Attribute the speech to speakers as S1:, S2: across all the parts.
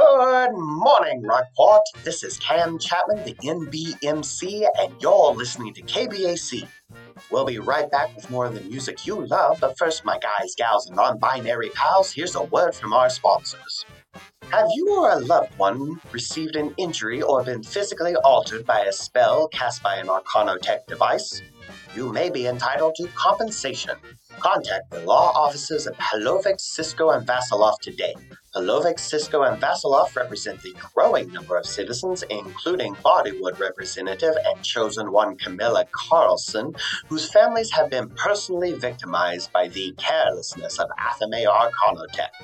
S1: Good morning, Rockport. This is Cam Chapman, the NBMC, and you're listening to KBAC. We'll be right back with more of the music you love, but first, my guys, gals, and non binary pals, here's a word from our sponsors. Have you or a loved one received an injury or been physically altered by a spell cast by an Arcanotech device? You may be entitled to compensation. Contact the law offices of Halovic, Cisco, and Vasilov today. Halovic, Cisco, and Vasilov represent the growing number of citizens, including Bodywood representative and chosen one Camilla Carlson, whose families have been personally victimized by the carelessness of Athame Arcanotech.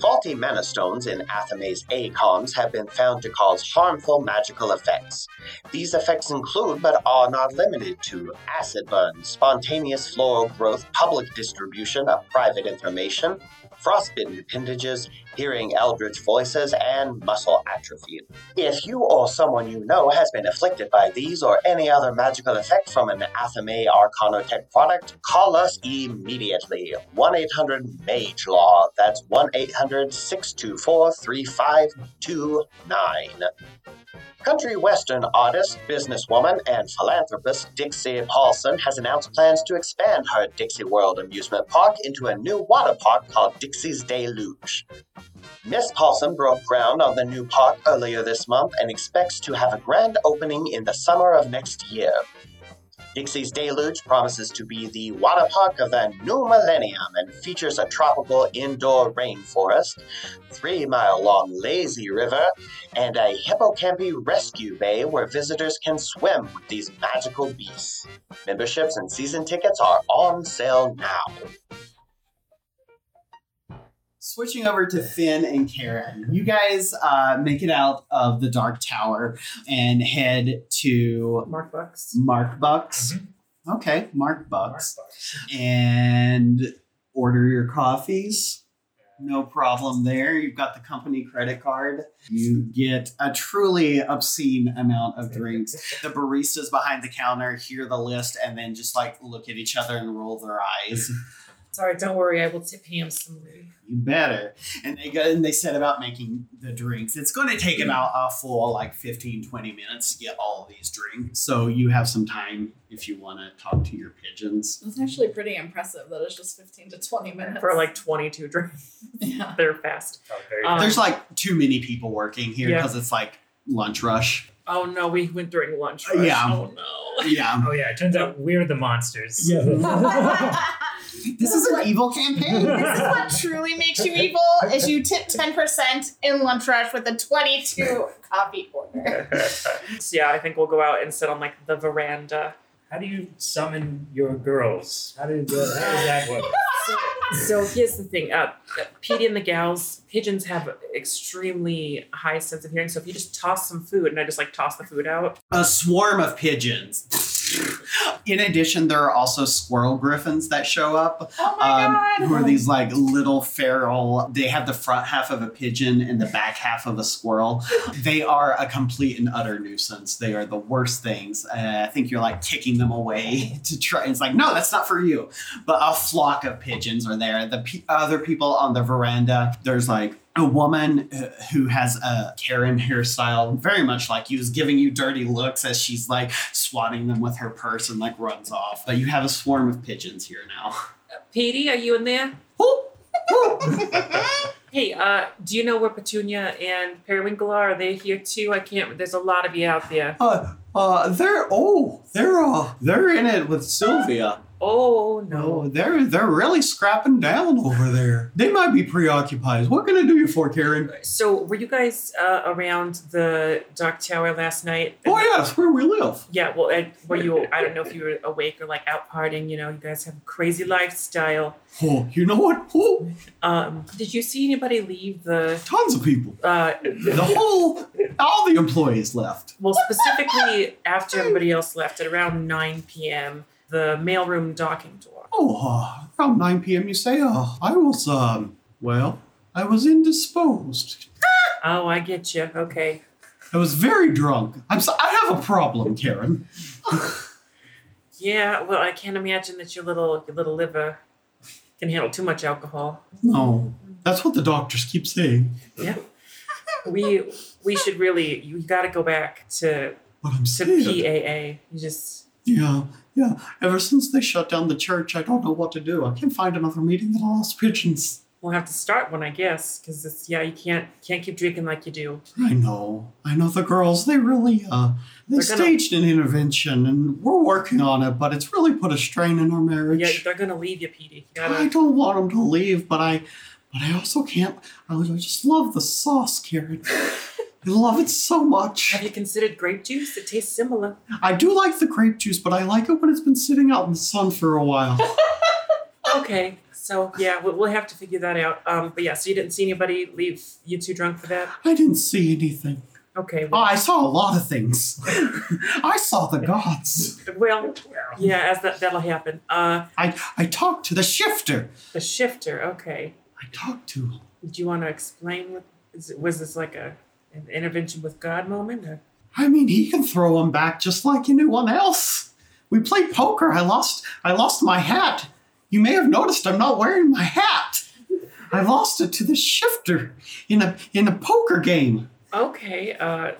S1: Faulty mana stones in Athame's ACOMs have been found to cause harmful magical effects. These effects include, but are not limited to, acid burn, spontaneous floral growth, public distribution of private information, frostbitten appendages, hearing eldritch voices, and muscle atrophy. If you or someone you know has been afflicted by these or any other magical effect from an Athame Arcanotech product, call us immediately. 1 800 Mage Law. That's 1 800 624 3529. Country Western artist, businesswoman, and philanthropist Dixie Paulson has announced plans to expand her Dixie World amusement park into a new water park called Dixie's Deluge. Miss Paulson broke ground on the new park earlier this month and expects to have a grand opening in the summer of next year. Dixie's Deluge promises to be the water park of the new millennium and features a tropical indoor rainforest, three mile long lazy river, and a hippocampi rescue bay where visitors can swim with these magical beasts. Memberships and season tickets are on sale now.
S2: Switching over to Finn and Karen, you guys uh, make it out of the Dark Tower and head to
S3: Mark Bucks.
S2: Mark Bucks. Okay, Mm-hmm. Mark Bucks. And order your coffees. No problem there. You've got the company credit card. You get a truly obscene amount of drinks. The baristas behind the counter hear the list and then just like look at each other and roll their eyes.
S3: Sorry, don't worry. I will tip him some money.
S2: You better. And they go and they set about making the drinks. It's going to
S4: Mm.
S2: take about a full like 15, 20 minutes to get all of these drinks. So you have some time if you want to talk to your pigeons.
S4: It's actually pretty impressive that it's just 15 to 20 minutes.
S3: for like 22 drinks.
S4: yeah.
S3: They're fast.
S5: Oh, very
S4: Uh,
S3: Um,
S2: There's like too many people working here
S3: Yeah.
S2: because it's like lunch rush.
S3: Oh no, we went during lunch.
S2: Uh,
S3: rush.
S2: yeah.
S3: Oh no.
S2: Yeah.
S5: Oh yeah, it turns out we're the monsters.
S6: Yeah.
S2: This is an evil campaign.
S4: This is what truly makes you evil is you tip 10% in lunch rush with a 22 coffee order.
S3: So yeah, I think we'll go out and sit on like the veranda.
S5: How do you summon your girls? How do you, how does that work?
S3: So here's the thing. Uh, Petey and the gals, pigeons have extremely high sense of hearing. So if you just toss some food, and I just like toss the food out.
S2: a swarm of pigeons. In addition, there are also squirrel griffins that show up.
S4: Oh
S2: um, who are these like little feral they have the front half of a pigeon and the back half of a squirrel they are a complete and utter nuisance they are the worst things uh, i think you're like kicking them away to try it's like no that's not for you but a flock of pigeons are there the pe- other people on the veranda there's like a woman uh, who has a Karen hairstyle, very much like you, is giving you dirty looks as she's like swatting them with her purse and like runs off. But you have a swarm of pigeons here now.
S3: Petey, are you in there?
S2: Oh,
S3: Hey, uh, do you know where Petunia and Periwinkle are? Are they here too? I can't. There's a lot of you out there.
S2: Uh, uh, they're oh, they're uh, they're in it with Sylvia.
S3: Oh
S2: No,
S3: no.
S2: they're they're really scrapping down over there. They might be preoccupied. What can I do you for, Karen?
S3: So were you guys uh, around the Dark Tower last night?
S2: Oh yes, where we live.
S3: Yeah, well, and were you? I don't know if you were awake or like out partying. You know, you guys have a crazy lifestyle.
S2: Oh, you know what? Oh,
S3: Um, did you see anybody leave the?
S2: tons of people.
S3: Uh,
S2: The whole, all the employees left.
S3: well, specifically after everybody else left at around 9 p.m., the mailroom docking door.
S2: Oh, uh, around 9 p.m. You say? Uh, I was um, well, I was indisposed.
S3: Oh, I get you. Okay.
S2: I was very drunk. I'm so, I have a problem, Karen.
S3: Yeah. Well, I can't imagine that your little your little liver can handle too much alcohol.
S2: No, that's what the doctors keep saying.
S3: Yeah. we we should really you got to go back to
S2: But I'm
S3: to
S2: scared.
S3: PAA. You just
S2: Yeah, yeah. Ever since they shut down the church, I don't know what to do. I can't find another meeting that allows pigeons.
S3: we'll have to start one, I guess, because it's yeah you can't can't keep drinking like you do.
S2: I know. I know the girls. They really, uh, they
S3: They're gonna-
S2: staged an intervention, and we're working on it. But it's really put a strain in our marriage.
S3: Yeah, they're gonna leave you, Petey. You
S2: I
S3: gotta.
S2: don't want them to leave, but I, but I also can't. I was- I just love the sauce, Karen. I love it so much.
S3: Have you considered grape juice? It tastes similar.
S2: I do like the grape juice, but I like it when it's been sitting out in the sun for a while.
S3: Okay, so yeah, we'll, we'll have to figure that out. Um, but yeah, so you didn't see anybody leave you too drunk for that.
S2: I didn't see anything.
S3: Okay,
S2: Oh,
S3: well,
S2: I saw a lot of things. I saw the gods.
S3: well yeah, as that that'll happen. Uh,
S2: I I talked to the shifter.
S3: the shifter. Okay,
S2: I talked to him.
S3: do you want to explain? What, is, it- was this like a an intervention with God moment? Or?
S2: I mean, he can throw him back just like anyone else. We played poker. I lost. I lost my hat. You may have noticed I'm not wearing my hat. I lost it to the shifter in a in a poker game.
S3: Okay, uh,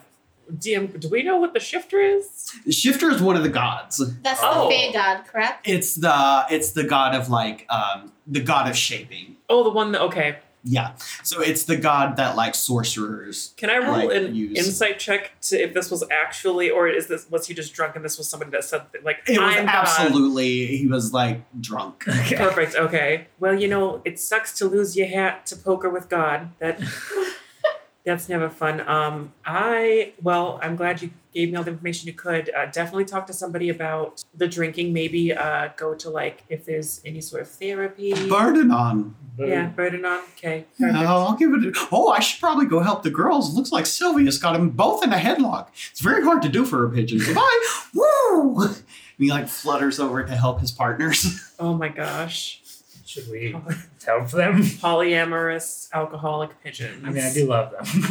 S3: DM, do we know what the shifter is?
S2: The shifter is one of the gods.
S4: That's
S3: Oh.
S4: the Fey God, correct?
S2: It's the it's the god of like um the god of shaping.
S3: Oh, the one that, okay.
S2: Yeah. So it's the god that like sorcerers
S3: Can I roll
S2: Like,
S3: an
S2: use.
S3: insight check to if this was actually, or is this, was he just drunk and this was somebody that said, that, like,
S2: It was
S3: I'm God.
S2: absolutely he was like drunk.
S3: Perfect, okay. Well, you know, it sucks to lose your hat to poker with God. That. That's never fun. Um, I well, I'm glad you gave me all the information you could. Uh, definitely talk to somebody about the drinking. Maybe uh, go to like if there's any sort of therapy.
S2: Burden on.
S3: yeah, burden on. Okay,
S2: Yeah,
S3: perfect.
S2: I'll give it. A, oh, I should probably go help the girls. Looks like Sylvia's got them both in a headlock. It's very hard to do for a pigeon. Goodbye. Woo! And he like flutters over to help his partners.
S3: Oh my gosh.
S5: Should we help them?
S3: Polyamorous alcoholic pigeons.
S5: I mean, I do love them.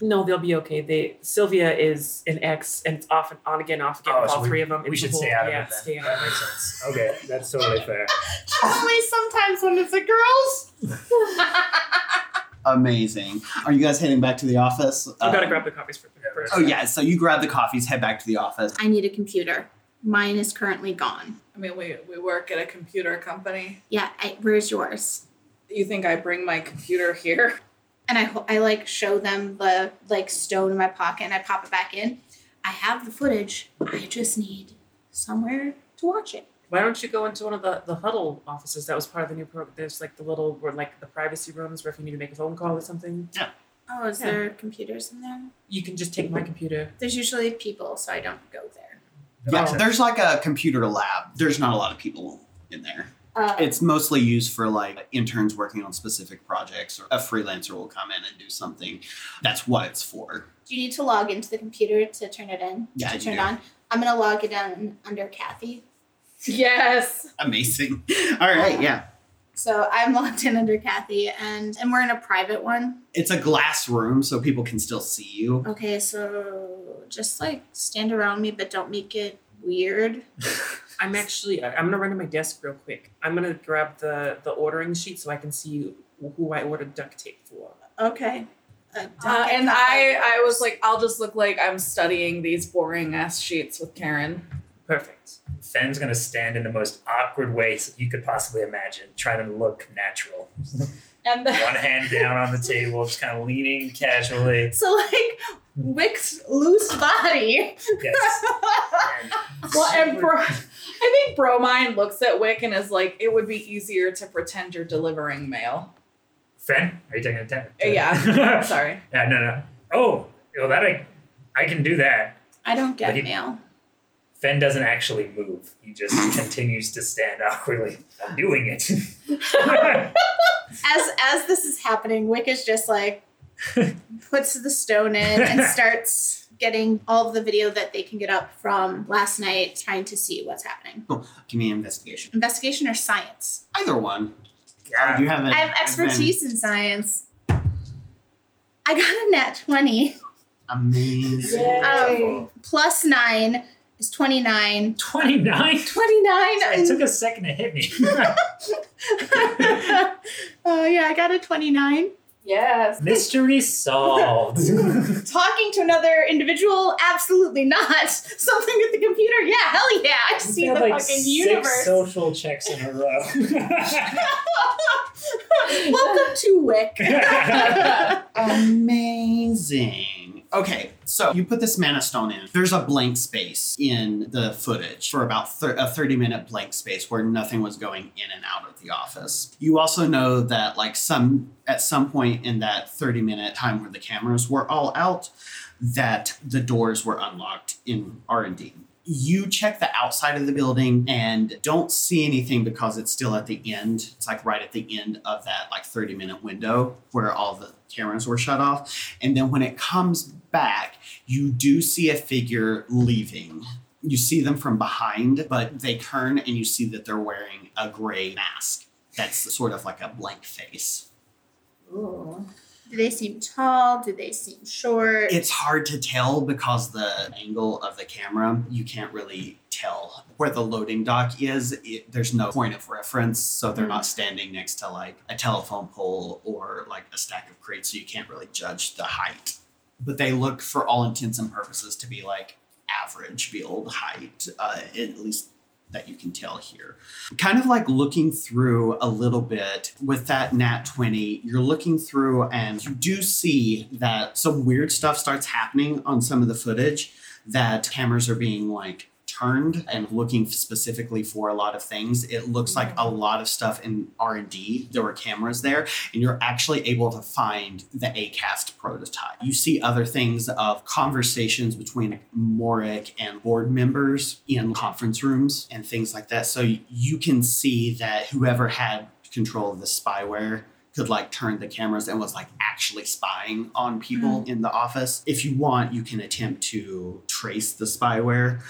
S3: No, they'll be okay. They Sylvia is an ex, and it's off and on again, off again
S5: Oh,
S3: with
S5: so
S3: all three of them.
S5: we
S3: It's
S5: should
S3: the whole,
S5: stay out
S3: yeah,
S5: of it.
S3: stay
S5: Then.
S3: out
S5: That
S3: of
S5: makes sense. Okay, that's totally fair.
S4: Only sometimes when it's the girls.
S2: Amazing. Are you guys heading back to the office?
S3: it. You gotta
S2: Um,
S3: grab the copies for
S5: Uh, yeah,
S3: first.
S2: Oh yeah. So you grab the coffees, head back to the office.
S4: I need a computer. Mine is currently gone.
S6: I mean, we, we work at a computer company.
S4: Yeah, I, where's yours?
S6: You think I bring my computer here?
S4: And I, ho- I like show them the like stone in my pocket and I pop it back in. I have the footage. I just need somewhere to watch it.
S3: Why don't you go into one of the, the huddle offices? That was part of the new program. There's like the little where like the privacy rooms where if you need to make a phone call or something,
S4: Oh, is
S3: Yeah.
S4: there computers in there?
S3: you can just take my computer.
S4: There's usually people, so I don't go there.
S5: That
S2: Yeah.
S5: makes sense.
S2: There's like a computer lab. There's not a lot of people in there.
S4: Uh,
S2: It's mostly used for like interns working on specific projects, or a freelancer will come in and do something. That's what it's for.
S4: do you need to log into the computer to turn it in?
S2: Yeah,
S4: to
S2: you
S4: turn it
S2: do.
S4: on. I'm gonna log it in under Kathy.
S6: Yes.
S2: Amazing. All right, yeah.
S4: So I'm logged in under Kathy, and and we're in a private one.
S2: It's a glass room, so people can still see you.
S4: Okay, so just like stand around me, but don't make it weird.
S3: I'm actually I- I'm gonna run to my desk real quick. I'm gonna grab the the ordering sheet so I can see who I ordered duct tape for.
S4: Okay. Uh, don't
S6: Uh,
S4: get
S6: and
S4: caught
S6: I,
S4: by
S6: I was
S4: words.
S6: like, I'll just look like I'm studying these boring ass sheets with Karen.
S3: Perfect.
S5: Fenn's gonna stand in the most awkward way you could possibly imagine, trying to look natural.
S6: And then,
S5: One hand down on the table, just kind of leaning casually.
S4: so like Wick's loose body.
S5: Yes. And
S6: well, and
S5: super-
S6: bro, I think Bromine looks at Wick and is like, it would be easier to pretend you're delivering mail.
S5: Fen, are you taking a ten?
S6: Uh, yeah. Sorry.
S5: yeah. No. No. Oh, well, that I, I can do that.
S4: I don't get
S5: But he-
S4: mail.
S5: Fen doesn't actually move. He just continues to stand awkwardly. I'm doing it.
S4: As as this is happening, Wick is just like puts the stone in and starts getting all of the video that they can get up from last night, trying to see what's happening.
S2: Give me an investigation.
S4: Investigation or science?
S2: Either one.
S5: yeah.
S2: You have an,
S4: I have expertise in science. I got a net twenty
S2: Amazing.
S4: Um, plus nine is twenty nine.
S5: 29?
S4: Twenty
S5: It
S4: nine.
S5: took a second to hit me.
S4: Uh, Oh yeah, I got a twenty nine.
S6: Yes.
S5: Mystery solved.
S4: Talking to another individual? Absolutely not. Something with the computer? Yeah, hell yeah. I see
S5: Had,
S4: the
S5: like
S4: fucking
S5: six
S4: universe.
S5: social checks in a row.
S4: Welcome to Wick.
S2: Amazing. Okay, so you put this mana stone in. There's a blank space in the footage for about thir- a 30 minute blank space where nothing was going in and out of the office. You also know that, like, some at some point in that 30 minute time where the cameras were all out, that the doors were unlocked in R&D. You check the outside of the building and don't see anything because it's still at the end. It's like right at the end of that like 30 minute window where all the cameras were shut off. And then when it comes back, you do see a figure leaving. You see them from behind, but they turn and you see that they're wearing a gray mask. That's sort of like a blank face.
S4: Ooh. Do they seem tall? Do they seem short?
S2: It's hard to tell because the angle of the camera, you can't really tell where the loading dock is. It, there's no point of reference, so they're not standing next to like a telephone pole or like a stack of crates, so you can't really judge the height. But they look, for all intents and purposes, to be like average build height, uh, at least that you can tell here. Kind of like looking through a little bit with that nat 20, you're looking through and you do see that some weird stuff starts happening on some of the footage that cameras are being like turned and looking specifically for a lot of things. It looks like a lot of stuff in R&D, there were cameras there and you're actually able to find the ACAST prototype. You see other things of conversations between Morik and board members in conference rooms and things like that. So you can see that whoever had control of the spyware could like turn the cameras and was like actually spying on people in the office. If you want, you can attempt to trace the spyware.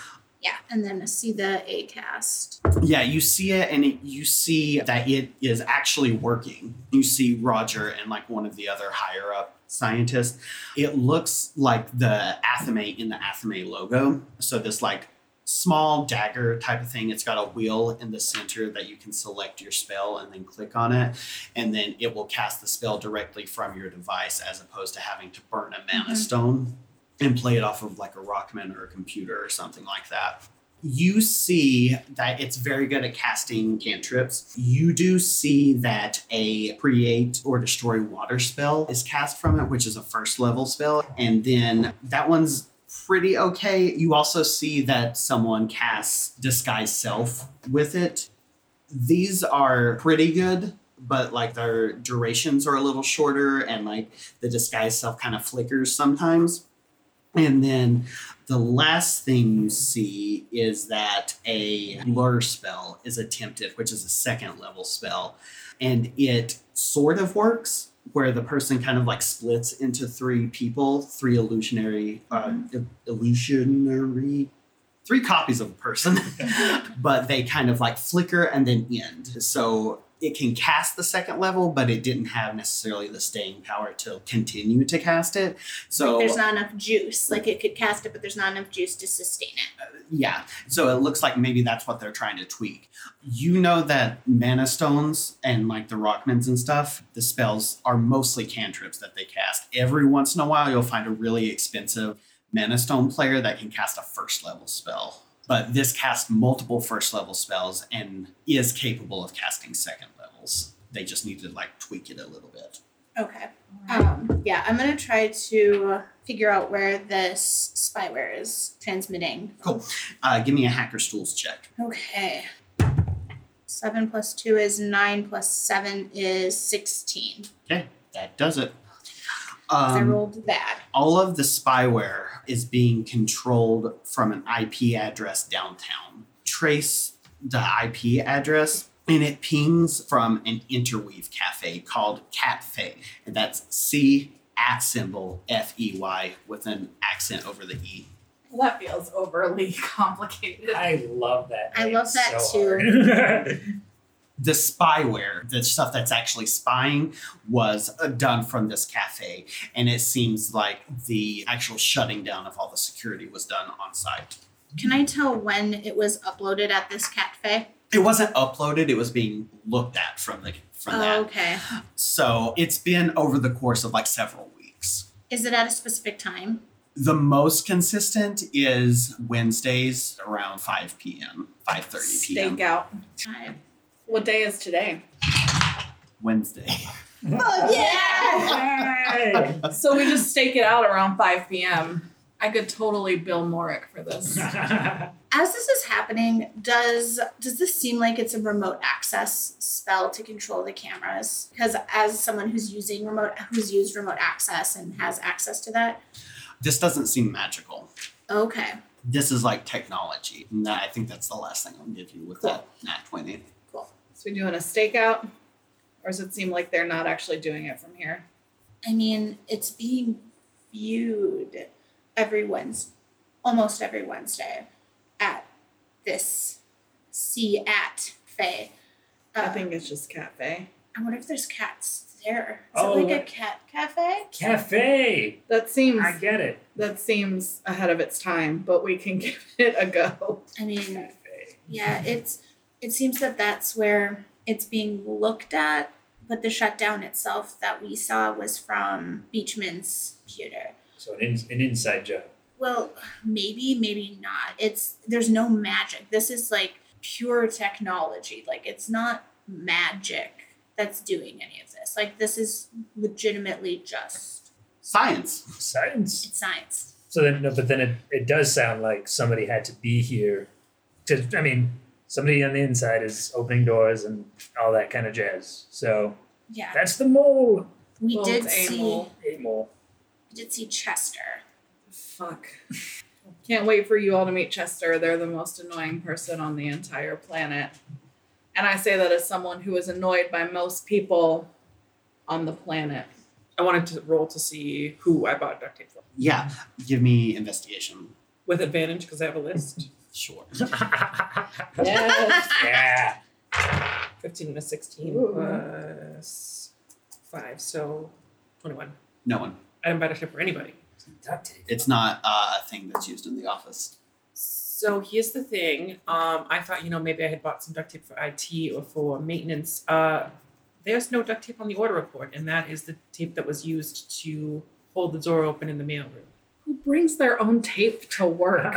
S4: Yeah, and then see the A cast.
S2: Yeah, you see it, and it, you see that it is actually working. You see Roger and like one of the other higher up scientists. It looks like the Athame in the Athame logo. So this like small dagger type of thing. It's got a wheel in the center that you can select your spell and then click on it, and then it will cast the spell directly from your device as opposed to having to burn a mana
S4: Mhm.
S2: stone and play it off of like a Rockman or a computer or something like that you see that it's very good at casting cantrips. You do see that a create or destroy water spell is cast from it, which is a first level spell. And then that one's pretty okay. You also see that someone casts disguise self with it. These are pretty good, but like their durations are a little shorter and like the disguise self kind of flickers sometimes. And then the last thing you see is that a blur spell is attempted, which is a second level spell, and it sort of works where the person kind of like splits into three people, three illusionary, uh,
S4: Mm-hmm.
S2: illusionary, three copies of a person, but they kind of like flicker and then end. So it can cast the second level, but it didn't have necessarily the staying power to continue to cast it. So
S4: like there's not enough juice. Like it could cast it, but there's not enough juice to sustain it.
S2: yeah so it looks like maybe that's what they're trying to tweak you know that mana stones and like the rockmans and stuff the spells are mostly cantrips that they cast every once in a while you'll find a really expensive mana stone player that can cast a first level spell but this casts multiple first level spells and is capable of casting second levels they just need to like tweak it a little bit
S4: Okay. Um, yeah, I'm gonna try to figure out where this spyware is transmitting.
S2: uh, give me a hacker's tools check
S4: Okay. Seven plus two is nine. Plus seven is sixteen.
S2: that does it
S4: I
S2: um,
S4: rolled that.
S2: all of the spyware is being controlled from an IP address downtown. Trace the IP address and it pings from an interweave cafe called Catfay. And that's C at symbol F E Y with an accent over the E.
S6: Well, that feels overly complicated.
S5: I love that.
S4: I
S5: name
S4: love that
S5: so
S4: too.
S5: hard.
S2: the spyware, the stuff that's actually spying, was uh, done from this cafe. And it seems like the actual shutting down of all the security was done on site.
S4: Can I tell when it was uploaded at this cafe?
S2: it wasn't uploaded it was being looked at from the from that.
S4: okay.
S2: So it's been over the course of like several weeks.
S4: Is it at a specific time?
S2: The most consistent is Wednesdays around 5 p.m., 5.30 p.m.
S6: Stakeout.
S4: Time.
S6: What day is today?
S2: Wednesday.
S4: Oh yeah!
S5: Hey!
S6: So we just stake it out around 5 p.m. I could totally bill Morick for this.
S4: As this is happening, does does this seem like it's a remote access spell to control the cameras? Because as someone who's using remote, who's used remote access and has access to that,
S2: This doesn't seem magical.
S4: okay,
S2: This is like technology. And I think that's the last thing I'll give you with that nat 20.
S6: So we doing a stakeout? Or does it seem like they're not actually doing it from here?
S4: I mean, it's being viewed every Wednesday, almost every Wednesday, at this C at Fay.
S6: I
S4: Uh,
S6: think it's just cafe.
S4: I wonder if there's cats there. Is it like
S5: Oh.
S4: a cat cafe?
S5: Cafe!
S6: That seems
S5: I get it.
S6: that seems ahead of its time, but we can give it a go.
S4: I mean,
S5: Cafe.
S4: yeah, it's it seems that that's where it's being looked at. But the shutdown itself that we saw was from Beachman's computer.
S5: So an, in, an inside job.
S4: Well, maybe, maybe not. It's there's no magic. This is like pure technology. Like it's not magic that's doing any of this. Like this is legitimately just
S2: Science.
S5: Science.
S4: it's science.
S5: So then, no, but then it, it does sound like somebody had to be here. To, I mean, somebody on the inside is opening doors and all that kind of jazz. So
S4: Yeah.
S5: that's the mole.
S4: We
S6: Well,
S4: did
S6: it's a
S4: see
S6: mole.
S5: A mole.
S4: we did see Chester.
S6: Fuck. Can't wait for you all to meet Chester. They're the most annoying person on the entire planet. And I say that as someone who is annoyed by most people on the planet.
S3: I wanted to roll to see who I bought duct tape for
S2: Yeah. Give me investigation.
S3: with advantage because I have a list.
S2: Sure.
S6: Yes.
S5: yeah.
S3: Fifteen and a sixteen
S6: Ooh.
S3: plus five, so twenty-one.
S2: No one.
S3: I didn't buy duct tape for anybody.
S5: Duct tape.
S2: It's not uh, a thing that's used in the office.
S3: So here's the thing. Um, I thought, you know, maybe I had bought some duct tape for IT or for maintenance. Uh, there's no duct tape on the order report, and that is the tape that was used to hold the door open in the mailroom.
S6: Who brings their own tape to work?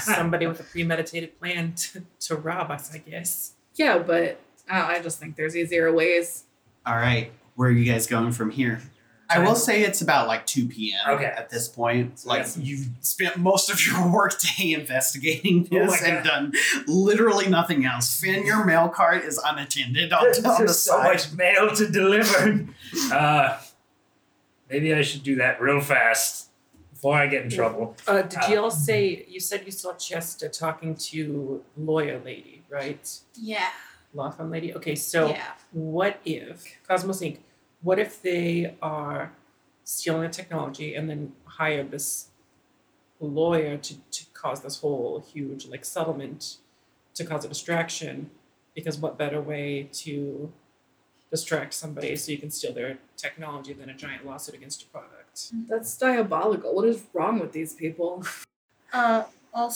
S3: Somebody with a premeditated plan to, to rob us, I guess.
S6: Yeah, but uh, I, I just think there's easier ways.
S2: All right. Where are you guys going from here? I will say it's about like 2 p.m.
S5: Okay.
S2: at this point.
S5: So
S2: Like
S5: that's-
S2: you've spent most of your workday investigating
S5: Oh my
S2: this and done
S5: God.
S2: literally nothing else. Finn, your mail cart is unattended on,
S5: There's
S2: on the
S5: just so
S2: side.
S5: much mail to deliver. Uh, maybe I should do that real fast before I get in trouble.
S3: Uh, did
S5: Uh,
S3: you all say you said you saw Chester talking to lawyer lady, right?
S4: Yeah.
S3: Law firm lady. Okay, so
S4: yeah.
S3: what if Cosmos Inc. What if they are stealing the technology and then hire this lawyer to, to cause this whole huge like settlement to cause a distraction? Because what better way to distract somebody so you can steal their technology than a giant lawsuit against your product?
S6: That's diabolical. What is wrong with these people?
S4: Uh,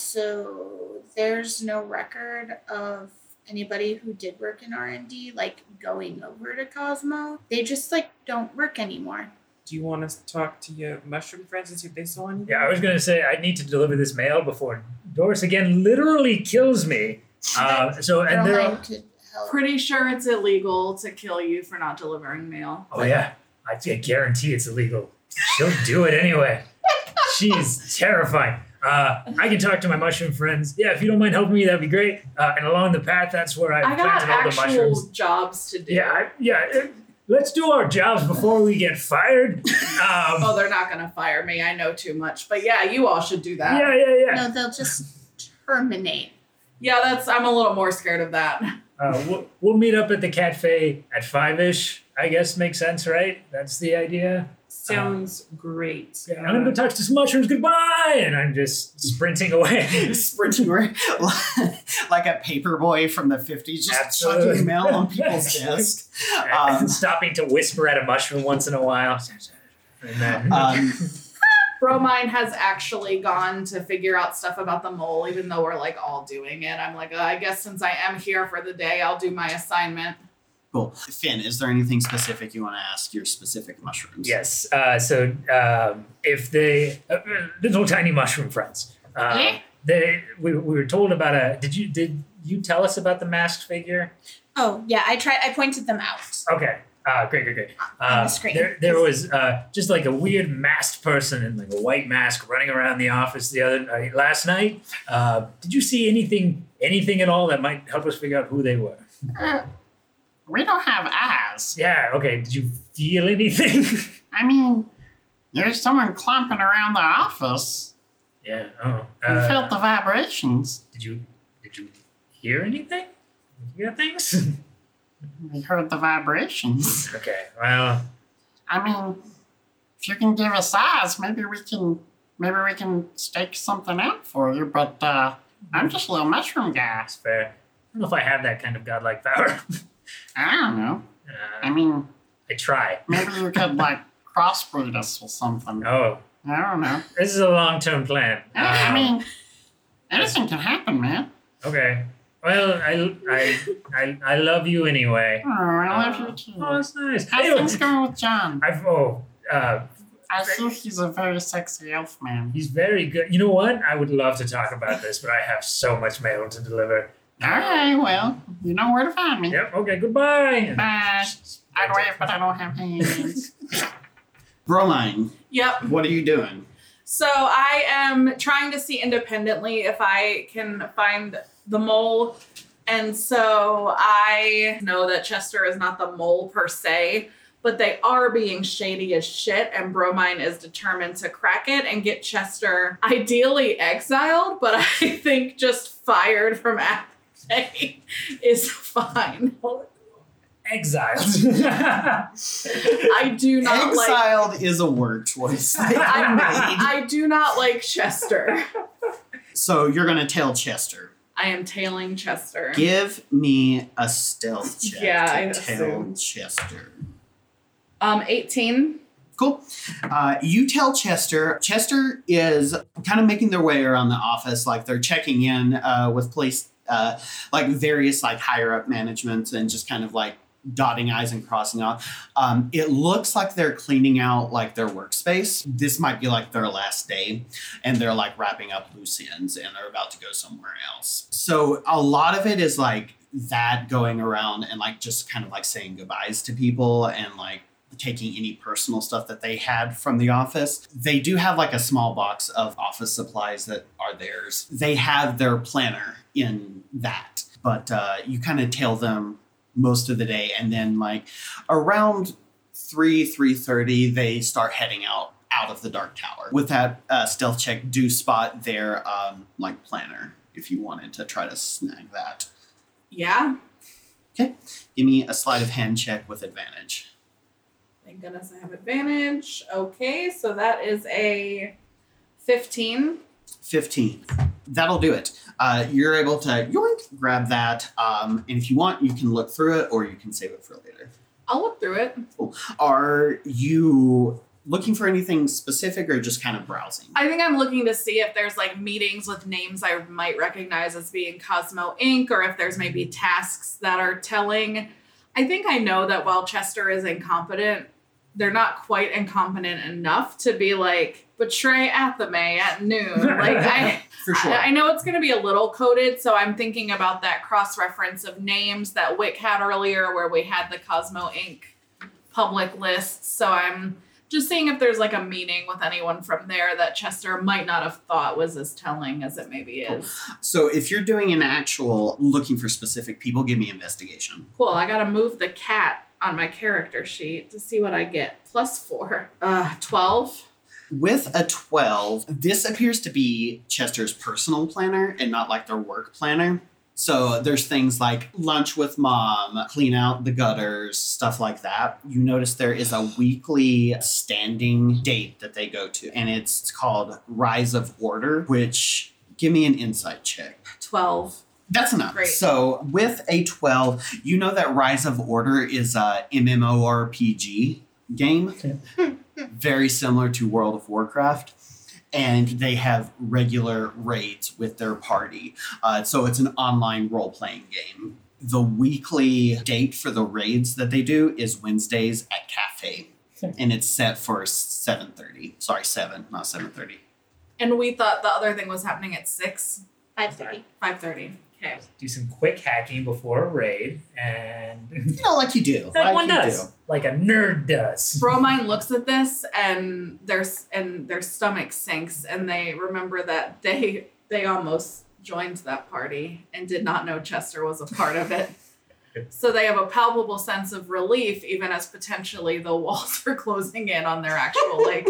S4: also, there's no record of anybody who did work in R and D like going over to Cosmo. They just like don't work anymore.
S3: Do you want to talk to your mushroom friends and see if they saw anything?
S5: Yeah, I was gonna say I need to deliver this mail before Doris again literally kills me. Uh, so and there. Are,
S4: Caroline could help.
S6: Pretty sure it's illegal to kill you for not delivering mail.
S5: oh yeah, I can guarantee it's illegal. She'll do it anyway. She's terrifying. Uh, I can talk to my mushroom friends. Yeah, if you don't mind helping me, that'd be great. Uh, and along the path, that's where I,
S6: I got
S5: planted all the mushrooms.
S6: actual jobs to do.
S5: Yeah, I, yeah. eh, Let's do our jobs before we get fired. Um,
S6: Oh, they're not gonna fire me. I know too much. But yeah, you all should do Oh, that.
S5: yeah, yeah, yeah.
S4: No, they'll just terminate.
S6: Yeah, that's. I'm a little more scared of that.
S5: Uh, we'll, we'll meet up at the cafe at five ish. I guess makes sense, right? That's the idea.
S3: Sounds great.
S5: Yeah, I'm gonna go touch this mushrooms. Goodbye, and I'm just sprinting away.
S2: Sprinting around like a paper boy from the 50s, just
S5: Absolutely.
S2: chucking mail on people's desk. Um,
S5: And stopping to whisper at a mushroom once in a while. And then,
S2: Um,
S6: Bromine has actually gone to figure out stuff about the mole, even though we're like all doing it. I'm like, uh, I guess since I am here for the day, I'll do my assignment.
S2: Cool. Finn, is there anything specific you want to ask your specific mushrooms?
S5: Yes. Uh, so um, if they, uh, the little tiny mushroom friends, uh,
S4: Yeah.
S5: they we, we were told about a. Did you did you tell us about the masked figure?
S4: Oh yeah, I tried. I pointed them out.
S5: Okay. Uh, great, great, great.
S4: the
S5: Uh,
S4: screen.
S5: there, there was uh, just like a weird masked person in like a white mask running around the office the other night, last night. Uh, did you see anything, anything at all that might help us figure out who they were?
S7: We don't have eyes.
S5: Yeah. Okay. Did you feel anything?
S7: I mean, there's someone clomping around the office.
S5: yeah. Oh.
S7: We
S5: Uh,
S7: felt the vibrations.
S5: Did you did you hear anything? You hear things?
S7: We heard the vibrations.
S5: okay. Well,
S7: I mean, if you can give us eyes, maybe we can maybe we can stake something out for you. But uh, I'm just a little mushroom guy.
S5: that's fair. I don't know if I have that kind of godlike power.
S7: I don't know. I
S5: Uh,
S7: mean,
S5: I try.
S7: maybe you could like crossbreed us with something.
S5: Oh,
S7: I don't know.
S5: this is a long term plan.
S7: I, I
S5: Um,
S7: mean, anything can happen, man.
S5: Okay. Well, I, I, I, I love you anyway.
S7: Oh, I love
S2: Uh,
S7: you too.
S5: Oh, that's nice.
S7: How's
S5: Anyway,
S7: things going with John?
S5: I've, oh, uh,
S7: I think he's a very sexy elf man.
S5: he's very good. You know what? I would love to talk about this, but I have so much mail to deliver.
S7: All right, well, you know where to find me.
S5: Yep. Okay. Goodbye.
S7: Bye. I'd wave, but I don't have hands.
S2: Bromine,
S6: Yep.
S2: what are you doing?
S6: So I am trying to see independently if I can find the mole. And so I know that Chester is not the mole per se, but they are being shady as shit. And Bromine is determined to crack it and get Chester ideally exiled, but I think just fired from Apple is fine.
S5: Exiled.
S6: I do not like
S2: Exiled is a word choice that you made.
S6: I do not like Chester.
S2: So you're gonna tell Chester.
S6: I am tailing Chester.
S2: Give me a stealth check.
S6: Yeah,
S2: to
S6: I
S2: tell
S6: assume.
S2: Chester.
S6: Um 18.
S2: Cool. Uh, you tell Chester. Chester is kind of making their way around the office, like they're checking in uh, with police, uh, like various like higher up managements, and just kind of like dotting i's and crossing off. Um, it looks like they're cleaning out like their workspace. This might be like their last day, and they're like wrapping up loose ends, and they're about to go somewhere else. So a lot of it is like that going around and like just kind of like saying goodbyes to people and like taking any personal stuff that they had from the office. They do have like a small box of office supplies that are theirs. They have their planner in that, but uh, you kind of tail them most of the day, and then like around three three thirty, they start heading out out of the dark tower. With that uh, stealth check, do spot their um, like planner if you wanted to try to snag that.
S6: Yeah.
S2: Give me a sleight of hand check with advantage.
S6: Thank goodness I have advantage. Okay, so that is a 15.
S2: 15. That'll do it. Uh, you're able to yoink, grab that. Um, and if you want, you can look through it or you can save it for later.
S6: I'll look through it.
S2: Are you looking for anything specific or just kind of browsing?
S6: I think I'm looking to see if there's like meetings with names I might recognize as being Cosmo Inc., or if there's maybe tasks that are telling. I think I know that while Chester is incompetent, they're not quite incompetent enough to be like betray Athame at noon. Like I
S2: for sure.
S6: I I know it's going to be a little coded, so I'm thinking about that cross reference of names that Wick had earlier, where we had the Cosmo Inc. public list. So I'm just seeing if there's like a meeting with anyone from there that Chester might not have thought was as telling as it maybe is.
S2: so if you're doing an actual looking for specific people, give me investigation.
S6: Cool. I got to move the cat on my character sheet to see what I get. Plus four. Uh, 12.
S2: With a 12, this appears to be Chester's personal planner and not like their work planner. So there's things like lunch with mom, clean out the gutters, stuff like that. You notice there is a weekly standing date that they go to, and it's called Rise of Order, which give me an insight check.
S6: 12.
S2: That's enough.
S6: Great.
S2: So with a 12, you know that Rise of Order is a MMORPG game, very similar to World of Warcraft. And they have regular raids with their party. Uh, so it's an online role playing game. the weekly date for the raids that they do is Wednesdays at Cafe. And it's set for 7.30. Sorry, 7, not 7.30.
S6: And we thought the other thing was happening at 6,
S4: Five thirty.
S6: 5.30. Okay.
S5: Do some quick hacking before a raid, and
S2: You know, like you do.
S5: like
S2: like
S5: one
S2: you
S5: does, like a nerd does.
S6: Bromine looks at this and their and their stomach sinks and they remember that they they almost joined that party and did not know Chester was a part of it. So they have a palpable sense of relief even as potentially the walls are closing in on their actual like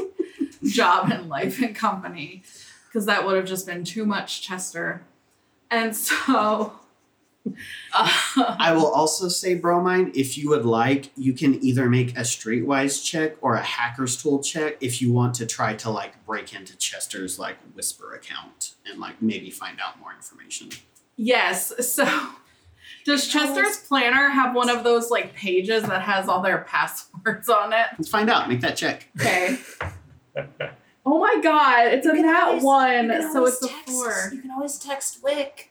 S6: job and life and company because that would have just been too much Chester. And so uh,
S2: I will also say, Bromine, if you would like, you can either make a streetwise check or a hacker's tool check if you want to try to like break into Chester's like whisper account and like maybe find out more information.
S6: Yes. So, does Chester's planner have one of those like pages that has all their passwords on it?
S2: Let's find out. Make that check.
S6: Okay. oh my god, it's a
S4: You can
S6: that
S4: always-
S6: one.
S4: You can
S6: So
S4: always
S6: it's a
S4: text-
S6: four.
S4: You can always text Wick.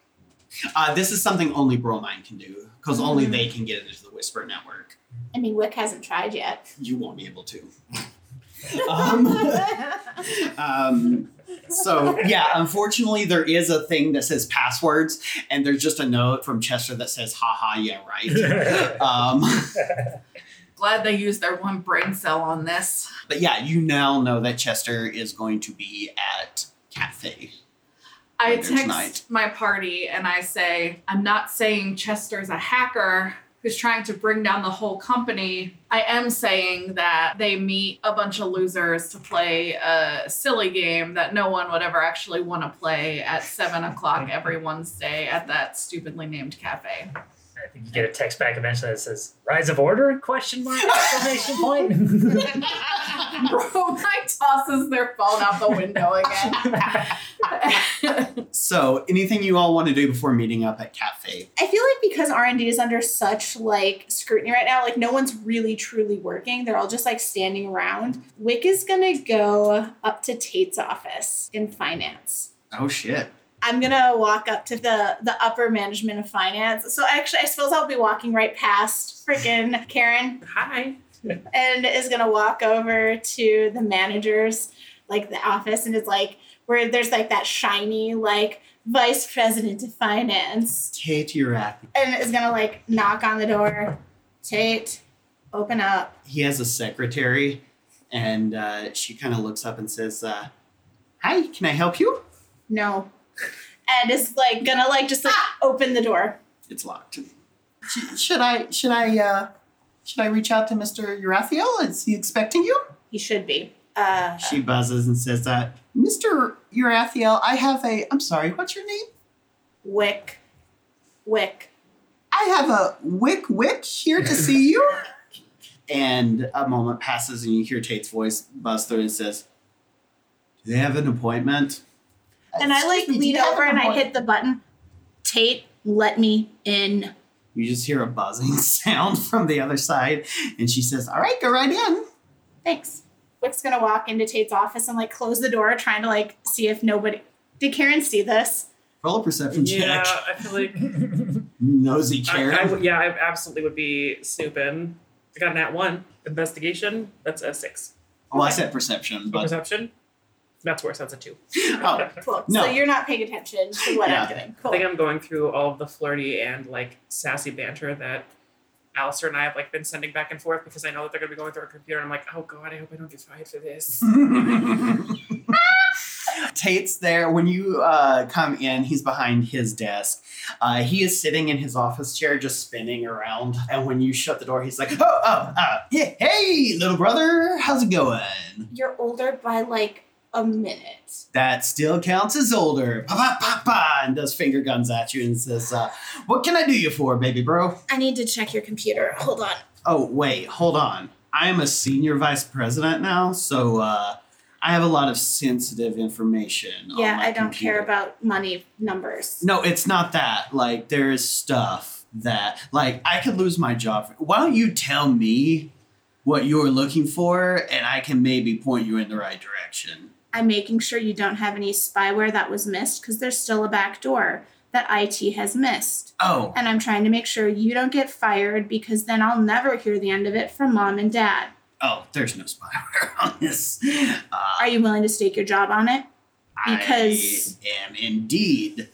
S2: Uh, this is something only Bromine can do because only
S6: Mhm.
S2: they can get into the whisper network.
S4: I mean, Wick hasn't tried yet.
S2: You won't be able to. um, um, so yeah, unfortunately, there is a thing that says passwords, and there's just a note from Chester that says, "Haha, yeah, right." um,
S6: Glad they used their one brain cell on this.
S2: But yeah, you now know that Chester is going to be at Cafe.
S6: I
S2: Later
S6: text
S2: tonight.
S6: my party and I say, I'm not saying Chester's a hacker who's trying to bring down the whole company. I am saying that they meet a bunch of losers to play a silly game that no one would ever actually want to play at seven o'clock every Wednesday at that stupidly named cafe.
S5: I think you get a text back eventually that says "Rise of Order?" Question mark exclamation point.
S6: Bro, my tosses their phone out the window again.
S2: So, anything you all want to do before meeting up at Cafe?
S4: I feel like because R and D is under such like scrutiny right now, like no one's really truly working. They're all just like standing around. Wick is gonna go up to Tate's office in finance.
S2: Oh shit!
S4: I'm gonna walk up to the the upper management of finance. So actually, I suppose I'll be walking right past freaking Karen,
S3: Hi.
S4: and is gonna walk over to the manager's like the office, and it's like where there's like that shiny like vice president of finance,
S2: Tate, you're at.
S4: and is gonna like knock on the door. Tate, open up.
S2: He has a secretary, and uh, she kind of looks up and says, uh, "Hi, can I help you?"
S4: No, and is like gonna like just like
S2: Ah!
S4: open the door.
S2: It's locked. Sh- should I? Should I? Uh, should I reach out to Mister Urathiel? Is he expecting you?
S4: He should be. Uh,
S2: She buzzes and says, uh, "Mister Urathiel, I have a. I'm sorry. What's your name?"
S4: Wick, Wick.
S2: I have a wick wick here to see you. and a moment passes, and you hear Tate's voice buzz through and says, Do they have an appointment?
S4: And I like
S2: Excuse me, do
S4: lean
S2: you have
S4: over
S2: an
S4: and I
S2: appointment?
S4: hit the button. Tate, let me in.
S2: You just hear a buzzing sound from the other side, and she says, All right, go right in.
S4: Thanks. Wick's gonna walk into Tate's office and like close the door, trying to like see if nobody. Did Karen see this?
S2: Roll a perception
S3: Yeah,
S2: check.
S3: I feel like
S2: Nosy
S3: I,
S2: Karen.
S3: I would- yeah, I absolutely would be snooping. I got an at one investigation. That's a six.
S2: well, I said perception,
S3: But
S2: but
S3: perception. That's worse. That's a two.
S2: oh,
S4: Cool.
S2: No.
S4: So you're not paying attention to what
S2: Yeah.
S4: I'm doing.
S3: I
S4: Cool.
S3: think I'm going through all of the flirty and like sassy banter that Alistair and I have like been sending back and forth because I know that they're gonna be going through our computer. And I'm like, oh god, I hope I don't get fired for this.
S2: Tate's there. When you uh, come in, he's behind his desk. Uh, he is sitting in his office chair, just spinning around. And when you shut the door, he's like, "Oh, oh, uh, yeah, hey, little brother, how's it going?"
S4: You're older by like a minute.
S2: That still counts as older. Pa pa pa pa, and does finger guns at you and says, uh, "What can I do you for, baby bro?"
S4: I need to check your computer. Hold on.
S2: Oh wait, hold on. I am a senior vice president now, so uh, I have a lot of sensitive information. on
S4: yeah,
S2: my
S4: I don't
S2: computer.
S4: care about money numbers.
S2: No, it's not that. Like, there is stuff that, like, I could lose my job. Why don't you tell me what you're looking for, and I can maybe point you in the right direction?
S4: I'm making sure you don't have any spyware that was missed because there's still a back door.
S8: that IT has missed.
S2: Oh,
S8: And I'm trying to make sure you don't get fired because then I'll never hear the end of it from mom and dad.
S2: oh, there's no spyware on this. Uh,
S8: Are you willing to stake your job on it? Because-
S2: I am indeed.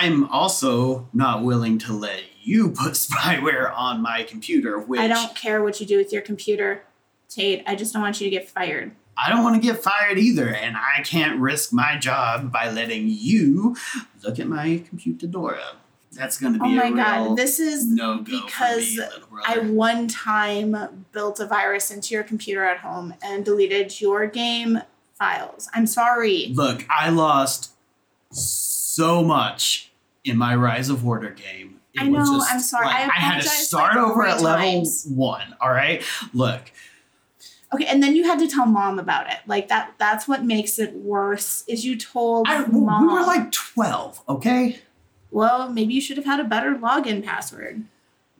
S2: I'm also not willing to let you put spyware on my computer, which
S8: I don't care what you do with your computer, Tate. I just don't want you to get fired.
S2: I don't want to get fired either, and I can't risk my job by letting you look at my computadora. That's going to be
S8: Oh my
S2: a real
S8: god, this is
S2: no go
S8: because I one time built a virus into your computer at home and deleted your game files. I'm sorry.
S2: Look, I lost so much in my Rise of Order game. It
S8: I
S2: was
S8: know,
S2: just,
S8: I'm sorry.
S2: like,
S8: I
S2: had to
S8: apologize
S2: start
S8: like
S2: over
S8: three
S2: at level
S8: times.
S2: one. All right, look,
S8: Okay, and then you had to tell mom about it. Like that that's what makes it worse is you told
S2: I, we
S8: mom.
S2: were like twelve. Okay,
S8: well, maybe you should have had a better login password.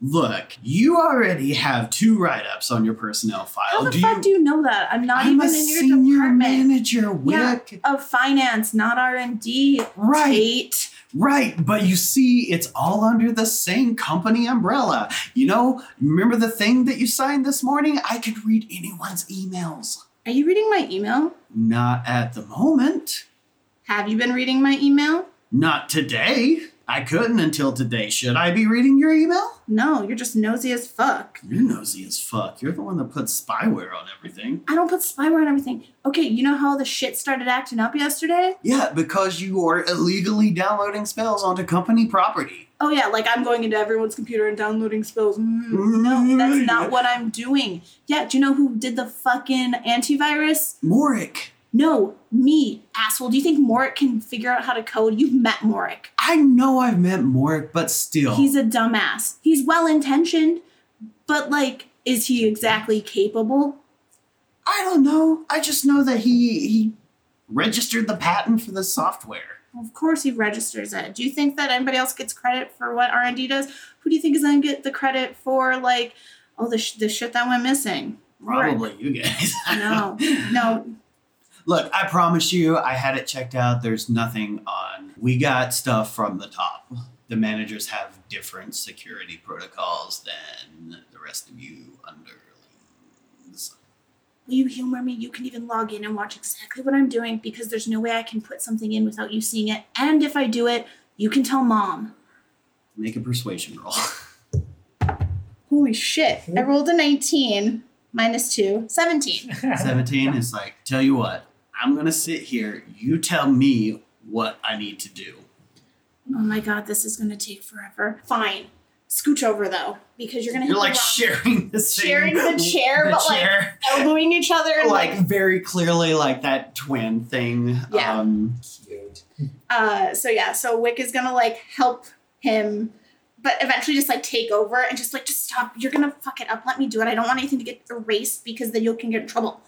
S2: look, you already have two write-ups on your personnel file.
S8: How the
S2: do
S8: fuck
S2: you?
S8: do you know that? I'm not
S2: I'm
S8: even
S2: a
S8: in your
S2: senior
S8: department
S2: manager, Wick.
S8: of finance, not R&D.
S2: Right.
S8: Tate.
S2: Right, but you see, it's all under the same company umbrella. You know, remember the thing that you signed this morning? I could read anyone's emails.
S8: Are you reading my email?
S2: Not at the moment.
S8: Have you been reading my email?
S2: Not today. I couldn't until today. Should I be reading your email?
S8: No, you're just nosy as fuck.
S2: You're nosy as fuck. You're the one that puts spyware on everything.
S8: I don't put spyware on everything. Okay, you know how the shit started acting up yesterday?
S2: Yeah, because you are illegally downloading spells onto company property.
S8: Oh yeah, like I'm going into everyone's computer and downloading spells. Mm, no, that's not what I'm doing. Yeah, do you know who did the fucking antivirus?
S2: Morik,
S8: No, me, asshole. Do you think Morik can figure out how to code? You've met Morik.
S2: I know I've met Morik, but still.
S8: He's a dumbass. He's well intentioned, but like, is he exactly capable?
S2: I don't know. I just know that he he registered the patent for the software.
S8: Of course, he registers it. Do you think that anybody else gets credit for what R and D does? Who do you think is gonna get the credit for like, oh, the sh- the shit that went missing? Right.
S2: Probably you guys.
S8: No, no.
S2: Look, I promise you, I had it checked out. There's nothing on. We got stuff from the top. The managers have different security protocols than the rest of you underlings.
S8: Will you humor me? You can even log in and watch exactly what I'm doing because there's no way I can put something in without you seeing it. And if I do it, you can tell mom.
S2: Make a persuasion roll.
S8: Holy shit!
S2: Hmm?
S8: I rolled a 19 minus two, 17.
S2: 17 is like, tell you what, I'm going to sit here. You tell me what I need to do.
S8: Oh my god, this is gonna take forever. Fine, scooch over though because you're gonna.
S2: You're
S8: hit the
S2: like
S8: wrong-
S2: sharing the same,
S8: Sharing the chair, but, like, elbowing each other and like
S2: like very clearly like that twin thing.
S8: Yeah.
S2: Um,
S5: Cute.
S8: Uh, so yeah, so Wick is gonna like help him, but eventually just like take over and just like just stop. You're gonna fuck it up. Let me do it. I don't want anything to get erased because then you can get in trouble.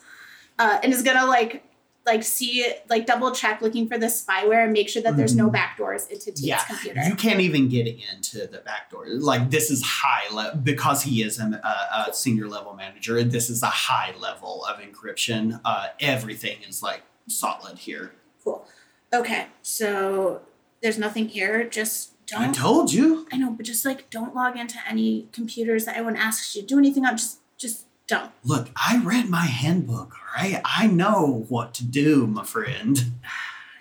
S8: Uh, and is gonna like like see like double check looking for the spyware and make sure that there's no backdoors into Tate's
S2: Mm-hmm. Yeah,
S8: computer.
S2: you can't even get into the back door. Like this is high level because he is an, uh, a senior level manager. This is a high level of encryption. Uh, everything is like solid here.
S8: cool. Okay, so there's nothing here. Just
S2: I
S8: don't.
S2: told you.
S8: I know, but just like don't log into any computers that anyone asks you to do anything on. Just just don't.
S2: Look, I read my handbook. All right, I know what to do, my friend.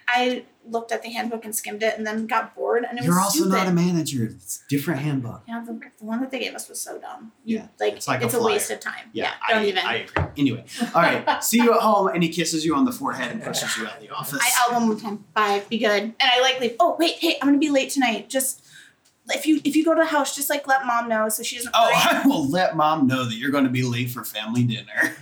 S8: I looked at the handbook and skimmed it and then got bored and it
S2: You're
S8: was
S2: also
S8: stupid.
S2: not a manager. It's a different handbook.
S8: yeah, the, the one that they gave us was so dumb.
S2: Yeah,
S8: Like
S2: it's
S8: it's,
S2: like a
S8: a, waste
S2: flyer.
S8: of time.
S2: Yeah,
S8: don't
S2: I,
S8: even.
S2: I
S8: I,
S2: agree. Anyway, all right. See you at home, and he kisses you on the forehead and pushes you out of the office.
S8: out one more time. Bye. Be good. And I like leave. Oh wait, hey, I'm gonna be late tonight. Just if you if you go to the house, just like let mom know so she doesn't.
S2: oh,
S8: worry.
S2: I will let mom know that you're going to be late for family dinner.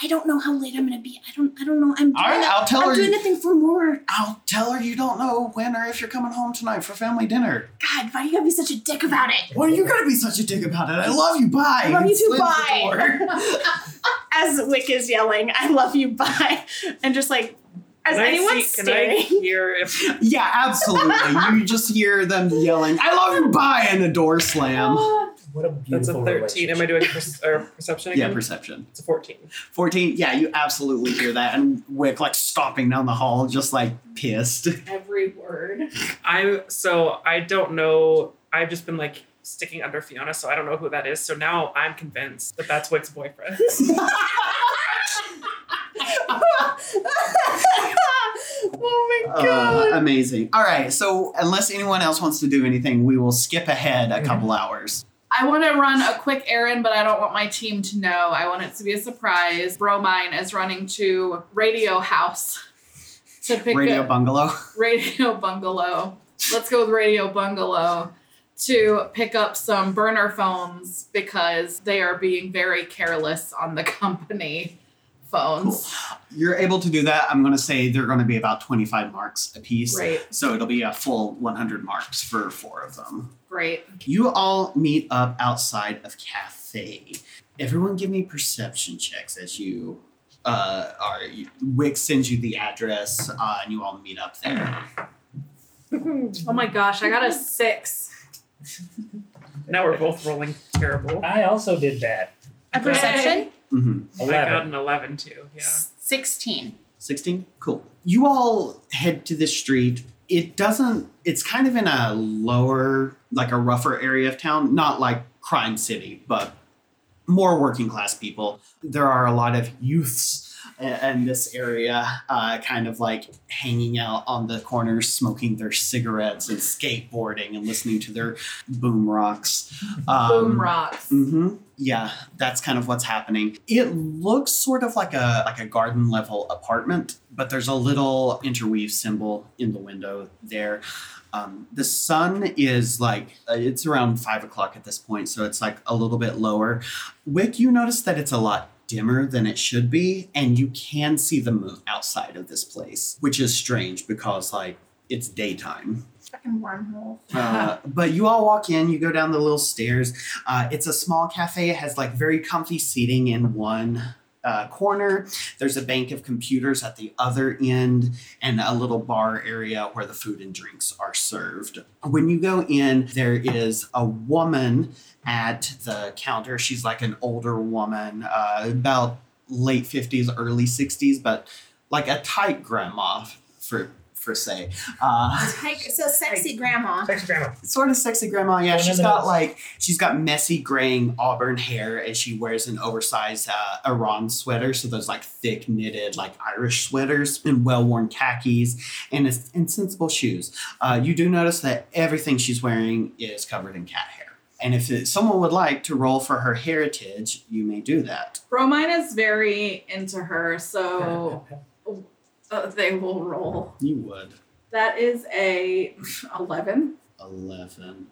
S8: I don't know how late I'm gonna be. I don't. I don't know. I'm.
S2: All right, I'll tell
S8: I'm
S2: her.
S8: doing
S2: You,
S8: the thing for more.
S2: I'll tell her you don't know when or if you're coming home tonight for family dinner.
S8: God, why do you gotta be such a dick about it?
S2: Why are you going to be such a dick about it? I love you. Bye.
S8: I love you too.
S2: Slams the door.
S8: Bye. As Wick is yelling, "I love you." Bye, and just like as
S3: Can I
S8: anyone's
S3: see-
S8: staring.
S3: Can I hear if
S2: yeah, absolutely. you just hear them yelling, "I love you." Bye, and a door slam.
S5: What a
S3: that's a
S5: beautiful
S3: thirteen? Am I doing
S5: relationship.
S3: perce- or perception again?
S2: Yeah, perception.
S3: it's a fourteen.
S2: 14 yeah you absolutely hear that and wick like stomping down the hall just like pissed
S9: Every word.
S3: I'm so I don't know. I've just been like sticking under Fiona, so I don't know who that is. So now I'm convinced that that's Wick's boyfriend.
S6: oh my
S2: Uh, amazing. All right. So, unless anyone else wants to do anything, we will skip ahead a
S6: Mm-hmm.
S5: Mhm.
S2: couple hours.
S6: I want to run a quick errand, but I don't want my team to know. I want it to be a surprise. Bromine is running to Radio House to pick
S2: Radio
S6: up
S2: Bungalow.
S6: Radio Bungalow. Let's go with Radio Bungalow to pick up some burner phones because they are being very careless on the company phones.
S2: You're able to do that. I'm going to say they're going to be about 25 marks a piece.
S6: Great,
S2: So, it'll be a full 100 marks for four of them.
S6: great.
S2: You all meet up outside of cafe. Everyone, give me perception checks as you uh, are. Wick sends you the address, uh, and you all meet up there.
S6: Oh my gosh, I got a six.
S3: now we're both rolling terrible.
S5: I also did that.
S4: A perception?
S2: Mm-hmm.
S3: I got
S5: 11.
S3: an eleven too. Yeah.
S4: 16.
S2: 16 cool you all head to this street it doesn't it's kind of in a lower like a rougher area of town not like crime city but more working class people there are a lot of youths i- in this area uh, kind of like hanging out on the corners smoking their cigarettes and skateboarding and listening to their boom rocks um,
S6: Boom rocks.
S2: hmm Yeah, that's kind of what's happening. It looks sort of like a like a garden level apartment, but there's a little interweave symbol in the window there. Um, the sun is like uh, it's around five o'clock at this point, so it's like a little bit lower. Wick, you notice that it's a lot dimmer than it should be, and you can see the moon outside of this place, which is strange because like it's daytime.
S4: Fucking wormhole.
S2: Uh, but you all walk in, you go down the little stairs. Uh, it's a small cafe. It has like very comfy seating in one uh, corner. There's a bank of computers at the other end and a little bar area where the food and drinks are served. When you go in, there is a woman at the counter. She's like an older woman, uh, about late 50s, early 60s, but like a tight grandma for, for say. Uh,
S4: so sexy grandma.
S5: Thanks, Grandma.
S2: sort of sexy grandma. Yeah,
S5: One
S2: she's
S5: of
S2: got
S5: those.
S2: like she's got messy graying auburn hair, and she wears an oversized uh, Iran sweater. So those like thick knitted like Irish sweaters and well worn khakis and it's insensible shoes. Uh, you do notice that everything she's wearing is covered in cat hair. And if it- someone would like to roll for her heritage, you may do that.
S6: Bromine is very into her, so uh, they will roll.
S2: You would.
S6: That is a 11.
S2: 11.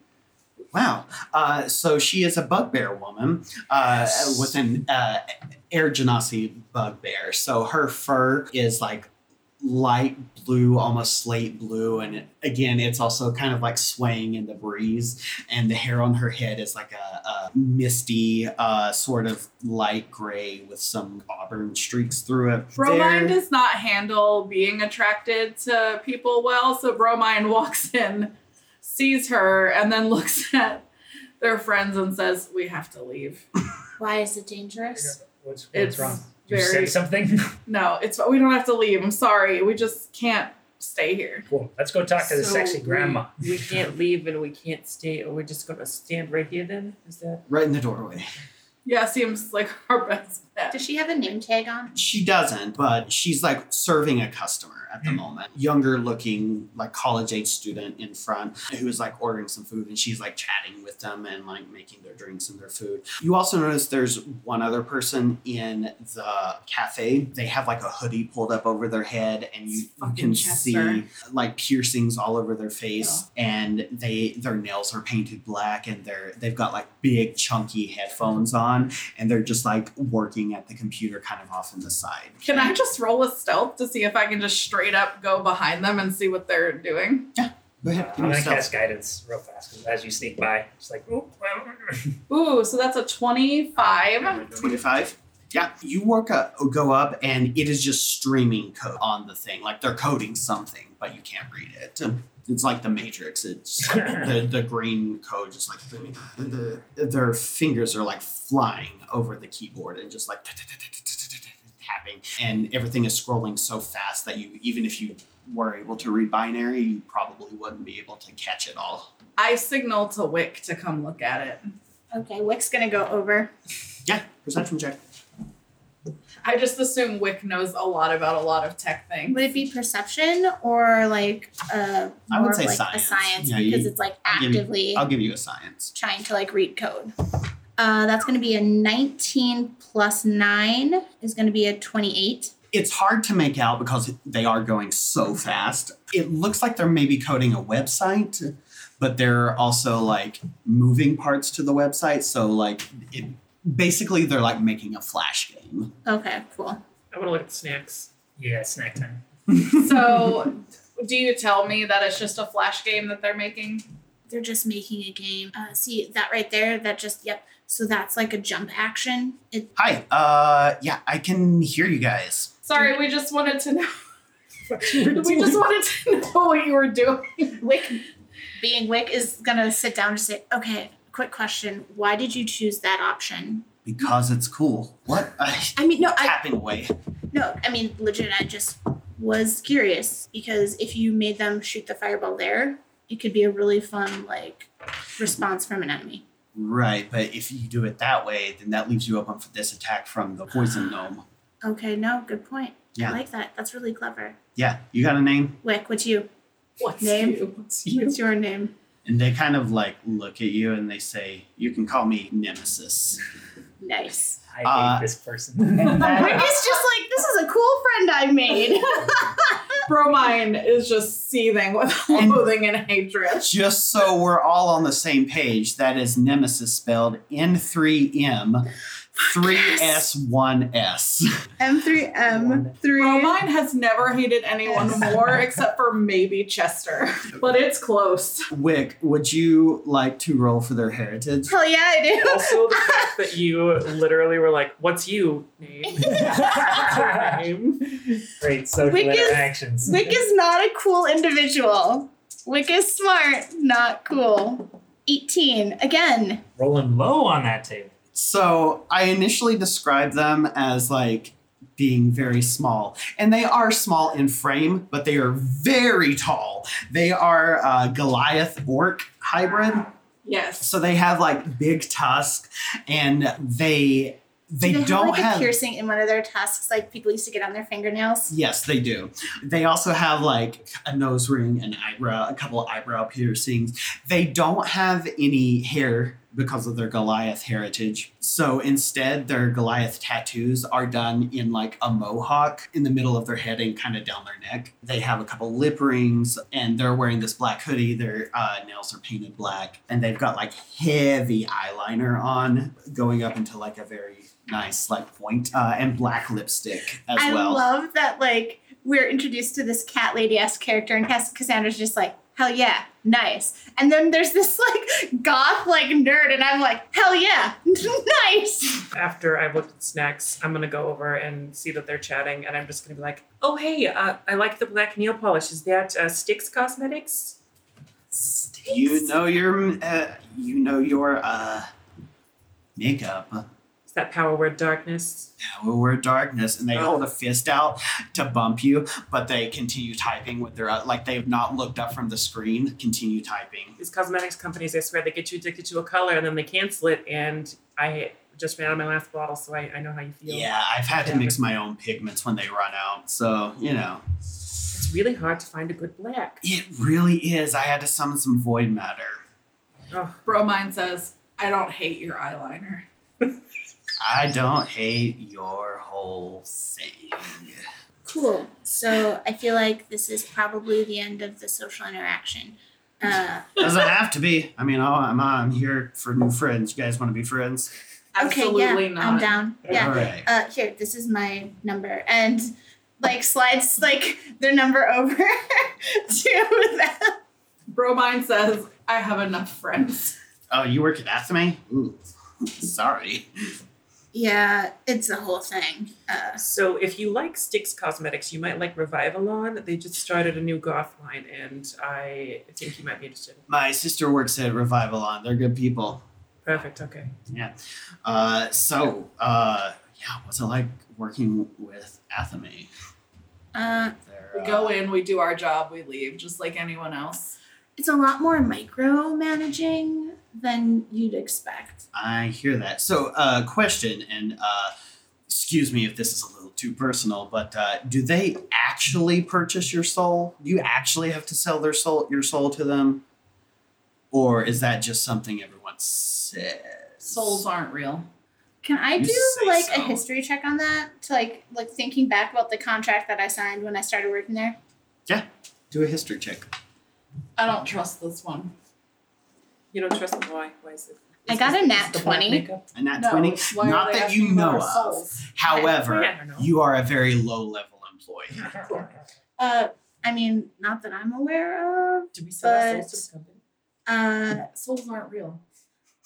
S2: Wow. Uh, so she is a bugbear woman uh, with an uh, air genasi bugbear. So her fur is like light blue, almost slate blue. And it, again, it's also kind of like swaying in the breeze. And the hair on her head is like a, a misty, uh, sort of light gray with some auburn streaks through it.
S6: Bromine
S2: There-
S6: does not handle being attracted to people well, so Bromine walks in, sees her, and then looks at their friends and says, We have to leave.
S4: Why is it dangerous?
S5: What's,
S6: It's
S5: what's wrong? You
S6: very-
S5: said something?
S6: No, it's we don't have to leave. I'm sorry. We just can't stay here.
S5: cool. Let's go talk to the
S3: So
S5: sexy
S3: we-
S5: grandma.
S3: We, can't leave and we can't stay. Or we're just gonna stand right here. Then is that?
S2: Right in the doorway.
S6: Yeah, seems like our best bet.
S4: Does she have a name tag on?
S2: She doesn't, but she's like serving a customer at the moment. Younger looking, like college age student in front who is like ordering some food and she's like chatting with them and like making their drinks and their food. You also notice there's one other person in the cafe. They have like a hoodie pulled up over their head and you can see
S6: Chester.
S2: like piercings all over their face and they their nails are painted black and they're they've got like big chunky headphones on and they're just like working at the computer kind of off in the side.
S6: Can I just roll a stealth to see if I can just straight up go behind them and see what they're doing?
S2: Go ahead, give
S5: I'm
S2: me
S5: gonna
S2: stealth.
S5: cast guidance real fast as you sneak by. It's like, ooh,
S6: Ooh, so that's a 25.
S2: 25. Yeah, you work up, go up, and it is just streaming code on the thing. Like they're coding something, but you can't read it. It's like the Matrix. It's the, the green code just like the, their fingers are like flying over the keyboard and just like tapping, and everything is scrolling so fast that you, even if you were able to read binary, you probably wouldn't be able to catch it all.
S6: I signal to Wick to come look at it.
S4: Okay, Wick's gonna go over.
S2: Yeah, perception check.
S6: I just assume Wick knows a lot about a lot of tech things.
S4: Would it be perception or like uh,
S2: I would
S4: more of,
S2: say
S4: like a
S2: science.
S4: science
S2: Yeah,
S4: because
S2: you-
S4: it's like
S2: I'll give you-
S4: actively
S2: I'll give you a science.
S4: trying to like read code. Uh, that's gonna be a 19 plus 9 is gonna be a 28.
S2: It's hard to make out because they are going so fast. It looks like they're maybe coding a website, but they're also like moving parts to the website. So like it basically they're like making a flash game.
S4: Okay, cool.
S3: I want to look at the snacks.
S5: Yeah, snack time.
S6: So, do you tell me that it's just a flash game that they're making?
S4: They're just making a game. Uh, see that right there? That just yep. So that's like a jump action. It
S2: Hi, uh yeah, I can hear you guys.
S6: Sorry, we just wanted to know. We just wanted to know what you were doing.
S4: Wick being Wick is gonna sit down and say, okay, quick question. Why did you choose that option?
S2: Because it's cool. What? Uh,
S4: I mean, no, I
S2: tapping away.
S4: No, I mean, legit, I just was curious because if you made them shoot the fireball there, it could be a really fun, like, response from an enemy.
S2: Right, but if you do it that way, then that leaves you open for this attack from the poison gnome.
S4: Okay, no, good point.
S2: Yeah.
S4: I like that. That's really clever.
S2: Yeah, you got a name?
S4: Wick, what's you?
S6: What's
S4: Name?
S6: you? What's
S4: What's your name?
S2: And they kind of like look at you and they say, You can call me Nemesis.
S4: Nice.
S5: I hate
S2: Uh,
S5: this person.
S4: Wick is just like, this is a cool friend I made.
S6: Bromine is just seething with loathing and hatred.
S2: Just so we're all on the same page, that is Nemesis spelled N3M 3S1S.
S4: M3M3.
S6: Bromine has never hated anyone more except for maybe Chester, but it's close.
S2: Wick, would you like to roll for their heritage?
S4: Hell yeah, I do.
S3: Also, the fact that you literally were like, "What's you name?" What's your name?
S5: Great social
S4: Wick is-
S5: interactions.
S4: Wick is not a cool individual. Wick is smart, not cool. 18. Again.
S5: Rolling low on that table.
S2: So I initially described them as like being very small, and they are small in frame, but they are very tall. They are uh, Goliath orc hybrid.
S6: Yes.
S2: So they have like big tusk, and they they,
S4: Do
S2: don't
S4: have, like,
S2: have.
S4: a piercing in one of their tusks, like people used to get on their fingernails.
S2: Yes, they do. They also have like a nose ring, an eyebrow, a couple of eyebrow piercings. They don't have any hair because of their Goliath heritage. So instead, their Goliath tattoos are done in like a mohawk in the middle of their head and kind of down their neck. They have a couple lip rings and they're wearing this black hoodie. Their uh, nails are painted black and they've got like heavy eyeliner on going up into like a very nice like point uh, and black lipstick as
S4: I
S2: well.
S4: love that, like, we're introduced to this cat lady esque character, and Cass- Cassandra's just like, hell yeah, nice. And then there's this, like, goth, like, nerd, and I'm like, hell yeah, nice.
S3: After I've looked at snacks, I'm gonna go over and see that they're chatting, and I'm just gonna be like, "Oh hey, uh, I like the black nail polish. Is that uh, Sticks Cosmetics?"
S2: You know your, uh, you know your uh, makeup.
S3: Is that Power Word Darkness?
S2: Now we're darkness, and they hold a fist out to bump you, but they continue typing with their uh, like they have not looked up from the screen. Continue typing.
S3: These cosmetics companies, I swear, they get you addicted to a color and then they cancel it. And I just ran out of my last bottle, so I, I know how you feel.
S2: Yeah, I've had to mix my own pigments when they run out, so you know
S3: It's really hard to find a good black.
S2: it really is. I had to summon some void matter.
S3: Oh,
S6: Bromine says, I don't hate your eyeliner.
S2: I don't hate your whole thing.
S4: Cool. So I feel like this is probably the end of the social interaction. Uh,
S2: Doesn't have to be. I mean, I'm, I'm here for new friends. You guys want to be friends?
S6: Absolutely
S4: okay, yeah,
S6: not.
S4: I'm down. Yeah.
S2: All right.
S4: uh, here, this is my number. And like slides like their number over to them.
S6: Bromine says, I have enough friends.
S2: Oh, you work at Athame? Ooh, sorry.
S4: Yeah, it's the whole thing. Uh,
S3: so if you like Sticks Cosmetics, you might like Revivalon. They just started a new goth line, and I think you might be interested.
S2: My sister works at Revivalon. They're good people.
S3: Perfect. Okay.
S2: Yeah. Uh, so, uh, yeah, what's it like working with Athame.
S4: Uh,
S2: They're,
S6: We
S2: uh,
S6: go in, we do our job, we leave, just like anyone else.
S4: it's a lot more micromanaging than you'd expect.
S2: uh, I hear that. So, uh, question, and uh, excuse me if this is a little too personal, but uh, do they actually purchase your soul? Do you actually have to sell their soul, your soul to them, or is that just something everyone says?
S6: Souls aren't real.
S4: Can I
S2: You
S4: do
S2: say
S4: like a
S2: so.
S4: history check on that to like like thinking back about the contract that I signed when I started working there?
S2: Do a history check.
S6: I don't trust this one.
S3: You don't trust them. Why? Why is it?
S4: I
S3: is
S4: got
S3: this-
S4: a
S3: is
S4: nat
S3: the black
S4: 20.
S3: makeup?
S2: And that
S6: No,
S2: twenty,
S6: why are
S2: not
S6: they
S2: that you
S6: asking for
S2: know
S6: our
S2: of.
S6: souls?
S2: However,
S3: Yeah, I don't know.
S2: you are a very low level employee.
S4: Uh, I mean, not that I'm aware of.
S3: Do we sell our
S4: But-
S3: souls to the company?
S4: Uh,
S6: Souls aren't real.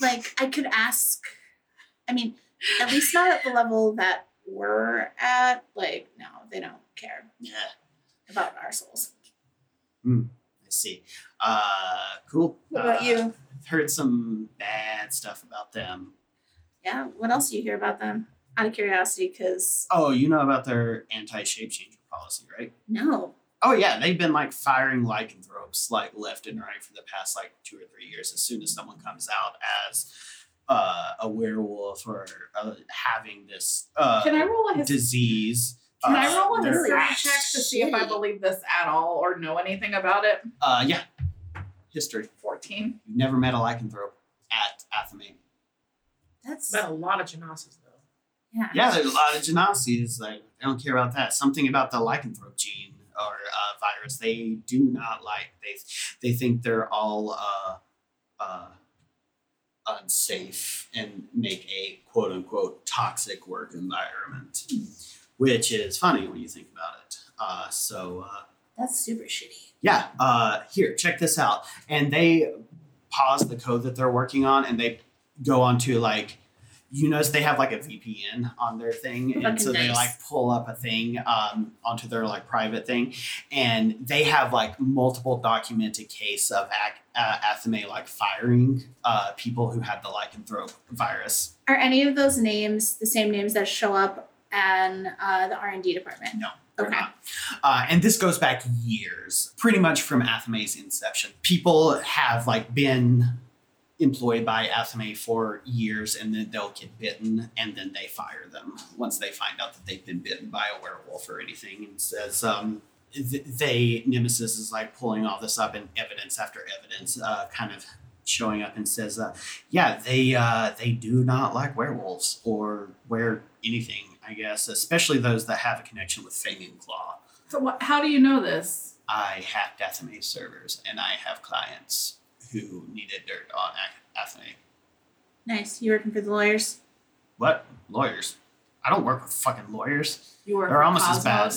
S4: like I could ask. I mean, at least not at the level that we're at. Like, no, they don't care
S2: Yeah,
S4: about our souls.
S2: I see. Uh, cool.
S4: What about
S2: Uh,
S4: you?
S2: I've heard some bad stuff about them.
S4: Yeah. What else do you hear about them? Out of curiosity, because
S2: Oh, you know about their anti shape changer policy, right?
S4: no,
S2: Oh yeah, they've been like firing lycanthropes like left and right for the past like two or three years. As soon as someone comes out as uh, a werewolf or uh, having this uh,
S6: Can I roll a history?
S2: disease,
S6: Can
S2: uh,
S6: I roll a
S2: they're
S6: history check
S2: act-
S6: to see if I believe this at all or know anything about it?
S2: Uh, yeah, history.
S6: Fourteen.
S2: You've never met a lycanthrope at Athame.
S4: that's
S3: About a lot of genosis though.
S4: yeah.
S2: Yeah, there's a lot of genocides. Like they don't care about that. Something about the lycanthrope gene or uh, virus they do not like. They they think they're all uh, uh, unsafe and make a quote unquote toxic work environment, which is funny when you think about it. Uh, so. Uh,
S4: That's super shitty.
S2: yeah, uh, here, check this out. And they pause the code that they're working on and they go on to like, you notice they have like a VPN on their thing. And
S4: Fucking
S2: so they
S4: nice.
S2: like pull up a thing um, onto their like private thing. And they have like multiple documented case of ac- uh, Athame like firing uh, people who had the lycanthrope virus.
S4: Are any of those names the same names that show up in uh, the R and D department?
S2: No, They're
S4: Okay.
S2: not. Uh, and this goes back years, pretty much from Athame's inception. People have like been employed by Athame for years and then they'll get bitten and then they fire them once they find out that they've been bitten by a werewolf or anything. And says, um, th- they, Nemesis is like pulling all this up and evidence after evidence, uh, kind of showing up and says, uh, yeah, they uh, they do not like werewolves or wear anything, I guess, especially those that have a connection with Fang and Claw.
S6: So what, how do you know this?
S2: I hacked Athame servers and I have clients who needed dirt on Ac- Athame.
S4: Nice. You working for the lawyers?
S2: What? Lawyers? I don't work with fucking lawyers.
S6: You were
S2: They're almost as bad.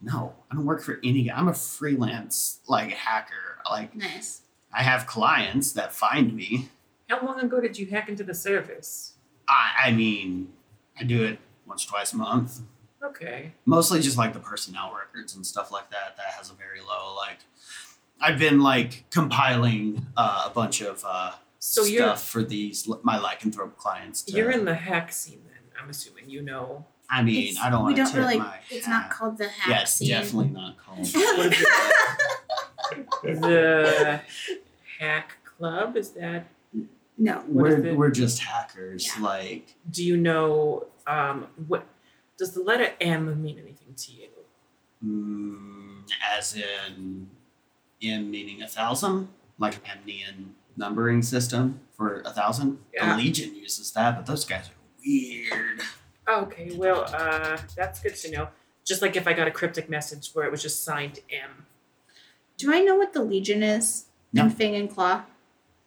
S2: No, I don't work for any guy. I'm a freelance like hacker. Like
S4: Nice.
S2: I have clients that find me.
S3: How long ago did you hack into the service?
S2: I I mean, I do it once twice a month.
S3: Okay.
S2: mostly just like the personnel records and stuff like that that has a very low like i've been like compiling uh, a bunch of uh,
S3: So
S2: stuff
S3: you're
S2: for these my lycanthrope clients to,
S3: you're in the hack scene then. I'm assuming you know.
S2: i mean
S4: It's-
S2: i don't
S4: we
S2: want to
S4: don't
S2: tip
S4: really.
S2: my
S4: it's
S2: hat.
S4: not called the hack
S2: yeah it's
S4: scene.
S2: definitely not called
S3: What is it? the hack club is that?
S4: no.
S3: What is
S2: we're,
S3: it?
S2: we're just hackers like
S3: Do you know um, what? Does the letter M mean anything to you?
S2: mm, as in m meaning a thousand like amnian numbering system for a thousand
S3: Yeah.
S2: the legion uses that but those guys are weird
S3: Okay, well, uh, that's good to know. Just like if I got a cryptic message where it was just signed M.
S4: Do I know what the Legion is?
S2: No.
S4: And Fang and Claw.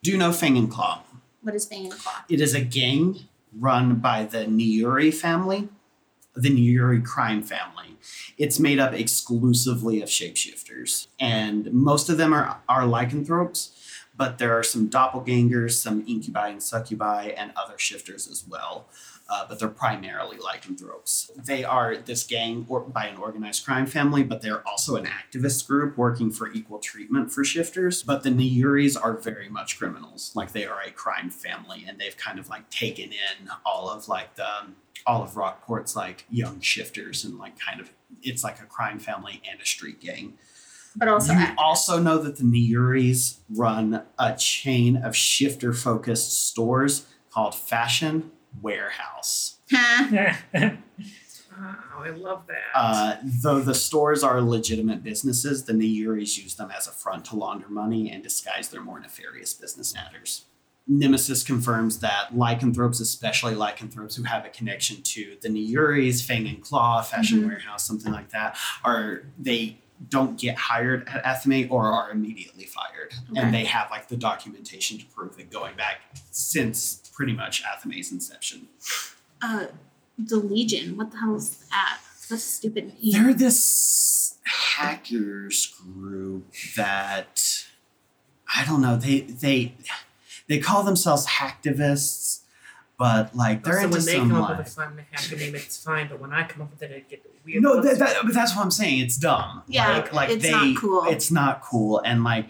S2: Do you know Fang and Claw?
S4: What is Fang and Claw?
S2: It is a gang run by the Niuri family, the Niuri crime family. It's made up exclusively of shapeshifters, and most of them are, are lycanthropes, but there are some doppelgangers, some incubi and succubi, and other shifters as well. uh, but they're primarily lycanthropes. They are this gang or, by an organized crime family, but they're also an activist group working for equal treatment for shifters. But the Niuris are very much criminals. Like they are a crime family, and they've kind of like taken in all of like the um, all of Rockport's like young shifters and like kind of it's like a crime family and a street gang.
S4: But also,
S2: you
S4: act-
S2: also know that the Niuris run a chain of shifter focused stores called Fashion Warehouse.
S4: Huh.
S3: Wow, I love that.
S2: Uh, though the stores are legitimate businesses, the Niuris use them as a front to launder money and disguise their more nefarious business matters. Nemesis confirms that lycanthropes, especially lycanthropes who have a connection to the Niuris, Fang and Claw, Fashion
S4: Mhm.
S2: Warehouse, something like that, are they don't get hired at Athame or are immediately fired.
S4: Okay.
S2: And they have like the documentation to prove it going back since pretty much Athame's inception.
S4: uh, the Legion. What the hell is that? What a stupid name.
S2: They're this hackers group that I don't know. They they they call themselves hacktivists, but like they're
S3: so
S2: into
S3: when they
S2: some
S3: come up
S2: like
S3: with a fun happy name, it's fine. But when I come up with it, I get weird.
S2: no,
S3: looks.
S2: that, that, but that's what I'm saying. It's dumb.
S4: Yeah,
S2: like, like
S4: it's
S2: they,
S4: not cool.
S2: It's not cool, and like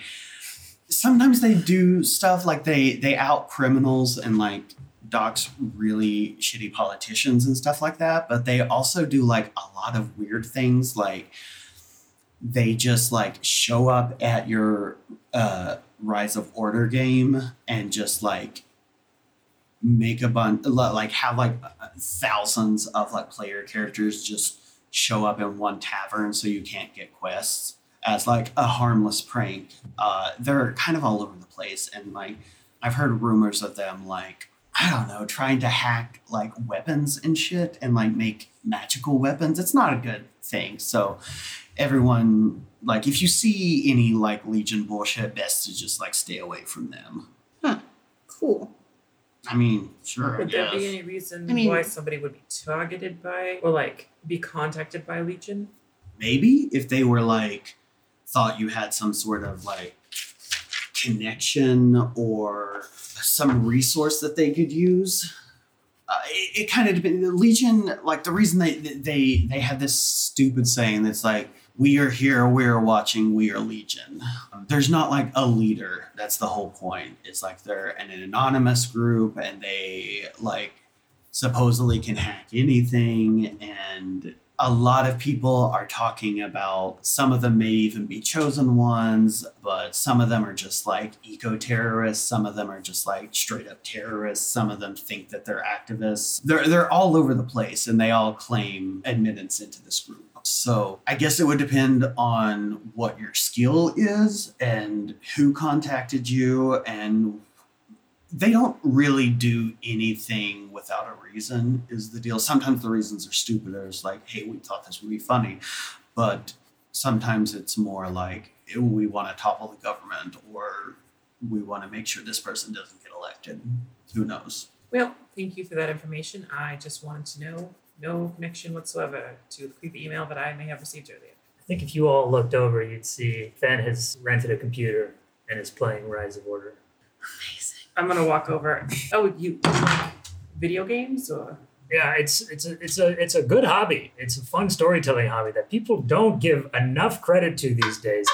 S2: sometimes they do stuff like they they out criminals and like docs really shitty politicians and stuff like that. But they also do like a lot of weird things, like they just like show up at your uh, Rise of Order game and just like make a bunch like have like thousands of like player characters just show up in one tavern so you can't get quests as like a harmless prank uh they're kind of all over the place and like i've heard rumors of them like i don't know trying to hack like weapons and shit and like make magical weapons it's not a good thing so everyone like if you see any like legion bullshit best to just like stay away from them
S4: cool.
S2: i mean sure I
S3: Would there be
S2: guess.
S3: any reason
S4: I mean-
S3: why somebody would be targeted by or like be contacted by Legion?
S2: maybe if they were like thought you had some sort of like connection or some resource that they could use uh, it, it kind of depends the legion like the reason they they they have this stupid saying that's like we are here we are watching we are legion Um, there's not like a leader that's the whole point it's like they're an anonymous group and they like supposedly can hack anything and a lot of people are talking about some of them may even be chosen ones, but some of them are just like eco terrorists, some of them are just like straight up terrorists, some of them think that they're activists. They're they're all over the place and they all claim admittance into this group. So I guess it would depend on what your skill is and who contacted you and they don't really do anything without a reason is the deal sometimes the reasons are stupider it's like hey we thought this would be funny but sometimes it's more like "Ew, we want to topple the government or we want to make sure this person doesn't get elected who knows
S3: Well, thank you for that information. I just wanted to know no connection whatsoever to the creepy email that I may have received earlier.
S5: I think if you all looked over, you'd see Fen has rented a computer and is playing Rise of Order.
S3: I'm gonna walk over. Oh, you you like video games or
S5: Yeah, it's it's a it's a it's a good hobby. It's a fun storytelling hobby that people don't give enough credit to these days.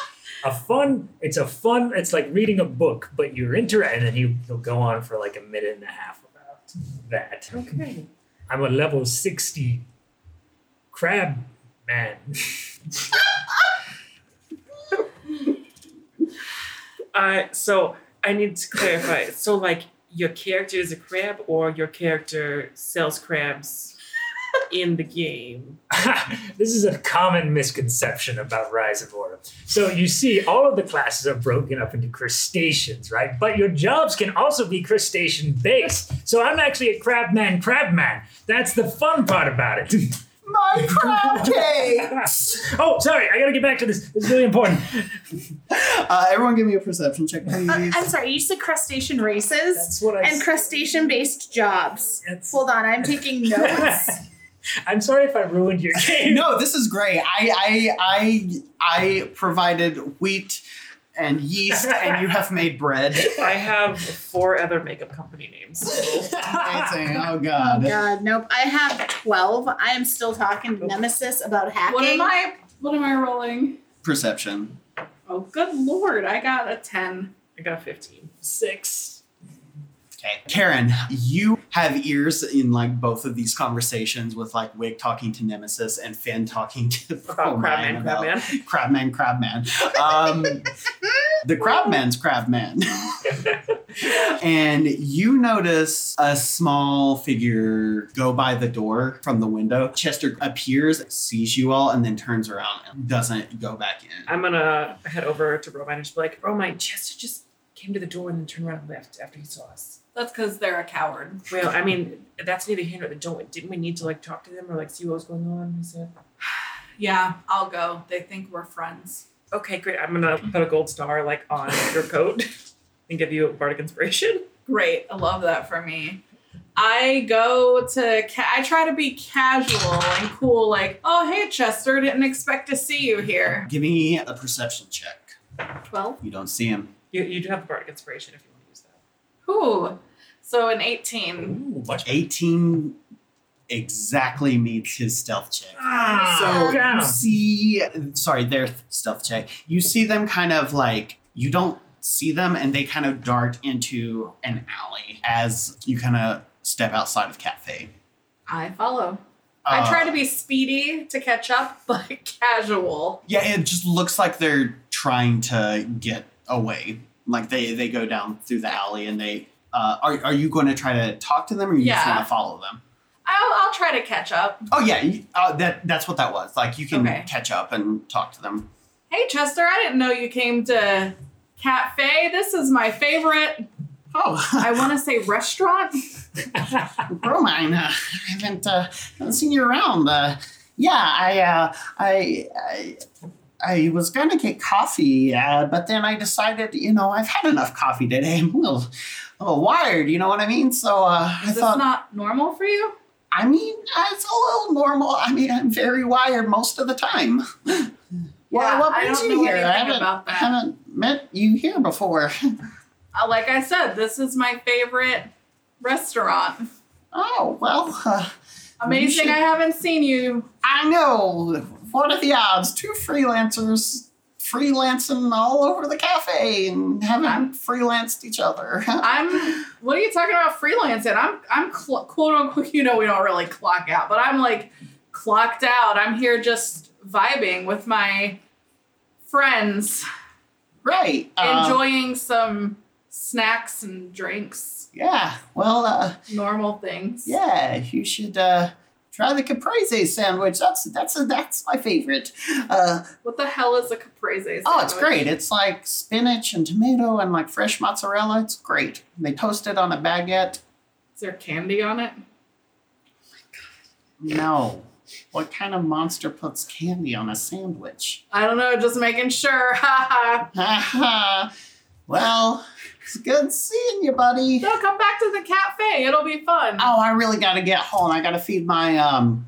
S5: A fun, it's a fun. It's like reading a book, but you're into it, and then he, he'll go on for like a minute and a half about that.
S3: okay.
S5: I'm a level sixty crab man.
S3: Uh, so I need to clarify. So like your character is a crab, or your character sells crabs in the game.
S5: this is a common misconception about Rise of Order. So you see, all of the classes are broken up into crustaceans, right? But your jobs can also be crustacean based. So I'm actually a crabman, crabman. That's the fun part about it.
S2: my crab cake
S5: oh, sorry, I gotta get back to this. This is really important.
S2: uh, everyone give me a perception check please
S4: Uh, I'm sorry. You said crustacean races
S5: That's what I.
S4: and crustacean-based jobs.
S5: That's-
S4: Hold on, I'm taking notes.
S5: I'm sorry if I ruined your game.
S2: no, this is great. I I I I provided wheat
S5: and yeast, and you have made bread.
S3: I have four other makeup company names.
S5: Amazing. Oh,
S4: Oh
S5: God.
S4: god, nope. I have twelve. I am still talking to Nemesis about hacking.
S6: What am I? What am I rolling?
S5: Perception.
S6: Oh, good lord! I got a ten.
S3: I got 15.
S6: Six.
S5: Okay. Karen, you have ears in like both of these conversations with like Wig talking to Nemesis and Finn talking to
S3: About
S2: Oh,
S3: Crabman,
S5: Crabman about
S3: Crabman.
S5: Crabman, Crabman. Um, the Crabman's Crabman. and you notice a small figure go by the door from the window. Chester appears, sees you all, and then turns around and doesn't go back in.
S3: I'm gonna head over to Romine and just be like, Romine, Chester just came to the door and then turned around and left after he saw us.
S6: That's because they're a coward.
S3: Well, I mean, that's neither here nor there. Don't didn't we need to like talk to them or like see what was going on? He said,
S6: Yeah, I'll go. They think we're friends.
S3: Okay, great. I'm gonna put a gold star like on your coat and give you a bardic inspiration.
S6: Great. I love that for me. I go to, ca- I try to be casual and cool, like, oh, hey, Chester, didn't expect to see you here.
S5: Give me a perception check.
S6: Twelve.
S5: You don't see him.
S3: You you do have the bardic inspiration if you want to use that.
S6: Ooh. So an 18.
S10: Ooh, much.
S5: 18 exactly meets his stealth check.
S10: Ah,
S5: So you
S10: down.
S5: see, sorry, their th- stealth check. You see them kind of like you don't see them, and they kind of dart into an alley as you kind of step outside of cafe. Uh,
S6: I follow.
S2: Uh.
S6: I try to be speedy to catch up, but casual.
S5: Yeah, it just looks like they're trying to get away. Like they they go down through the alley, and they uh, are are you going to try to talk to them, or you just
S6: Yeah.
S5: want to follow them?
S6: I'll, I'll try to catch up.
S5: Oh yeah, you- uh, that that's what that was. Like you can
S6: Okay.
S5: catch up and talk to them.
S6: Hey, Chester, I didn't know you came to Cafe. This is my favorite,
S2: Oh,
S6: I want to say restaurant.
S2: Bromine, uh, I haven't, uh, haven't seen you around. Uh, yeah, I, uh, I, I, I was gonna get coffee, uh, but then I decided, you know, I've had enough coffee today. I'm a little, a little wired, you know what I mean? So uh, I
S6: Is this
S2: thought,
S6: not normal for you?
S2: I mean, uh, it's a little normal. I mean, I'm very wired most of the time.
S6: Yeah, I
S2: brings
S6: don't know
S2: I
S6: anything
S2: haven't,
S6: about that.
S2: I haven't met you here before.
S6: Uh, like I said, this is my favorite restaurant.
S2: Oh well, uh,
S6: Amazing,
S2: should-
S6: I haven't seen you.
S2: I know. What are the odds? Two freelancers freelancing all over the cafe and haven't freelanced each other.
S6: I'm. What are you talking about freelancing? I'm. I'm cl- quote unquote. You know, we don't really clock out, but I'm like clocked out. I'm here just vibing with my friends,
S2: right. uh,
S6: enjoying some snacks and drinks,
S2: yeah. Well. Uh,
S6: normal things.
S2: Yeah, you should uh, try the caprese sandwich. That's that's that's my favorite. Uh,
S6: What the hell is a caprese?
S2: oh, it's
S6: sandwich?
S2: great. It's like spinach and tomato and like fresh mozzarella. It's great. They toast it on a baguette.
S6: Is there candy on it?
S2: No, what kind of monster puts candy on a sandwich?
S6: I don't know. Just making sure. Ha ha.
S2: Ha ha. Well, it's good seeing you, buddy.
S6: No, come back to the cafe. It'll be fun.
S2: Oh, I really gotta get home. I gotta feed my um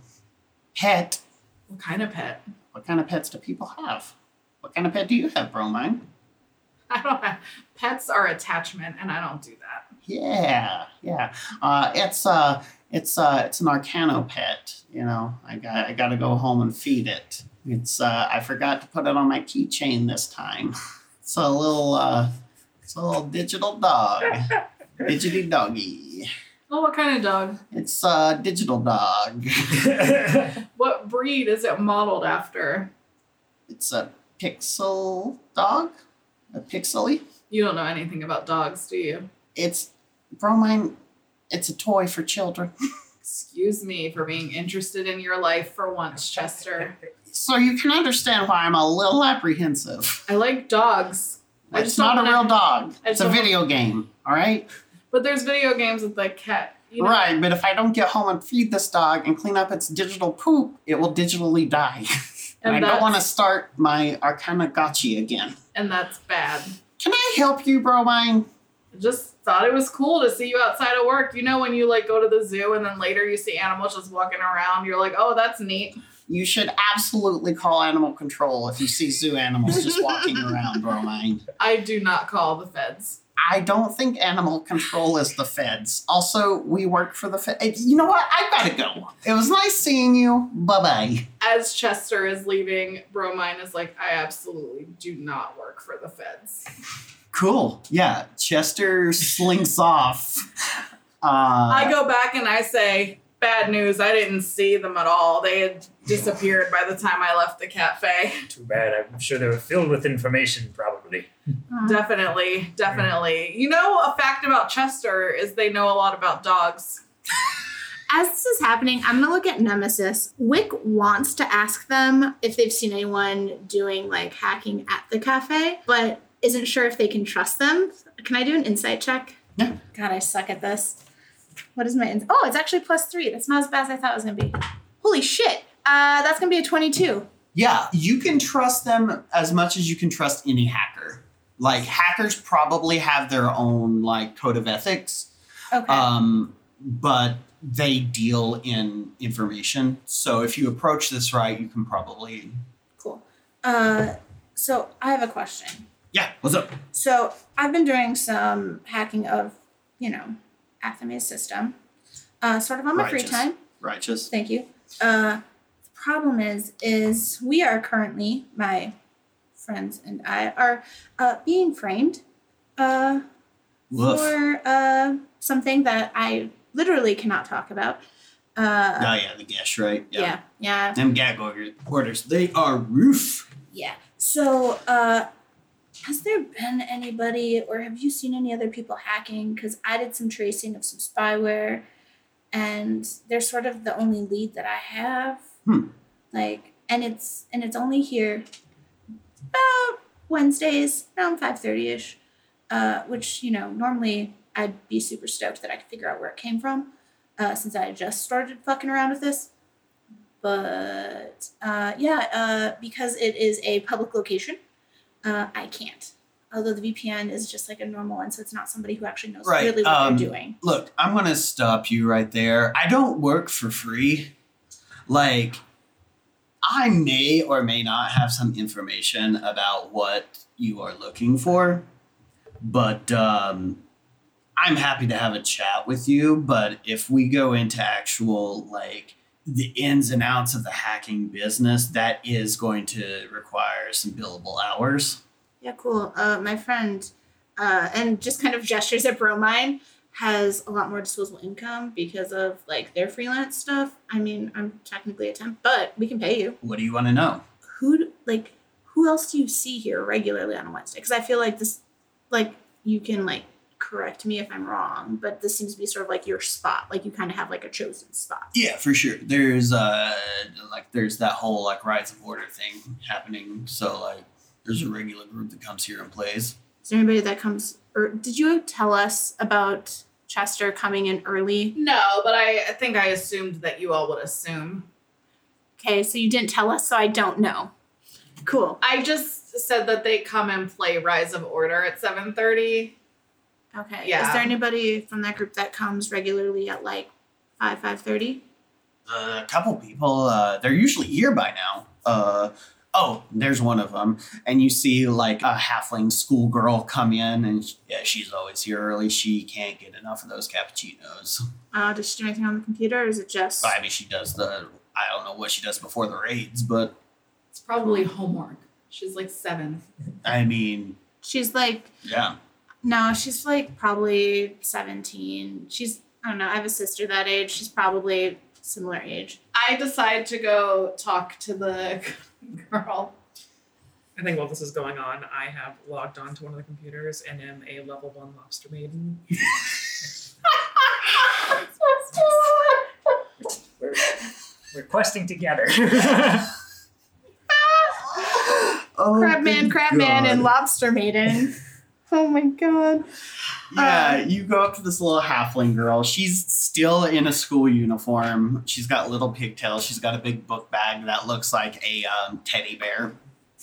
S2: pet.
S6: What kind of pet?
S2: What kind of pets do people have? What kind of pet do you have, Bromine?
S6: I don't have. Pets are attachment, and I don't do that.
S2: Yeah, yeah. Uh, it's uh, it's uh, it's an Arcano pet. You know, I got I got to go home and feed it. It's uh, I forgot to put it on my keychain this time. It's a little uh, it's a little digital dog, digity doggy.
S6: Oh, what kind of dog?
S2: It's a uh, digital dog.
S6: What breed is it modeled after?
S2: It's a pixel dog, a pixely.
S6: You don't know anything about dogs, do you?
S2: It's bromine. It's a toy for children.
S6: Excuse me for being interested in your life for once, Chester.
S2: So you can understand why I'm a little apprehensive.
S6: I like dogs, I
S2: It's
S6: just don't
S2: not a
S6: wanna-
S2: real dog.
S6: I
S2: It's
S6: just
S2: a
S6: don't-
S2: video game. All right.
S6: but there's video games with the cat. You know,
S2: Right. But if I don't get home and feed this dog and clean up its digital poop, it will digitally die. and,
S6: And,
S2: I
S6: that's,
S2: don't want to start my Arcana Gotchi again.
S6: and that's bad.
S2: Can I help you, Bromine?
S6: I Just thought it was cool to see you outside of work. You know when you like go to the zoo and then later you see animals just walking around, you're like, oh, that's neat.
S7: You should absolutely call animal control if you see zoo animals just walking around, Bromine.
S6: I do not call the feds.
S7: I don't think animal control is the feds. Also, we work for the feds. You know what? I've got to go. It was nice seeing you. Bye bye.
S6: As Chester is leaving, Bromine is like, I absolutely do not work for the feds.
S2: Cool. Yeah. Chester slinks off. Uh,
S6: I go back and I say, Bad news, I didn't see them at all. They had disappeared by the time I left the cafe.
S5: Too bad. I'm sure they were filled with information, probably.
S6: Definitely, definitely. You know, a fact about Chester is they know a lot about dogs.
S4: As this is happening, I'm gonna look at Nemesis. Wick wants to ask them if they've seen anyone doing like hacking at the cafe, but isn't sure if they can trust them. Can I do an insight check?
S7: Yeah.
S4: God, I suck at this. What is my ins? Oh, it's actually plus three. That's not as bad as I thought it was gonna be. Holy shit! Uh, that's gonna be a 22.
S2: yeah, you can trust them as much as you can trust any hacker. Like hackers probably have their own like code of ethics.
S4: Okay.
S2: um, but they deal in information. So if you approach this right, you can probably.
S4: Cool. Uh, so I have a question.
S2: Yeah, what's up?
S4: So I've been doing some hacking of, you know, Athame's system, uh, sort of on my free
S2: Righteous.
S4: time.
S2: Righteous.
S4: Thank you. Uh, the problem is, is we are currently, my friends and I are uh, being framed uh,
S2: Woof.
S4: for uh, something that I literally cannot talk about. Uh,
S2: oh, yeah, the gash, right?
S4: yeah, yeah,
S2: Them gag order- orders, they are roof.
S4: Yeah. So, uh, has there been anybody, or have you seen any other people hacking? Because I did some tracing of some spyware, and they're sort of the only lead that I have.
S2: Hmm.
S4: Like, and it's and it's only here about Wednesdays around five thirty ish, uh, which you know normally I'd be super stoked that I could figure out where it came from, uh, since I had just started fucking around with this but uh, yeah, uh, because it is a public location, uh, I can't. Although the VPN is just like a normal one, so it's not somebody who actually knows
S2: Right,
S4: really what
S2: um,
S4: they're doing.
S2: Look, I'm going to stop you right there. I don't work for free. Like, I may or may not have some information about what you are looking for, but um, I'm happy to have a chat with you. But if we go into actual, like, the ins and outs of the hacking business, that is going to require some billable hours.
S4: Yeah, cool. Uh, my friend, uh, and just kind of gestures at Bromine, has a lot more disposable income because of like their freelance stuff. I mean, I'm technically a temp, but we can pay you.
S2: What do you want to know?
S4: Who d- like who else do you see here regularly on a Wednesday? Because I feel like this, like you can like correct me if I'm wrong, but this seems to be sort of like your spot. Like you kind of have like a chosen spot.
S2: Yeah, for sure. There's uh like there's that whole like rise of order thing happening. So like there's a regular group that comes here and plays.
S4: Is there anybody that comes? Or did you tell us about Chester coming in early?
S6: No, but I, I think I assumed that you all would assume.
S4: Okay, so you didn't tell us, so I don't know. Cool.
S6: I just said that they come and play Rise of Order at 7:30.
S4: Okay. Is
S6: Yeah.
S4: there anybody from that group that comes regularly at like five five thirty?
S2: Uh, a couple people uh they're usually here by now. Uh oh, there's one of them. And you see like a halfling schoolgirl come in and sh- yeah, she's always here early. She can't get enough of those cappuccinos.
S4: Uh, does she do anything on the computer, or is it just?
S2: I mean, she does the I don't know what she does before the raids, but
S6: It's probably homework. She's like seven.
S2: I mean,
S4: She's like
S2: yeah.
S4: No, she's like probably 17. She's, I don't know, I have a sister that age. She's probably similar age.
S6: I decide to go talk to the girl.
S3: I think while this is going on, I have logged on to one of the computers and am a level one lobster maiden.
S5: We're, we're questing together.
S2: Oh,
S4: Crabman,
S2: good
S4: Crabman, and
S2: God.
S4: Lobster Maiden. Oh my god.
S2: Yeah,
S4: Um,
S2: you go up to this little halfling girl. She's still in a school uniform. She's got little pigtails. She's got a big book bag that looks like a um, teddy bear.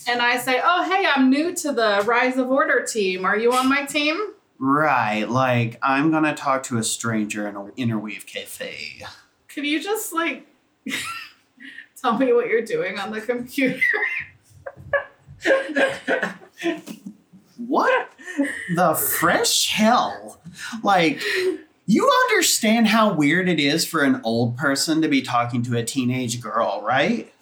S6: And I say, Oh, hey, I'm new to the Rise of Order team. Are you on my team?
S2: Right, like I'm gonna talk to a stranger in an interweave cafe.
S6: Could you just like Tell me what you're doing on the computer.
S2: What the fresh hell? Like, you understand how weird it is for an old person to be talking to a teenage girl, right?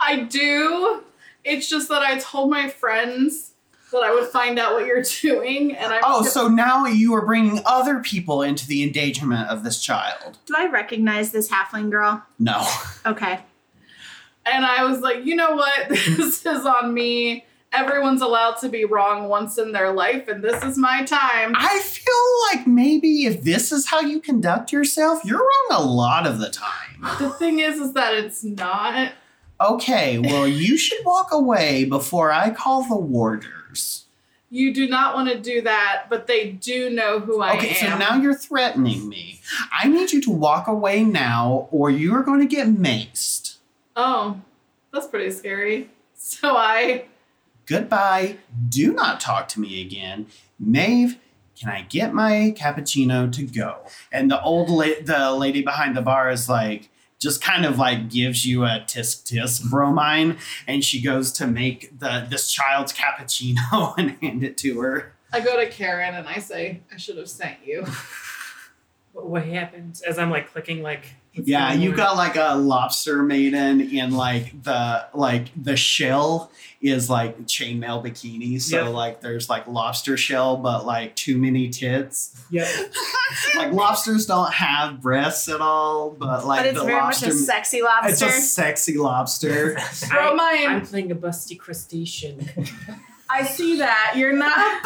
S6: I do. It's just that I told my friends that I would find out what you're doing, and I.
S2: Oh, so now you are bringing other people into the endangerment of this child.
S4: Do I recognize this halfling girl?
S2: No.
S4: Okay.
S6: And I was like, you know what? This is on me. Everyone's allowed to be wrong once in their life, and this is my time.
S2: I feel like maybe if this is how you conduct yourself, you're wrong a lot of the time.
S6: The thing is, is that it's not.
S2: Okay, well, you should walk away before I call the warders.
S6: You do not want to do that, but they do know who I
S2: okay,
S6: am.
S2: so now you're threatening me. I need you to walk away now, or you are going to get maced.
S6: oh, that's pretty scary. So I.
S2: Goodbye. Do not talk to me again. Maeve, can I get my cappuccino to go? And the old la- the lady behind the bar is like, just kind of like gives you a tisk tisk bromine, and she goes to make the this child's cappuccino and hand it to her.
S6: I go to Karen and I say, I should have sent you.
S3: What, what happens as I'm like clicking like? what's
S2: Yeah,
S3: going
S2: you
S3: on?
S2: got like a lobster maiden and like the like the shell is like chainmail bikini. So
S3: Yeah.
S2: like there's like lobster shell, but like too many tits.
S3: Yeah,
S2: Like lobsters don't have breasts at all, but like
S4: but it's
S2: the
S4: very much
S2: lobster
S4: a sexy
S2: it's
S4: lobster.
S2: a sexy lobster.
S6: Throw
S3: I,
S6: mine.
S3: I'm playing a busty crustacean.
S6: I see that. You're
S4: a
S6: not.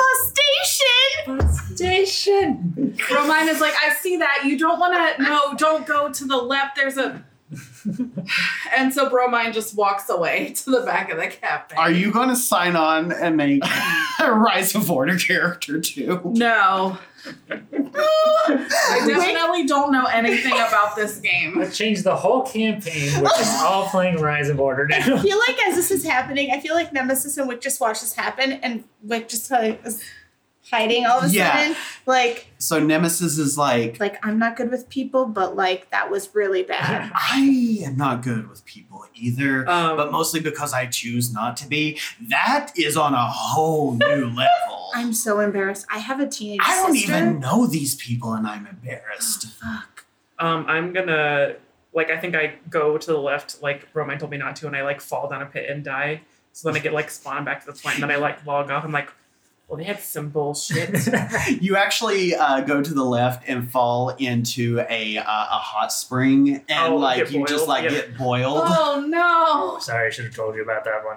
S4: bustation!
S3: Crustacean.
S6: Romine is like, I see that. You don't want to. No, don't go to the left. There's a. and so Bromine just walks away to the back of the cafe.
S2: Are you gonna sign on and make a Rise of Order character too?
S6: No. I definitely don't know anything about this game.
S5: I changed the whole campaign, which is all playing Rise of Order
S4: I
S5: now.
S4: feel like as this is happening, I feel like Nemesis and Wick just watch this happen, and Wick just like is hiding all of a
S2: Yeah.
S4: sudden. Like,
S2: So Nemesis is like,
S4: like I'm not good with people, but like that was really bad.
S2: I am not good with people either.
S3: Um,
S2: but mostly because I choose not to be. That is on a whole new level.
S4: I'm so embarrassed. I have a teenage
S2: I don't
S4: sister.
S2: even know these people and I'm embarrassed.
S4: Fuck.
S3: Um, I'm gonna like I think I go to the left like Roman told me not to, and I like fall down a pit and die. So then I get like spawned back to the point, and then I like log off. I'm like, well, they had some bullshit.
S2: You actually uh, go to the left and fall into a uh, a hot spring and
S3: Oh,
S2: like
S3: get
S2: you just
S3: boiled,
S2: like
S3: yeah.
S2: get boiled.
S6: Oh no.
S5: Sorry, I should have told you about that one.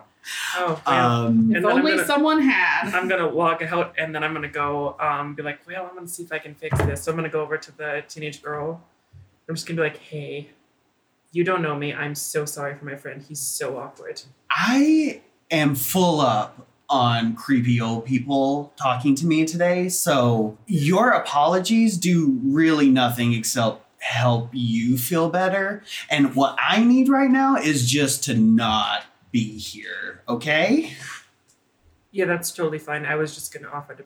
S3: Oh, man.
S2: Um,
S3: And
S6: If
S3: then I'm
S6: only
S3: gonna-
S6: someone had.
S3: I'm gonna log out, and then I'm gonna go um, be like, well, I'm gonna see if I can fix this. So I'm gonna go over to the teenage girl. I'm just gonna be like, hey, you don't know me. I'm so sorry for my friend. He's so awkward.
S2: I am full up on creepy old people talking to me today. So your apologies do really nothing except help you feel better. And what I need right now is just to not be here, okay?
S3: Yeah, that's totally fine. I was just gonna offer to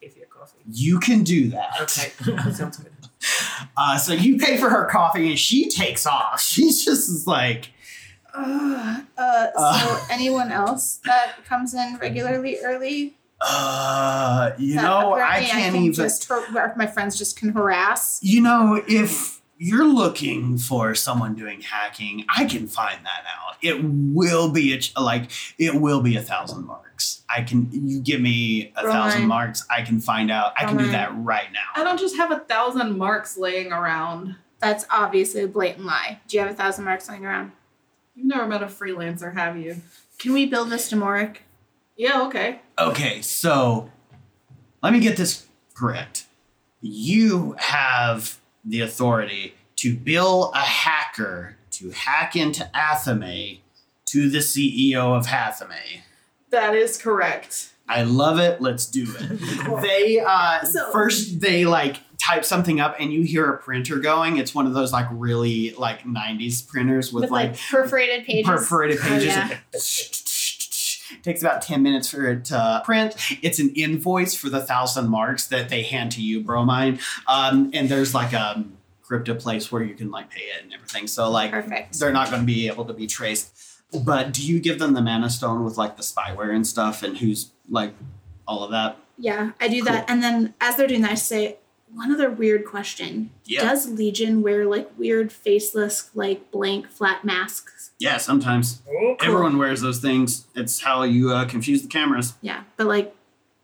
S3: pay for your coffee.
S2: You can do that.
S3: Okay, sounds good.
S2: Uh, so you pay for her coffee and she takes off. She's just is like,
S4: Ugh. Uh, so
S2: Uh.
S4: anyone else that comes in regularly early?
S2: uh, you
S4: that
S2: know, I
S4: apparently
S2: can't
S4: can
S2: even.
S4: Just har- where my friends just can harass.
S2: You know, if you're looking for someone doing hacking, I can find that out. It will be a ch- like it will be a thousand marks. I can you give me a thousand
S4: Roman.
S2: marks, I can find out. I can do
S4: Roman.
S2: that right now.
S6: I don't just have a thousand marks laying around.
S4: That's obviously a blatant lie. Do you have a thousand marks lying around?
S6: You've never met a freelancer, have you?
S4: Can we build this demoric?
S6: Yeah, okay.
S2: Okay, so let me get this correct. You have the authority to bill a hacker to hack into Athame to the CEO of Hathame.
S6: That is correct.
S2: I love it. Let's do it. they uh,
S4: So-
S2: first they like type something up, and you hear a printer going. It's one of those like really like '90s printers with,
S4: With
S2: like,
S4: like perforated pages.
S2: perforated
S4: Oh,
S2: pages.
S4: yeah.
S2: Takes about 10 minutes for it to print. It's an invoice for the thousand marks that they hand to you, Bromine. Um, and there's like a crypto place where you can like pay it and everything. So like
S4: Perfect.
S2: they're not going to be able to be traced. But do you give them the mana stone with like the spyware and stuff and who's like all of that?
S4: Yeah, I do that. And then as they're doing that, I say, one other weird question.
S2: Yeah.
S4: Does Legion wear like weird faceless, like blank flat masks?
S2: Yeah, sometimes
S5: Oh,
S2: everyone wears those things. It's how you uh, confuse the cameras.
S4: Yeah, but like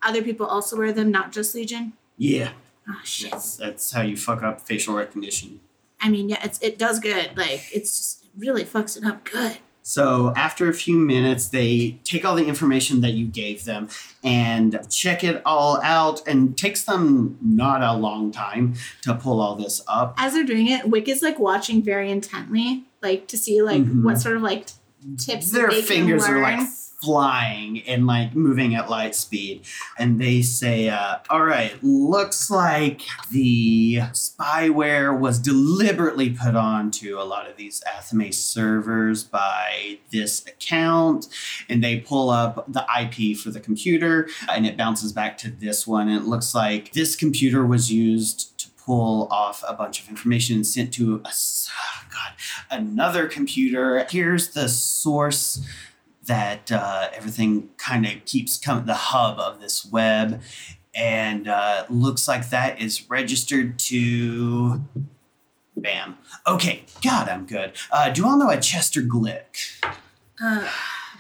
S4: other people also wear them, not just Legion.
S2: Yeah,
S4: Oh shit.
S2: that's that's how you fuck up facial recognition.
S4: I mean, yeah, it's it does good. Like it's just it really fucks it up good.
S2: So after a few minutes, they take all the information that you gave them and check it all out. And takes them not a long time to pull all this up.
S4: As they're doing it, Wick is like watching very intently, like to see like
S2: Mhm.
S4: what sort of like tips
S2: Their
S4: they can
S2: fingers are
S4: learn.
S2: like flying and like moving at light speed. And they say, uh, All right, looks like the spyware was deliberately put onto a lot of these Athame servers by this account. And they pull up the IP for the computer and it bounces back to this one. And it looks like this computer was used. to Pull off a bunch of information and sent to a s- God another computer. Here's the source that uh, everything kind of keeps coming the hub of this web and uh, looks like that is registered to bam okay god i'm good uh, do you all know a chester glick
S4: Uh,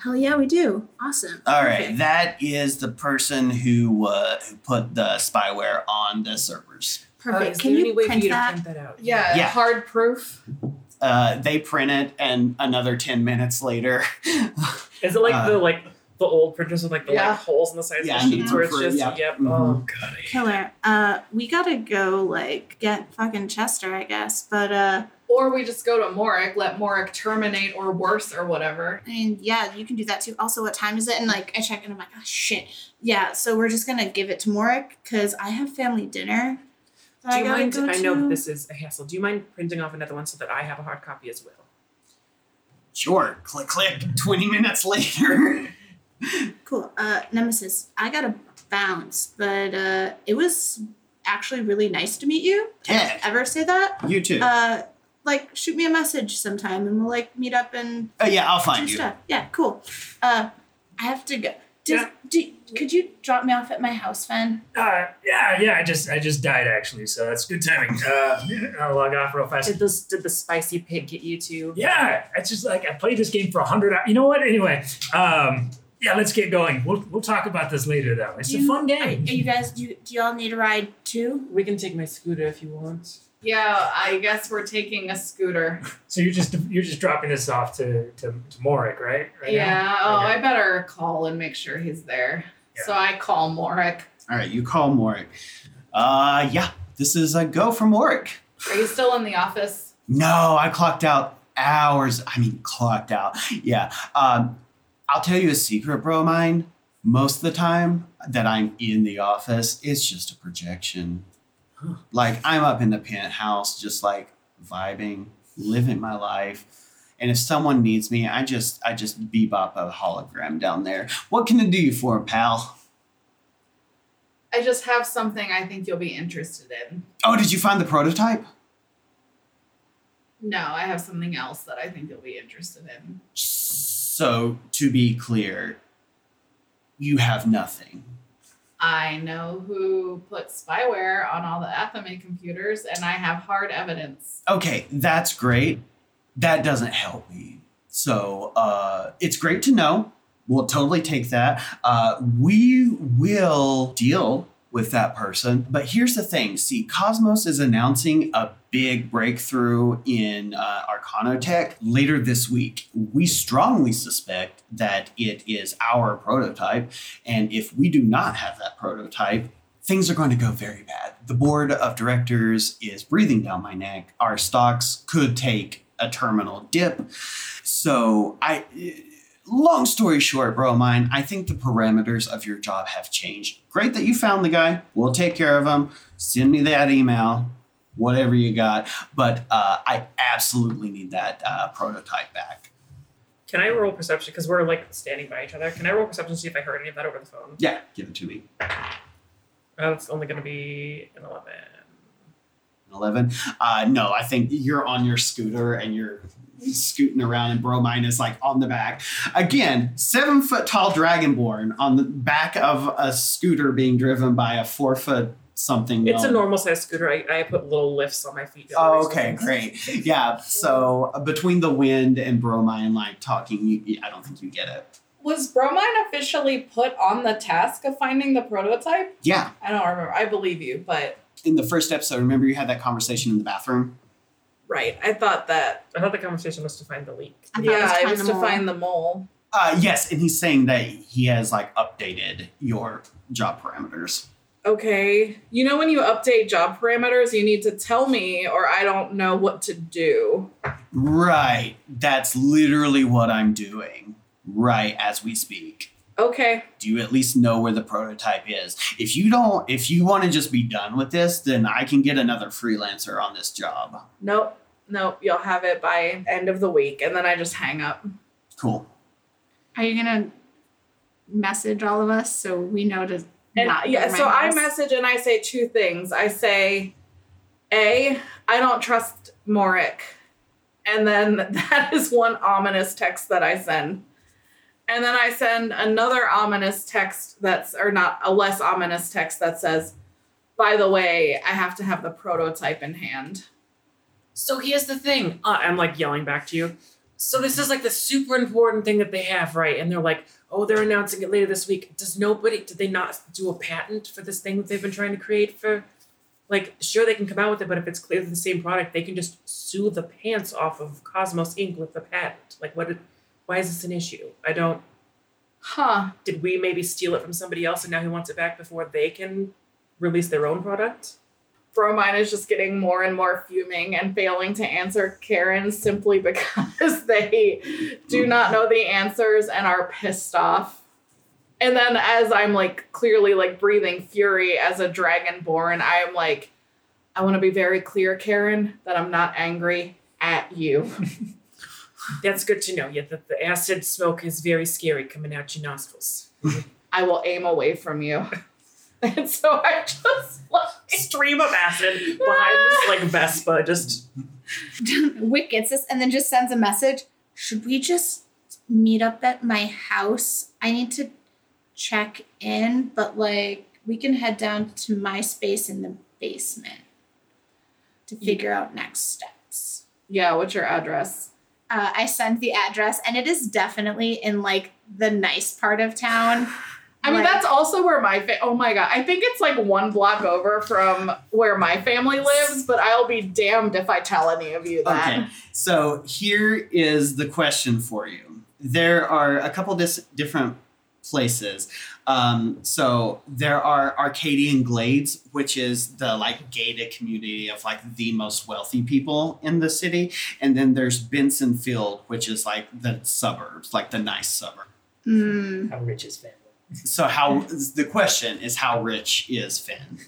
S4: hell yeah, we do. Awesome.
S2: all right
S3: Uh,
S4: Okay.
S2: that is the person who uh, who put the spyware on the servers
S3: Uh,
S4: Perfect.
S3: is
S4: Can
S3: there
S4: you
S3: any way
S4: print
S3: for you
S4: that?
S3: to print that out?
S6: Yeah,
S2: Yeah.
S6: hard proof.
S2: uh, they print it and another 10 minutes later
S3: Is it like
S2: Uh,
S3: the like the old printers with like the
S6: Yeah.
S3: like holes in the sides
S2: Yeah,
S3: of
S2: and
S3: the sheets where it's
S2: for-
S3: just
S2: yeah.
S3: yep. Oh
S2: Mhm.
S3: god. I-
S4: Killer. Uh, we gotta go like get fucking Chester, I guess. But uh,
S6: Or we just go to Morik, let Morik terminate or worse or whatever.
S4: I mean, yeah, you can do that too. Also, what time is it? And like, I check and I'm like, oh shit. Yeah, so we're just gonna give it to Morik because I have family dinner. that
S3: Do you
S4: gotta
S3: mind?
S4: go
S3: I know
S4: to.
S3: this is a hassle. Do you mind printing off another one so that I have a hard copy as well?
S2: sure click click 20 minutes later
S4: Cool. Uh, Nemesis, I gotta bounce, but uh, it was actually really nice to meet you.
S2: yeah
S4: Ever say that?
S2: you too
S4: Uh, like, shoot me a message sometime, and we'll like meet up and
S2: oh yeah i'll
S4: do
S2: find you
S4: stuff. Yeah, cool. Uh, I have to go. Does,
S5: Yeah.
S4: do, could you drop me off at my house, Fen?
S5: Uh, yeah, yeah. I just, I just died actually, so that's good timing. Uh, I'll log off real fast.
S3: Did this did the spicy pig get you too?
S5: Yeah, it's just like I played this game for hundred hours. You know what? Anyway, um, yeah, let's get going. We'll we'll talk about this later though. It's
S4: Do
S5: a
S4: you-
S5: fun
S4: Are, are
S5: game.
S4: you guys? Do, you- do y'all need a ride too?
S3: We can take my scooter if you want.
S6: Yeah, I guess we're taking a scooter.
S5: So you're just you're just dropping this off to to, to Morik, right? right
S6: yeah.
S5: Now?
S6: Oh,
S5: Okay.
S6: I better call and make sure he's there.
S5: Yeah.
S6: So I call Morik.
S2: All right, you call Morik. Uh, yeah, this is a go for Morik.
S6: Are you still in the office?
S2: No, I clocked out hours. I mean, clocked out. Yeah. Um, I'll tell you a secret, bro. of Mine. Most of the time that I'm in the office, it's just a projection. Like I'm up in the penthouse, just like vibing, living my life. And if someone needs me, I just I just bebop a hologram down there. What can I do you for, pal?
S6: I just have something I think you'll be interested in.
S2: Oh, did you find the prototype?
S6: No, I have something else that I think you'll be interested in.
S2: So, to be clear, you have nothing.
S6: I know who put spyware on all the Athame computers, and I have hard evidence.
S2: Okay, that's great. That doesn't help me. So, uh, it's great to know. We'll totally take that. Uh, we will deal with that person. But here's the thing see, Cosmos is announcing a big breakthrough in uh, Arcanotech later this week. We strongly suspect that it is our prototype. And if we do not have that prototype, things are going to go very bad. The board of directors is breathing down my neck. Our stocks could take a terminal dip. So I long story short, bro of mine, I think the parameters of your job have changed. Great that you found the guy. We'll take care of him. Send me that email, whatever you got. But uh, I absolutely need that uh, prototype back.
S3: Can I roll perception? Because we're like standing by each other. Can I roll perception to see if I heard any of that over the phone?
S2: Yeah, give it to me.
S3: Uh, That's only going to be an eleven.
S2: An 11. Uh, no, I think you're on your scooter and you're scooting around, and Bromine is like on the back. Again, seven foot tall dragonborn on the back of a scooter being driven by a four foot something.
S3: It's a
S2: gnome.
S3: normal size scooter. I, I put little lifts on my feet.
S2: Oh, okay, great. Yeah, so uh, between the wind and Bromine like talking, you- you, I don't think you get it.
S6: Was bromine officially put on the task of finding the prototype?
S2: Yeah,
S6: I don't remember. I believe you, but
S2: in the first episode, remember you had that conversation in the bathroom?
S6: right. I thought that.
S3: I thought the conversation was to find the leak.
S4: I thought it
S6: yeah, it
S4: kinda
S6: was to
S4: more-
S6: find the mole.
S2: Uh, yes, and he's saying that he has like updated your job parameters.
S6: Okay. You know when you update job parameters, you need to tell me, or I don't know what to do.
S2: Right, that's literally what I'm doing right as we speak.
S6: Okay.
S2: Do you at least know where the prototype is? If you don't, if you want to just be done with this, then I can get another freelancer on this job.
S6: Nope. Nope. You'll have it by end of the week, and then I just hang up.
S2: Cool.
S4: Are you gonna message all of us so we know to
S6: And
S4: not
S6: yeah,
S4: go to
S6: so
S4: my
S6: I
S4: house?
S6: message and I say two things. I say, A, I don't trust Morik. And then that is one ominous text that I send. And then I send another ominous text that's, or not, a less ominous text that says, by the way, I have to have the prototype in hand.
S3: So here's the thing. Uh, I'm like yelling back to you. So this is like the super important thing that they have, right? And they're like, oh, they're announcing it later this week. Does nobody, did they not do a patent for this thing that they've been trying to create for? Like, sure, they can come out with it, but if it's clearly the same product, they can just sue the pants off of Cosmos Inc. with the patent. Like, what? Did, why is this an issue? I don't.
S6: Huh.
S3: Did we maybe steal it from somebody else and now he wants it back before they can release their own product?
S6: Bromine is just getting more and more fuming and failing to answer Karen simply because they do not know the answers and are pissed off. And then as I'm like clearly like breathing fury as a dragonborn, I am like, I want to be very clear, Karen, that I'm not angry at you.
S3: That's good to know. Yeah, the, the acid smoke is very scary coming out your nostrils.
S6: I will aim away from you. And so I just like
S3: Stream of acid behind this like Vespa. Just
S4: Wick gets this and then just sends a message. Should we just meet up at my house? I need to check in, but like we can head down to my space in the basement to figure out next steps.
S6: Yeah, what's your address?
S4: Uh, I send the address, and it is definitely in like the nice part of town.
S6: I mean,
S4: Like-
S6: that's also where my fa- oh my god, I think it's like one block over from where my family lives, but I'll be damned if I tell any of you that.
S2: Okay, so here is the question for you. There are a couple dis- different places. Um, so there are Arcadian Glades, which is the like gated community of like the most wealthy people in the city, and then there's Benson Field, which is like the suburbs, like the nice suburb.
S4: Mm,
S5: How rich is family?
S2: So how the question is how rich is Finn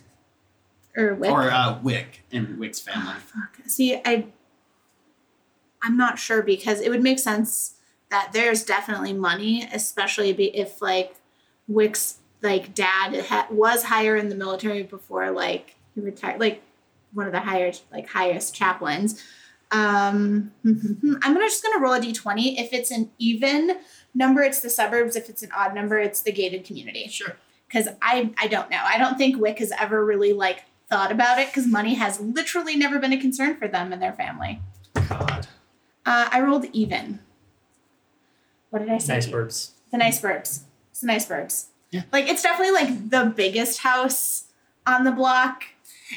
S4: or Wick.
S2: or uh, Wick and Wick's family?
S4: Oh, fuck. See, I I'm not sure because it would make sense that there's definitely money, especially be- if like Wick's like dad ha- was higher in the military before like he retired, like one of the higher like highest chaplains. Um, I'm gonna just gonna roll a d20. If it's an even number, it's the suburbs. If it's an odd number, it's the gated community.
S6: Sure.
S4: Because I I don't know. I don't think Wick has ever really like thought about it because money has literally never been a concern for them and their family.
S2: God.
S4: Uh, I rolled even. What did I say?
S5: Nice burps.
S4: The nice burbs. It's the nice burbs.
S2: Yeah.
S4: Like it's definitely like the biggest house on the block.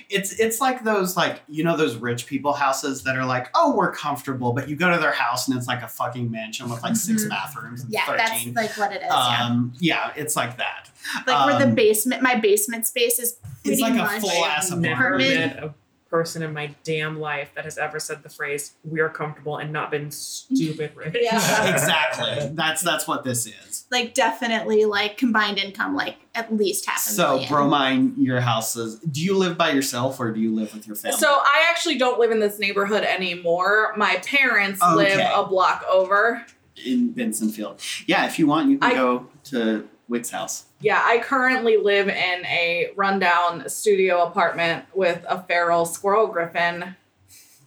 S2: It's it's like those like you know those rich people houses that are like oh we're comfortable but you go to their house and it's like a fucking mansion with like six
S4: Mhm.
S2: bathrooms and
S4: Yeah,
S2: thirteen.
S4: that's like what it is.
S2: um, yeah. it's like that.
S4: yeah. Like where the
S2: um,
S4: basement, my basement space is pretty
S2: It's like
S4: much.
S2: a full ass
S3: I've never
S4: Apartment.
S2: apartment.
S3: met a person in my damn life that has ever said the phrase "we're comfortable" and not been stupid rich.
S4: Yeah.
S2: exactly. That's that's what this is.
S4: like definitely like combined income like at least half a
S2: So
S4: million.
S2: bromine, your houses. Do you live by yourself or do you live with your family?
S6: So I actually don't live in this neighborhood anymore. My parents
S2: Okay.
S6: live a block over.
S2: in Bensonfield, yeah. If you want, you can
S6: I-
S2: go to Wick's house.
S6: Yeah, I currently live in a rundown studio apartment with a feral squirrel griffin,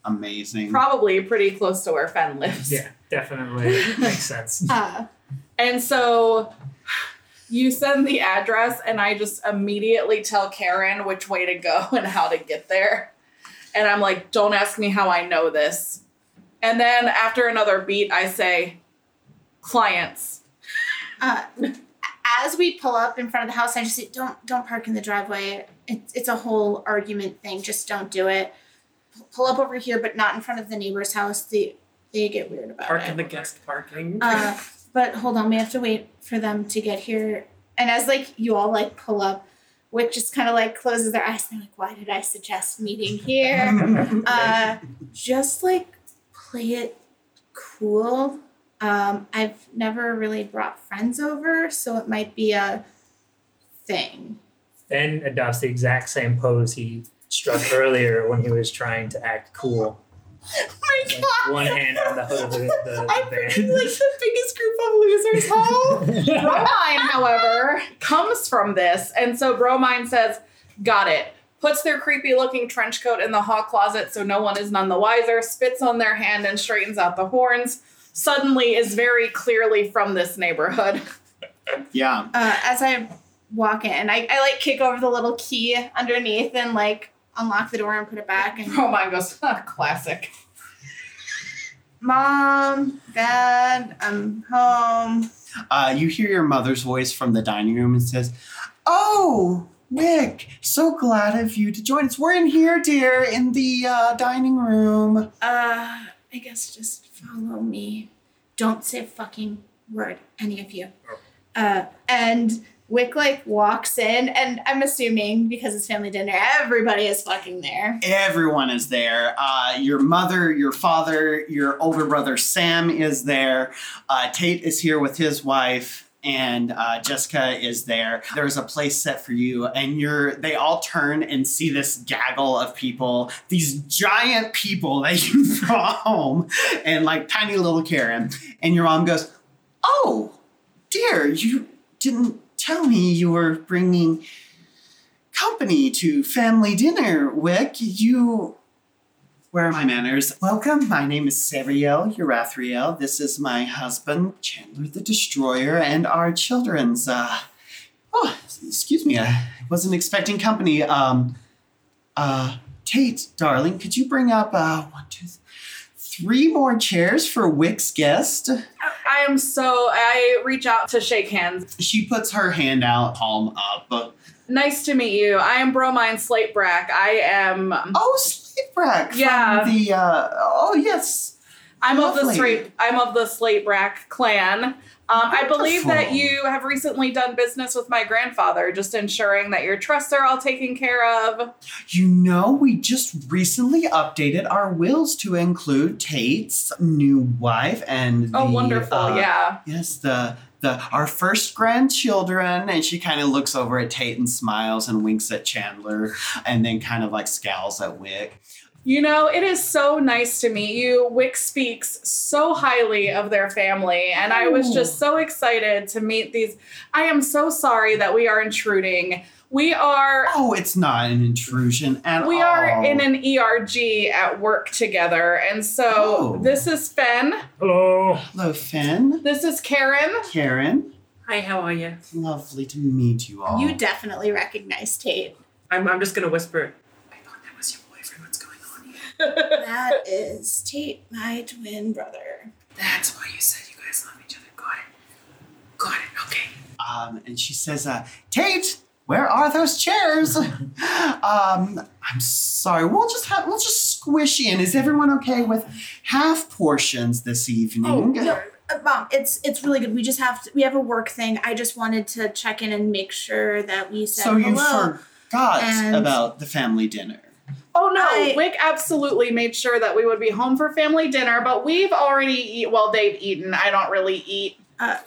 S2: Amazing.
S6: probably pretty close to where Fen lives.
S5: Yeah, definitely makes sense.
S4: Uh,
S6: And so you send the address, and I just immediately tell Karen which way to go and how to get there. And I'm like, don't ask me how I know this. And then after another beat, I say, clients.
S4: uh, as we pull up in front of the house, I just say, "Don't, don't park in the driveway." It's it's a whole argument thing. Just don't do it. P- pull up over here, but not in front of the neighbor's house. They they get weird about
S3: Park
S4: it.
S3: in the guest parking.
S4: Uh, but hold on, we have to wait for them to get here. And as like you all like pull up, Wick just kind of like closes their eyes. They're like, "Why did I suggest meeting here?" uh, just like play it cool. Um, I've never really brought friends over, so it might be a thing.
S5: Finn adopts the exact same pose he struck earlier when he was trying to act cool.
S4: Oh
S5: Like, one hand on the hood of the, the,
S4: I'm pretty like the biggest group of losers. Home.
S5: van.
S6: Bromine, however, comes from this. And so Bromine says, Got it. Puts their creepy looking trench coat in the hot closet so no one is none the wiser, spits on their hand and straightens out the horns. Suddenly is very clearly from this neighborhood.
S2: Yeah.
S4: uh, as I walk in, I, I like kick over the little key underneath and like unlock the door and put it back. And
S6: Bromine goes, "Huh, classic.
S4: mom, dad, I'm home.
S2: Uh, you hear your mother's voice from the dining room and says, "Oh, Wick, so glad of you to join us. We're in here, dear, in the uh, dining room."
S4: Uh, I guess just follow me. Don't say a fucking word, any of you. Uh, and Wick like walks in, and I'm assuming because it's family dinner, everybody is fucking there.
S2: Everyone is there. Uh, your mother, your father, your older brother Sam is there. Uh, Tate is here with his wife, and uh, Jessica is there. There's a place set for you, and you're. They all turn and see this gaggle of people, these giant people that you brought home, and like tiny little Karen. And your mom goes, "Oh, dear, you didn't tell me you were bringing." company to family dinner, Wick. You. Where are my manners? Welcome. My name is Seriel Urathriel. This is my husband, Chandler the Destroyer, and our children's. Uh, oh, excuse me. I wasn't expecting company. Um, uh, Tate, darling, could you bring up uh, one, two, th- three more chairs for Wick's guest?
S6: I am so, I reach out to shake hands.
S2: She puts her hand out, palm up.
S6: Nice to meet you. I am Bromine Slatebrack. I am,
S2: Oh, sleep rack. from
S6: Yeah.
S2: The uh, oh yes.
S6: I'm of the
S2: Lovely.
S6: straight. I'm of the Slate Brack clan. Um, I believe that
S2: Wonderful.
S6: you have recently done business with my grandfather, just ensuring that your trusts are all taken care of.
S2: You know, we just recently updated our wills to include Tate's new wife and
S6: Oh,
S2: the,
S6: wonderful!
S2: uh,
S6: yeah,
S2: yes, the the our first grandchildren. And she kind of looks over at Tate and smiles and winks at Chandler, and then kind of like scowls at Wick.
S6: you know it is so nice to meet you. Wick speaks so highly of their family, and I was just so excited to meet these. I am so sorry that we are intruding. We are
S2: Oh, it's not an intrusion at
S6: we
S2: all.
S6: are in an ERG at work together, and so
S2: Oh.
S6: this is Fenn.
S5: Hello.
S2: Hello, Finn,
S6: This is Karen.
S2: Karen.
S3: Hi, how are you?
S2: Lovely to meet you all.
S4: You definitely recognize Tate.
S3: I'm, I'm just gonna whisper. I thought that was your boyfriend. What's going on here?
S4: That is Tate, my twin brother.
S3: That's why you said you guys love each other. Got it. Got it. Okay.
S2: Um, and she says, uh, Tate, where are those chairs? um, I'm sorry. We'll just have, we'll just squish in. Is everyone okay with half portions this evening?
S4: Oh, no, uh, mom, it's it's really good. We just have to, we have a work thing. I just wanted to check in and make sure that we said
S2: so you
S4: hello.
S2: forgot
S4: And-
S2: about the family dinner.
S6: Oh no,
S4: I-
S6: Wick absolutely made sure that we would be home for family dinner, but we've already eat well, they've eaten. I don't really eat.
S4: uh,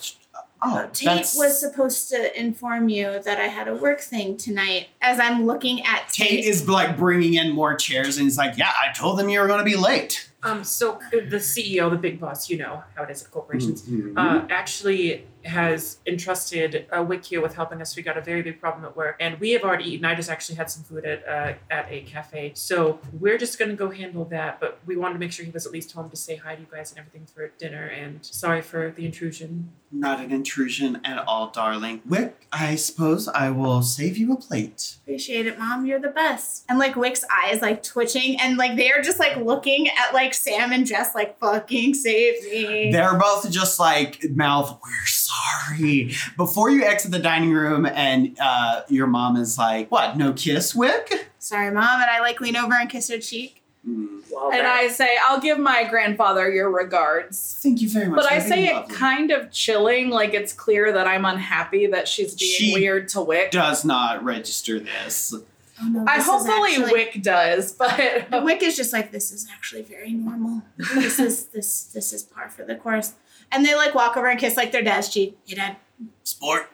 S2: Oh,
S4: Tate
S2: that's
S4: was supposed to inform you that I had a work thing tonight. As I'm looking at
S2: Tate is like bringing in more chairs, and he's like, "Yeah, I told them you were going to be late."
S3: uh, E
S4: Mm-hmm.
S3: Um, so the CEO, the big boss, you know how it is at corporations.
S2: Mhm.
S3: Uh, actually has entrusted uh, Wikia with helping us figure out a very big problem at work. And we have already eaten. I just actually had some food at uh, at a cafe. So we're just going to go handle that. But we wanted to make sure he was at least home to say hi to you guys and everything for dinner. And sorry for the intrusion.
S2: Not an intrusion at all, darling. Wick, I suppose I will save you a plate.
S4: Appreciate it, mom. You're the best. And like Wick's eyes like twitching, and like they are just like looking at like Sam and Jess, like fucking save me.
S2: They're both just like mouth, we're sorry. Before you exit the dining room and uh, your mom is like, what, no kiss, Wick?
S4: Sorry, mom. And I like lean over and kiss her cheek.
S2: Mm.
S3: Well,
S6: And I say, I'll give my grandfather your regards.
S2: Thank you very much.
S6: But I
S2: Wick,
S6: say it
S2: lovely.
S6: kind of chilling, like it's clear that I'm unhappy that she's being
S2: She
S6: weird to Wick.
S2: does not register this.
S4: Oh no.
S6: I
S4: this is
S6: hopefully
S4: actually- Oh.
S6: Wick does, but
S4: And Wick is just like, this is actually very normal. This is this this is par for the course. And they like walk over and kiss like their dad's cheek. Hey dad.
S2: Sport.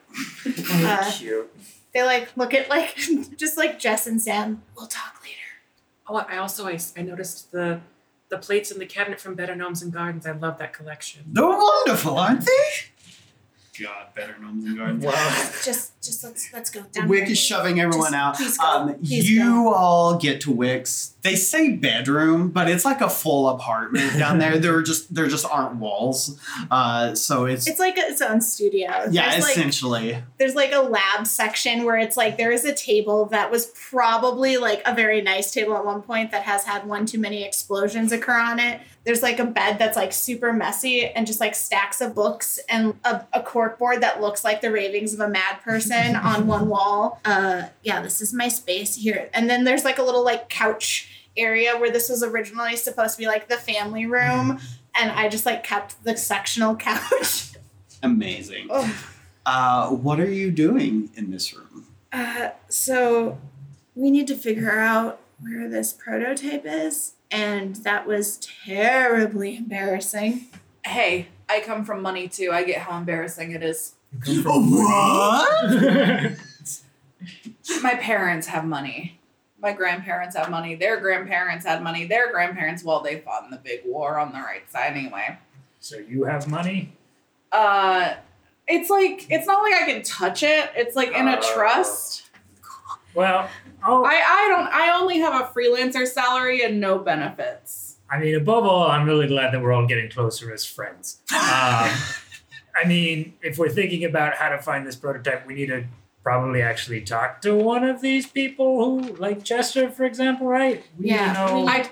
S4: Uh,
S3: cute.
S4: They like look at like just like Jess and Sam. We'll talk later.
S3: Oh, I also I, I noticed the the plates in the cabinet from Better Gnomes and Gardens. I love that collection.
S2: They're wonderful, aren't they? God, better gnomes than gardens.
S5: Wow.
S4: Just just let's let's go down.
S2: Wick
S4: here.
S2: is shoving everyone
S4: Just-
S2: out.
S4: please go.
S2: Um,
S4: Please
S2: you
S4: go.
S2: all get to Wick's. They say bedroom, but it's like a full apartment down there. There are just there just aren't walls, uh, so it's,
S4: It's like its own studio.
S2: yeah,
S4: There's, like,
S2: essentially.
S4: there's like a lab section where it's like there is a table that was probably like a very nice table at one point that has had one too many explosions occur on it. There's like a bed that's like super messy and just like stacks of books and a, a cork board that looks like the ravings of a mad person on one wall. Uh, yeah, this is my space here. And then there's like a little like couch area where this was originally supposed to be like the family room. And I just like kept the sectional couch.
S2: amazing.
S4: Oh.
S2: Uh, what are you doing in this room?
S4: Uh, so we need to figure out where this prototype is. And that was terribly embarrassing.
S6: hey, I come from money too. I get how embarrassing it is.
S2: What?
S6: My parents have money. My grandparents have money. Their grandparents had money. Their grandparents, well, they fought in the big war on the right side anyway.
S5: so you have money?
S6: Uh, it's like it's not like I can touch it. It's like in a
S5: Oh.
S6: trust.
S5: Well, oh, I,
S6: I I don't. I only have a freelancer salary and no benefits.
S5: mean, above all, I'm really glad that we're all getting closer as friends. Um, I mean, if we're thinking about how to find this prototype, we need to probably actually talk to one of these people who, like Chester, for example, right? We need to
S4: Yeah,
S5: know,
S4: we-
S6: I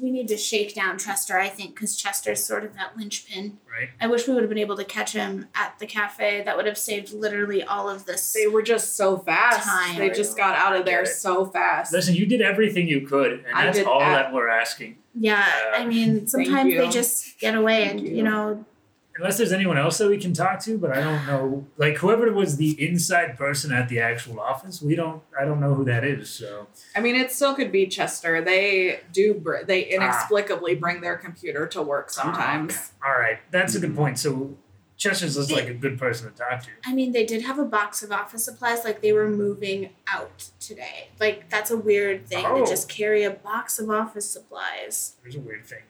S4: We need to shake down Chester, I think, because Chester's sort of that linchpin.
S5: right?
S4: I wish we would have been able to catch him at the cafe. That would have saved literally all of this.
S6: they were just so fast.
S4: Time.
S6: They just got out of there so fast.
S5: Listen, you did everything you could, and
S6: I
S5: that's
S6: did
S5: all
S6: ab-
S5: that we're asking.
S4: yeah, I mean, sometimes they
S6: you.
S4: just get away
S6: Thank
S4: and,
S6: you.
S4: you know,
S5: Unless there's anyone else that we can talk to, but I don't know. Like whoever was the inside person at the actual office, we don't. I don't know who that is. So
S6: I mean, it still could be Chester. They do. Br- they inexplicably bring their computer to work sometimes.
S5: all right, that's a good point. So Chester's looks like a good person to talk to.
S4: I mean, they did have a box of office supplies. Like, they were moving out today. Like, that's a weird thing
S5: Oh.
S4: to just carry a box of office supplies.
S5: There's a weird thing.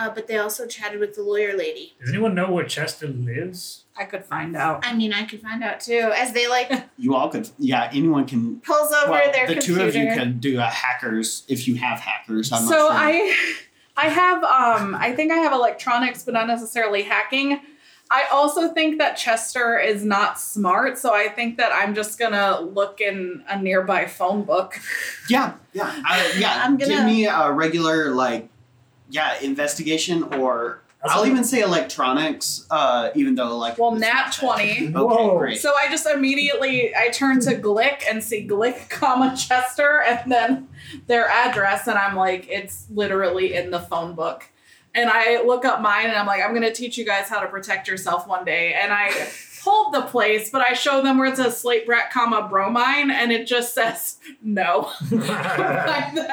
S4: Uh, but they also chatted with the lawyer lady.
S5: Does anyone know where Chester lives?
S6: I could find out.
S4: I mean, I could find out too, as they like
S2: You all could, yeah, anyone can.
S4: pulls over
S2: well,
S4: their
S2: the
S4: computer.
S2: two of you could do a hackers if you have hackers. I'm not
S6: so
S2: sure.
S6: I, I have. Um, I think I have electronics, but not necessarily hacking. I also think that Chester is not smart, so I think that I'm just gonna look in a nearby phone book.
S2: Yeah, yeah, I, yeah.
S4: I'm
S2: Give
S4: gonna-
S2: me a regular like, yeah, investigation or I'll
S5: Also-
S2: even say electronics. Uh, even though like
S6: Well,
S2: it's
S6: nat
S2: not that-
S6: twenty.
S2: Okay,
S5: Whoa.
S2: great.
S6: So I just immediately I turn to Glick and see Glick, comma Chester, and then their address, and I'm like, it's literally in the phone book. And I look up mine, and I'm like, I'm gonna teach you guys how to protect yourself one day. And I hold the place, but I show them where it says slate brat, comma bromine, and it just says no. like the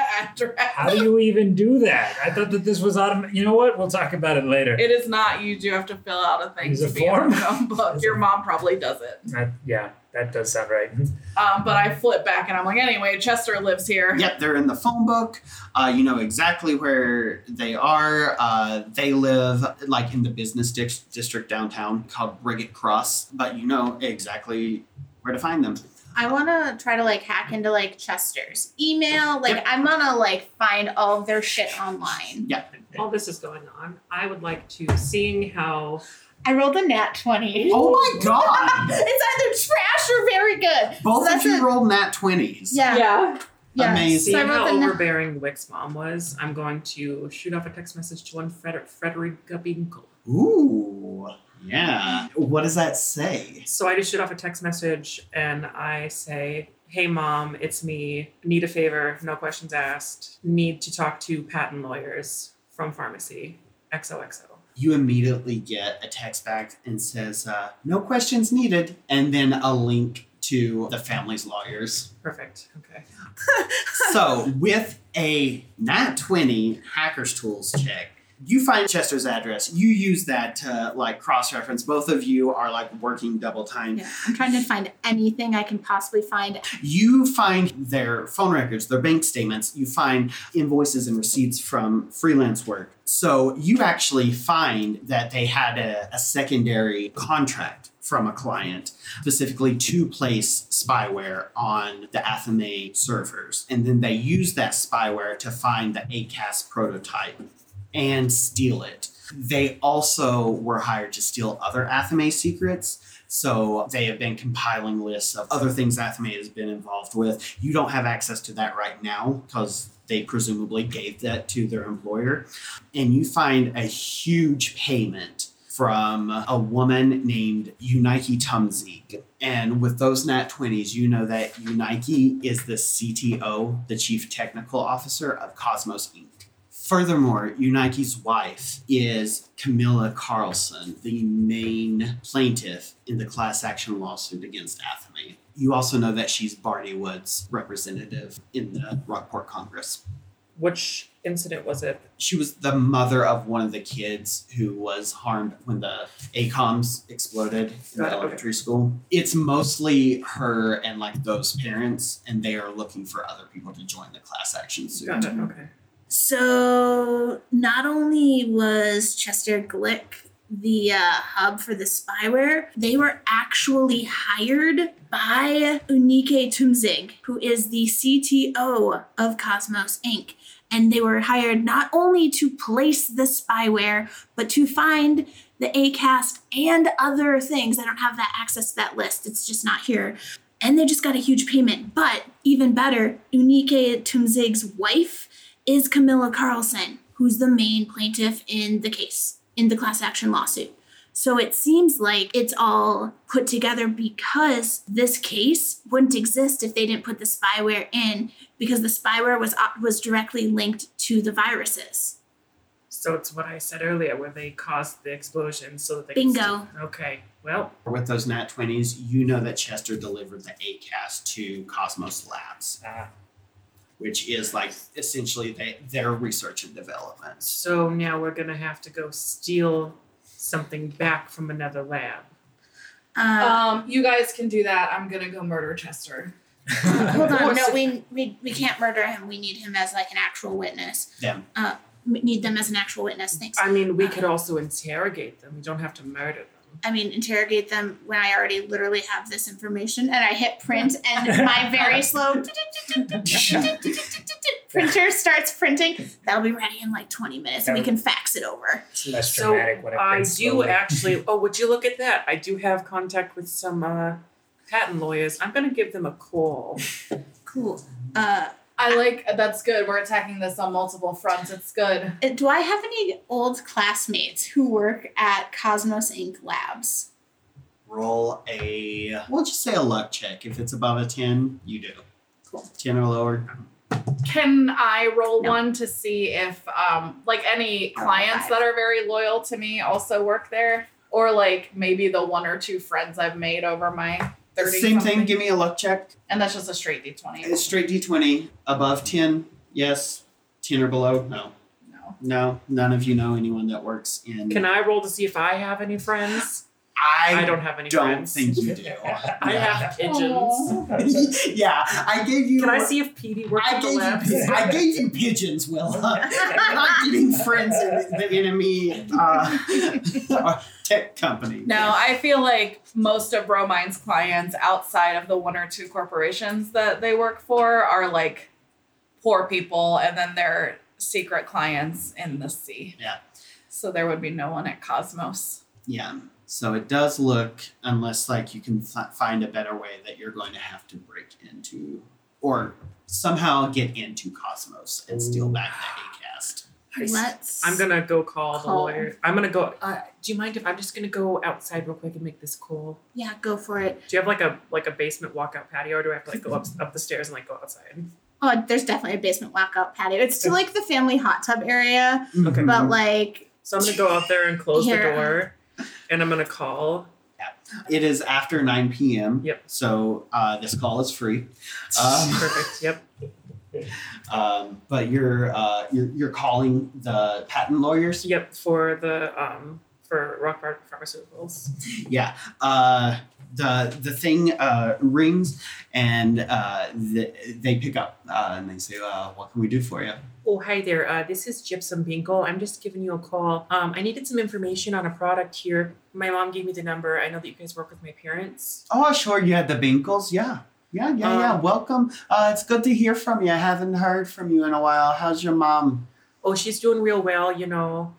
S5: How
S6: address.
S5: do you even do that? I thought that this was automatic. You know what? We'll talk about it later.
S6: It is not. You do have to fill out a thing
S5: There's
S6: to
S5: a
S6: be in
S5: form?
S6: the phone book.
S5: There's
S6: Your
S5: a-
S6: mom probably does it.
S5: That- yeah, that does sound right.
S6: Um, but I flip back and I'm like, anyway, Chester lives here.
S2: Yep, they're in the phone book. Uh, you know exactly where they are. Uh, they live like in the business dis- district downtown called Brigitte Cross, but you know exactly where to find them.
S4: I want to try to like hack into like Chester's email. Like I'm gonna like find all of their shit online.
S3: While this is going on, I would like to seeing how
S4: I rolled a nat twenty.
S2: Oh my god!
S4: it's either trash or very good.
S2: Both
S4: So
S2: of
S4: that's
S2: you
S4: a-
S2: rolled nat 20s.
S4: Yeah.
S6: Yeah.
S4: yeah.
S2: Amazing.
S4: So I
S3: seeing
S4: wrote
S3: how
S4: the na-
S3: overbearing Wick's mom was. I'm going to shoot off a text message to one Freder- Frederica Binkle.
S2: Ooh. Yeah. What does that say?
S3: So I just shoot off a text message and I say, Hey mom, it's me. Need a favor, no questions asked. Need to talk to patent lawyers from pharmacy. XOXO.
S2: You immediately get a text back and says, uh, no questions needed, and then a link to the family's lawyers.
S3: Perfect. Okay.
S2: so, with a nat 20 hacker's tools check, you find Chester's address. You use that to like cross reference. Both of you are like working double time.
S4: Yeah, I'm trying to find anything I can possibly find.
S2: You find their phone records, their bank statements, you find invoices and receipts from freelance work. So you actually find that they had a, a secondary contract from a client specifically to place spyware on the Athame servers. And then they use that spyware to find the ACAS prototype and steal it. They also were hired to steal other Athame secrets. So they have been compiling lists of other things Athame has been involved with. You don't have access to that right now because they presumably gave that to their employer. And you find a huge payment from a woman named Unike Tumzik. And with those nat 20s, you know that Unike is the CTO, the chief technical officer of Cosmos Inc. Furthermore, Unike's wife is Camilla Carlson, the main plaintiff in the class action lawsuit against Athame. You also know that she's Barney Wood's representative in the Rockport Congress.
S3: Which incident was it?
S2: She was the mother of one of the kids who was harmed when the ACOMs exploded in
S3: Got it,
S2: the
S3: okay.
S2: elementary school. It's mostly her and like those parents, and they are looking for other people to join the class action suit.
S3: Gotcha. Okay.
S4: So not only was Chester Glick the uh, hub for the spyware, they were actually hired by Unike Tumzig, who is the CTO of Cosmos Inc. And they were hired not only to place the spyware, but to find the ACAST and other things. I don't have that access to that list. It's just not here. And they just got a huge payment. But even better, Unike Tumzig's wife is Camilla Carlson, who's the main plaintiff in the case, in the class action lawsuit. So it seems like it's all put together because this case wouldn't exist if they didn't put the spyware in because the spyware was was directly linked to the viruses.
S3: So it's what I said earlier where they caused the explosion so that they could
S4: Bingo.
S3: st- okay. Well,
S2: with those nat 20s, you know that Chester delivered the ACAS to Cosmos Labs,
S5: Ah.
S2: which is like essentially they, their research and development.
S3: so now we're going to have to go steal something back from another lab.
S4: Uh,
S6: Um, you guys can do that. I'm gonna go murder Chester.
S4: hold
S6: of
S4: on,
S6: course.
S4: no, we, we we can't murder him. We need him as like an actual witness.
S2: Them.
S4: Uh, we need them as an actual witness. Thanks.
S3: I mean, we could also interrogate them. We don't have to murder them.
S4: I mean, interrogate them when I already literally have this information. And I hit print, and my very slow printer starts printing. That'll be ready in like 20 minutes, and we can fax it over.
S5: It's less
S3: So, uh,
S5: dramatic when it
S3: I
S5: prints
S3: do
S5: slowly.
S3: actually. Oh, would you look at that? I do have contact with some uh, patent lawyers. I'm going to give them a call.
S4: Cool. Uh,
S6: I like that's good. We're attacking this on multiple fronts. It's good.
S4: uh, do I have any old classmates who work at Cosmos Inc. Labs?
S2: Roll a, we'll just say a luck check. If it's above a 10, you do.
S4: Cool.
S2: 10 or lower.
S6: Can I roll
S4: No.
S6: one to see if um like any clients
S4: five.
S6: that are very loyal to me also work there? Or like maybe the one or two friends I've made over my 30
S2: Same
S6: something.
S2: thing, give me a luck check.
S6: and that's just a straight D twenty.
S2: It's straight d20. Above 10, yes. 10 or below, no.
S6: No.
S2: No, none of you know anyone that works in.
S3: Can I roll to see if I have any friends?
S2: I,
S3: I don't have any
S2: don't
S3: friends.
S2: think you do.
S3: I have pigeons.
S2: yeah, I gave you.
S3: Can I see if Petey works
S2: I
S3: at the
S2: gave,
S3: lab?
S2: you, I gave you pigeons, Willa. You're not getting friends in the enemy uh, tech company.
S6: No, I feel like most of Bromine's clients outside of the one or two corporations that they work for are like poor people and then their secret clients in the sea.
S2: Yeah.
S6: So there would be no one at Cosmos.
S2: Yeah. So it does look, unless like you can fi- find a better way that you're going to have to break into or somehow get into Cosmos and steal back the Acast.
S4: Let's.
S3: Oh, I'm gonna go call, the
S4: Call.
S3: lawyer. I'm gonna go. Uh, do you mind if I'm just gonna go outside real quick and make this call?
S4: Yeah, go for it.
S3: Do you have like a like a basement walkout patio, or do I have to like go up up the stairs and like go outside?
S4: Oh, there's definitely a basement walkout patio. It's to like the family hot tub area,
S3: Okay.
S4: but like
S3: So I'm gonna go out there and close
S4: Here.
S3: the door, and I'm gonna call.
S2: It is after 9 p.m.
S3: Yep.
S2: So uh, this call is free. Um,
S3: Perfect. Yep.
S2: um, but you're, uh, you're you're calling the patent lawyers.
S3: Yep. For the um for Rockford Pharmaceuticals.
S2: Yeah. Uh, the the thing uh, rings and uh, the, they pick up uh, and they say, uh, "What can we do for you?"
S3: Oh, hi there. Uh, this is Gypsum Bingle. I'm just giving you a call. Um, I needed some information on a product here. My mom gave me the number. I know that you guys work with my parents.
S2: Oh, sure. You had the Binkles. Yeah. Yeah, yeah, yeah.
S3: Um,
S2: Welcome. Uh, it's good to hear from you. I haven't heard from you in a while. How's your mom?
S3: Oh, she's doing real well, you know,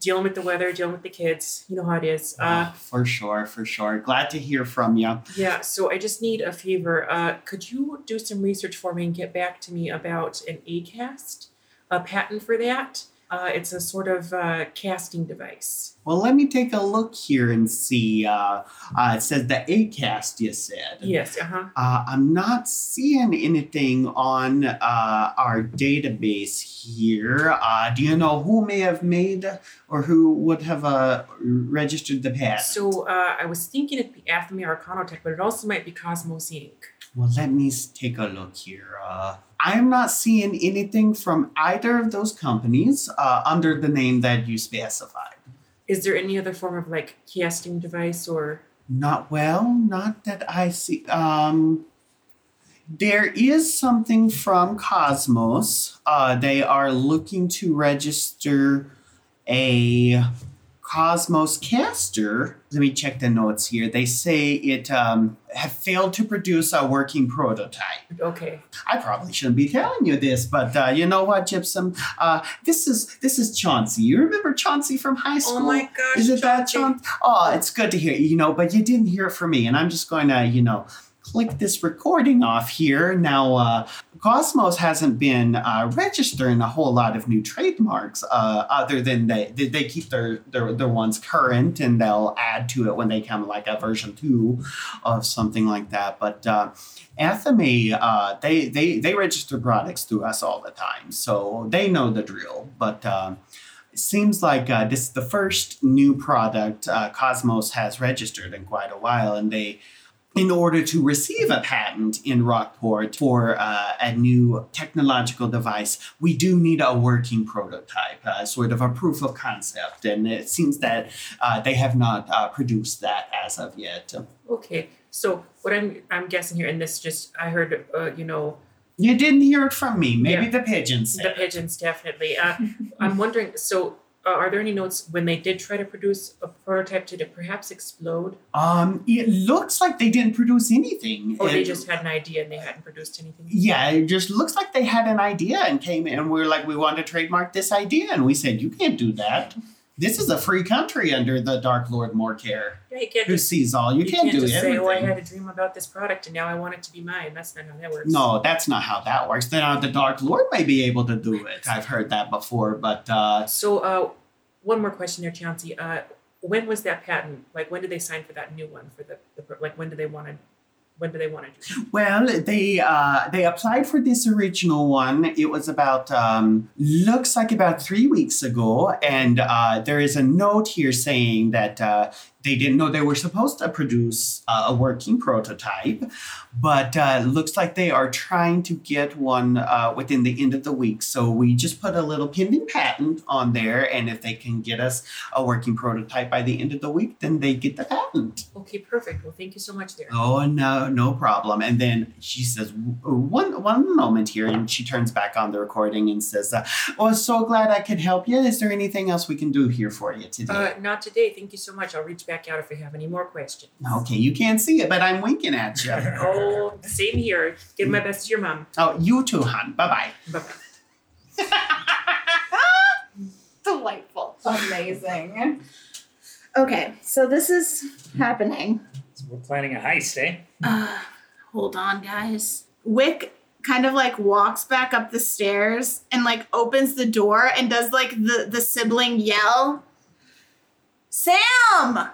S3: dealing with the weather, dealing with the kids. You know how it is. Uh,
S2: Oh, for sure, for sure. Glad to hear from you.
S3: yeah, so I just need a favor. Uh, could you do some research for me and get back to me about an ACAST, a patent for that? Uh, it's a sort of uh, casting device.
S2: Well, let me take a look here and see. Uh, uh, it says the ACAST, you said.
S3: Yes, uh huh.
S2: Uh, I'm not seeing anything on uh, our database here. Uh, do you know who may have made or who would have uh, registered the patent?
S3: So uh, I was thinking it'd be Athame Arcanotech, but it also might be Cosmos Inc.
S2: Well, let me s- take a look here. Uh, I'm not seeing anything from either of those companies uh, under the name that you specified.
S3: Is there any other form of like casting device or
S2: Not well, not that I see. Um, there is something from Cosmos. Uh, they are looking to register a Cosmos caster. Let me check the notes here. They say it um, have failed to produce a working prototype.
S3: okay?
S2: I probably shouldn't be telling you this, but uh, you know what, Gypsum? Uh, this is this is Chauncey. You remember Chauncey from high school?
S3: gosh!
S2: is it that Chauncey? Oh, it's good to hear you know, but you didn't hear it from me, and I'm just going to you know click this recording off here now. Uh, Cosmos hasn't been uh, registering a whole lot of new trademarks, uh, other than they they, they keep their, their their ones current, and they'll add to it when they come like a version two of something like that, but. Uh, Athame, uh, they, they they register products through us all the time, so they know the drill. But um, it seems like uh, this is the first new product uh, Cosmos has registered in quite a while, and they. In order to receive a patent in Rockport for uh, a new technological device, we do need a working prototype, uh, sort of a proof of concept. And it seems that uh, they have not uh, produced that as of yet.
S3: Okay, so what I'm I'm guessing here, and this just I heard uh, you know
S2: You didn't hear it from me. Maybe
S3: Yeah.
S2: the pigeons. said
S3: the
S2: it.
S3: pigeons definitely. Uh, I'm wondering. So uh, are there any notes when they did try to produce a prototype? Did it perhaps explode,
S2: Um, it looks like they didn't produce anything.
S3: or they
S2: It-
S3: just had an idea and they hadn't produced anything?
S2: yeah, it just looks like they had an idea and came in and we were like, we want to trademark this idea, and we said, you can't do that. This is a free country under the Dark Lord Morcare,
S3: Yeah, you can't
S2: who
S3: just
S2: sees all. You,
S3: you
S2: can't, do
S3: just say,
S2: everything.
S3: "Oh, I had a dream about this product, and now I want it to be mine." That's not how that works.
S2: no, that's not how that works. Then uh, the Dark Lord may be able to do it. I've heard that before, but uh,
S3: So, uh, one more question there, Chauncey. Uh, when was that patent? Like, when did they sign for that new one? For the, the like, when do they want to? When do they want to do?
S2: Well, they uh, they applied for this original one. It was about um, looks like about three weeks ago, and uh, there is a note here saying that uh, They didn't know they were supposed to produce uh, a working prototype, but uh, looks like they are trying to get one uh, within the end of the week. So we just put a little pending patent on there, and if they can get us a working prototype by the end of the week, then they get the patent.
S3: Okay, perfect. Well, thank you so much, there.
S2: Oh no, no problem. And then she says, "W- "One, one moment here," and she turns back on the recording and says, uh, "Oh, so glad I could help you. Is there anything else we can do here for you
S3: Uh,
S2: today?"
S3: not today. Thank you so much. I'll reach back out if we have any more questions.
S2: okay, you can't see it, but I'm winking at you.
S3: Oh, same here. Give my best to your mom.
S2: oh, you too, hon. Bye bye.
S3: Bye.
S4: Delightful.
S6: Amazing.
S4: Okay, so this is happening.
S5: So we're planning a heist, eh?
S4: Uh, hold on, guys. Wick kind of like walks back up the stairs and like opens the door and does like the the sibling yell. Sam!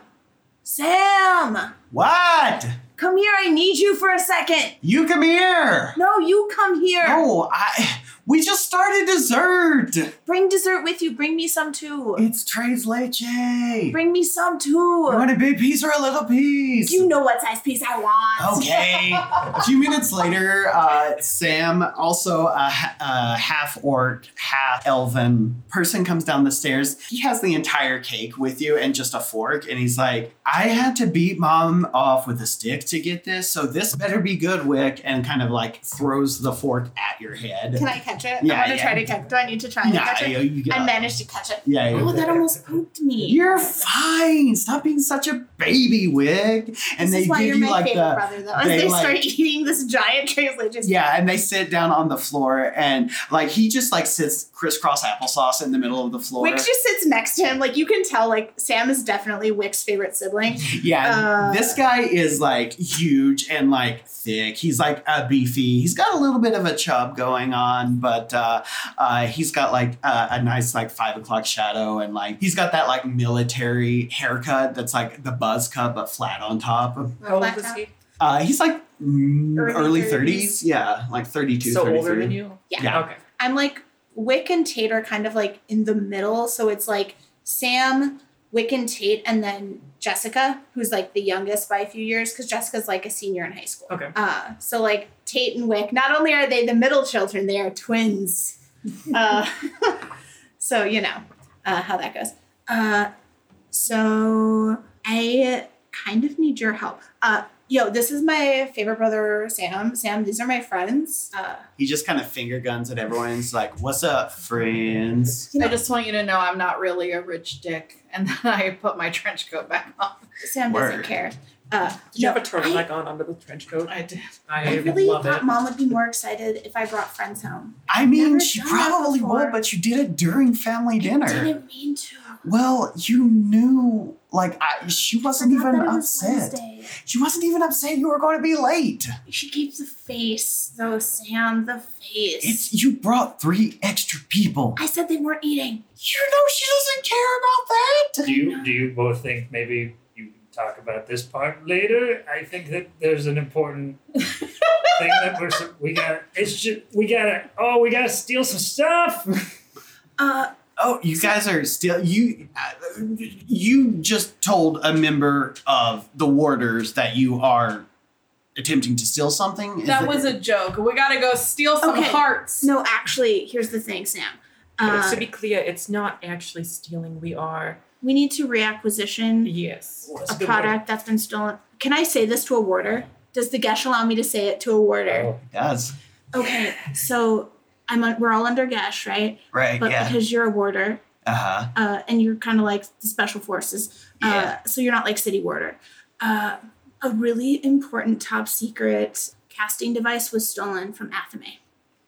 S4: Sam!
S2: What?
S4: Come here, I need you for a second.
S2: You come here.
S4: No, you come here.
S2: Oh, I. We just started dessert.
S4: Bring dessert with you. Bring me some too.
S2: It's tres leche. You
S4: Bring me some too.
S2: want a big piece or a little piece?
S4: You know what size piece I want.
S2: Okay. a few minutes later, uh, Sam, also a, ha- a half orc, half elven person, comes down the stairs. He has the entire cake with you and just a fork. And he's like, I had to beat mom off with a stick to get this. So this better be good, Wick. And kind of like throws the fork at your head.
S4: Can I catch it?
S2: Yeah,
S4: I'm
S2: yeah.
S4: gonna try to catch. Do I need to try and catch
S2: yeah,
S4: it?
S2: you, you get
S4: I
S2: up.
S4: managed to catch it.
S2: yeah, you-
S4: Oh, that almost pooped me.
S2: You're fine. Stop being such a baby, Wick. And
S4: this
S2: they
S4: is why
S2: give
S4: you're
S2: you
S4: my
S2: like
S4: favorite
S2: the
S4: brother, though. As
S2: they,
S4: they,
S2: like-
S4: start eating this giant translation. just
S2: Yeah, and they sit down on the floor, and like he just like sits crisscross applesauce in the middle of the floor.
S4: Wix just sits next to him. Like you can tell, like Sam is definitely Wick's favorite sibling.
S2: yeah,
S4: uh,
S2: this guy is like huge and like thick. He's like a beefy. He's got a little bit of a chub going on, but uh, uh, he's got like a, a nice like five o'clock shadow, and like he's got that like military haircut that's like the buzz cut but flat on top.
S3: How old
S4: Black
S3: is
S4: out.
S3: he?
S2: Uh, he's like mm,
S4: Early
S2: early
S4: 30s.
S2: thirties. Yeah, like 32,
S3: so
S2: 33.
S3: older than you?
S4: Yeah.
S2: Yeah.
S3: Okay.
S4: I'm like Wick and Tate are kind of like in the middle, so it's like Sam, Wick and Tate, and then Jessica, who's like the youngest by a few years, because Jessica's like a senior in high school.
S3: Okay.
S4: Uh, so like Tate and Wick, not only are they the middle children, they are twins. uh, so you know uh, how that goes. Uh, so I kind of need your help. Uh, yo, this is my favorite brother, Sam. Sam, these are my friends. Uh,
S2: He just kind of finger guns at everyone. He's like, "What's up, friends?"
S6: I just want you to know I'm not really a rich dick. And then I put my trench coat back on.
S4: Sam doesn't
S2: Word.
S4: care. Uh,
S3: Did you
S4: no,
S3: have a turtleneck on under the trench coat?
S6: I did.
S3: I,
S4: I really
S3: love
S4: thought
S3: it.
S4: mom would be more excited if I brought friends home.
S2: I mean,
S4: Never
S2: she
S4: done that
S2: probably
S4: before.
S2: would, but you did it during family
S4: I
S2: dinner.
S4: didn't mean to.
S2: Well, you knew, like, I, she wasn't
S4: Forgot
S2: even
S4: that it was
S2: upset.
S4: Wednesday.
S2: She wasn't even upset you were going to be late.
S4: She keeps the face, though, Sam. The face.
S2: It's you brought three extra people.
S4: I said they weren't eating.
S2: You know she doesn't care about that.
S5: Do you do you both think maybe you can talk about this part later? I think that there's an important thing that we're sup- we got. It's just we gotta. Oh, we gotta steal some stuff.
S4: Uh,
S2: Oh, you guys are still you. uh, You just told a member of the warders that you are attempting to steal something. Is
S6: That
S2: it-
S6: was a joke. We gotta go steal some
S4: Okay.
S6: hearts.
S4: no, actually, here's the thing, Sam.
S3: But
S4: Uh,
S3: to be clear, it's not actually stealing. We are
S4: we need to reacquisition
S3: yes.
S5: That's
S4: a
S5: good
S4: product that's been stolen. Can I say this to a warder? Does the Gesh allow me to say it to a warder?
S5: word.
S2: It does
S4: Okay, so I'm on we're all under Gesh, right?
S2: right?
S4: But
S2: yeah.
S4: because you're a warder,
S2: Uh huh.
S4: uh, and you're kind of like the special forces.
S2: Yeah.
S4: Uh, so you're not like city warder. Uh, a really important top secret casting device was stolen from Athame.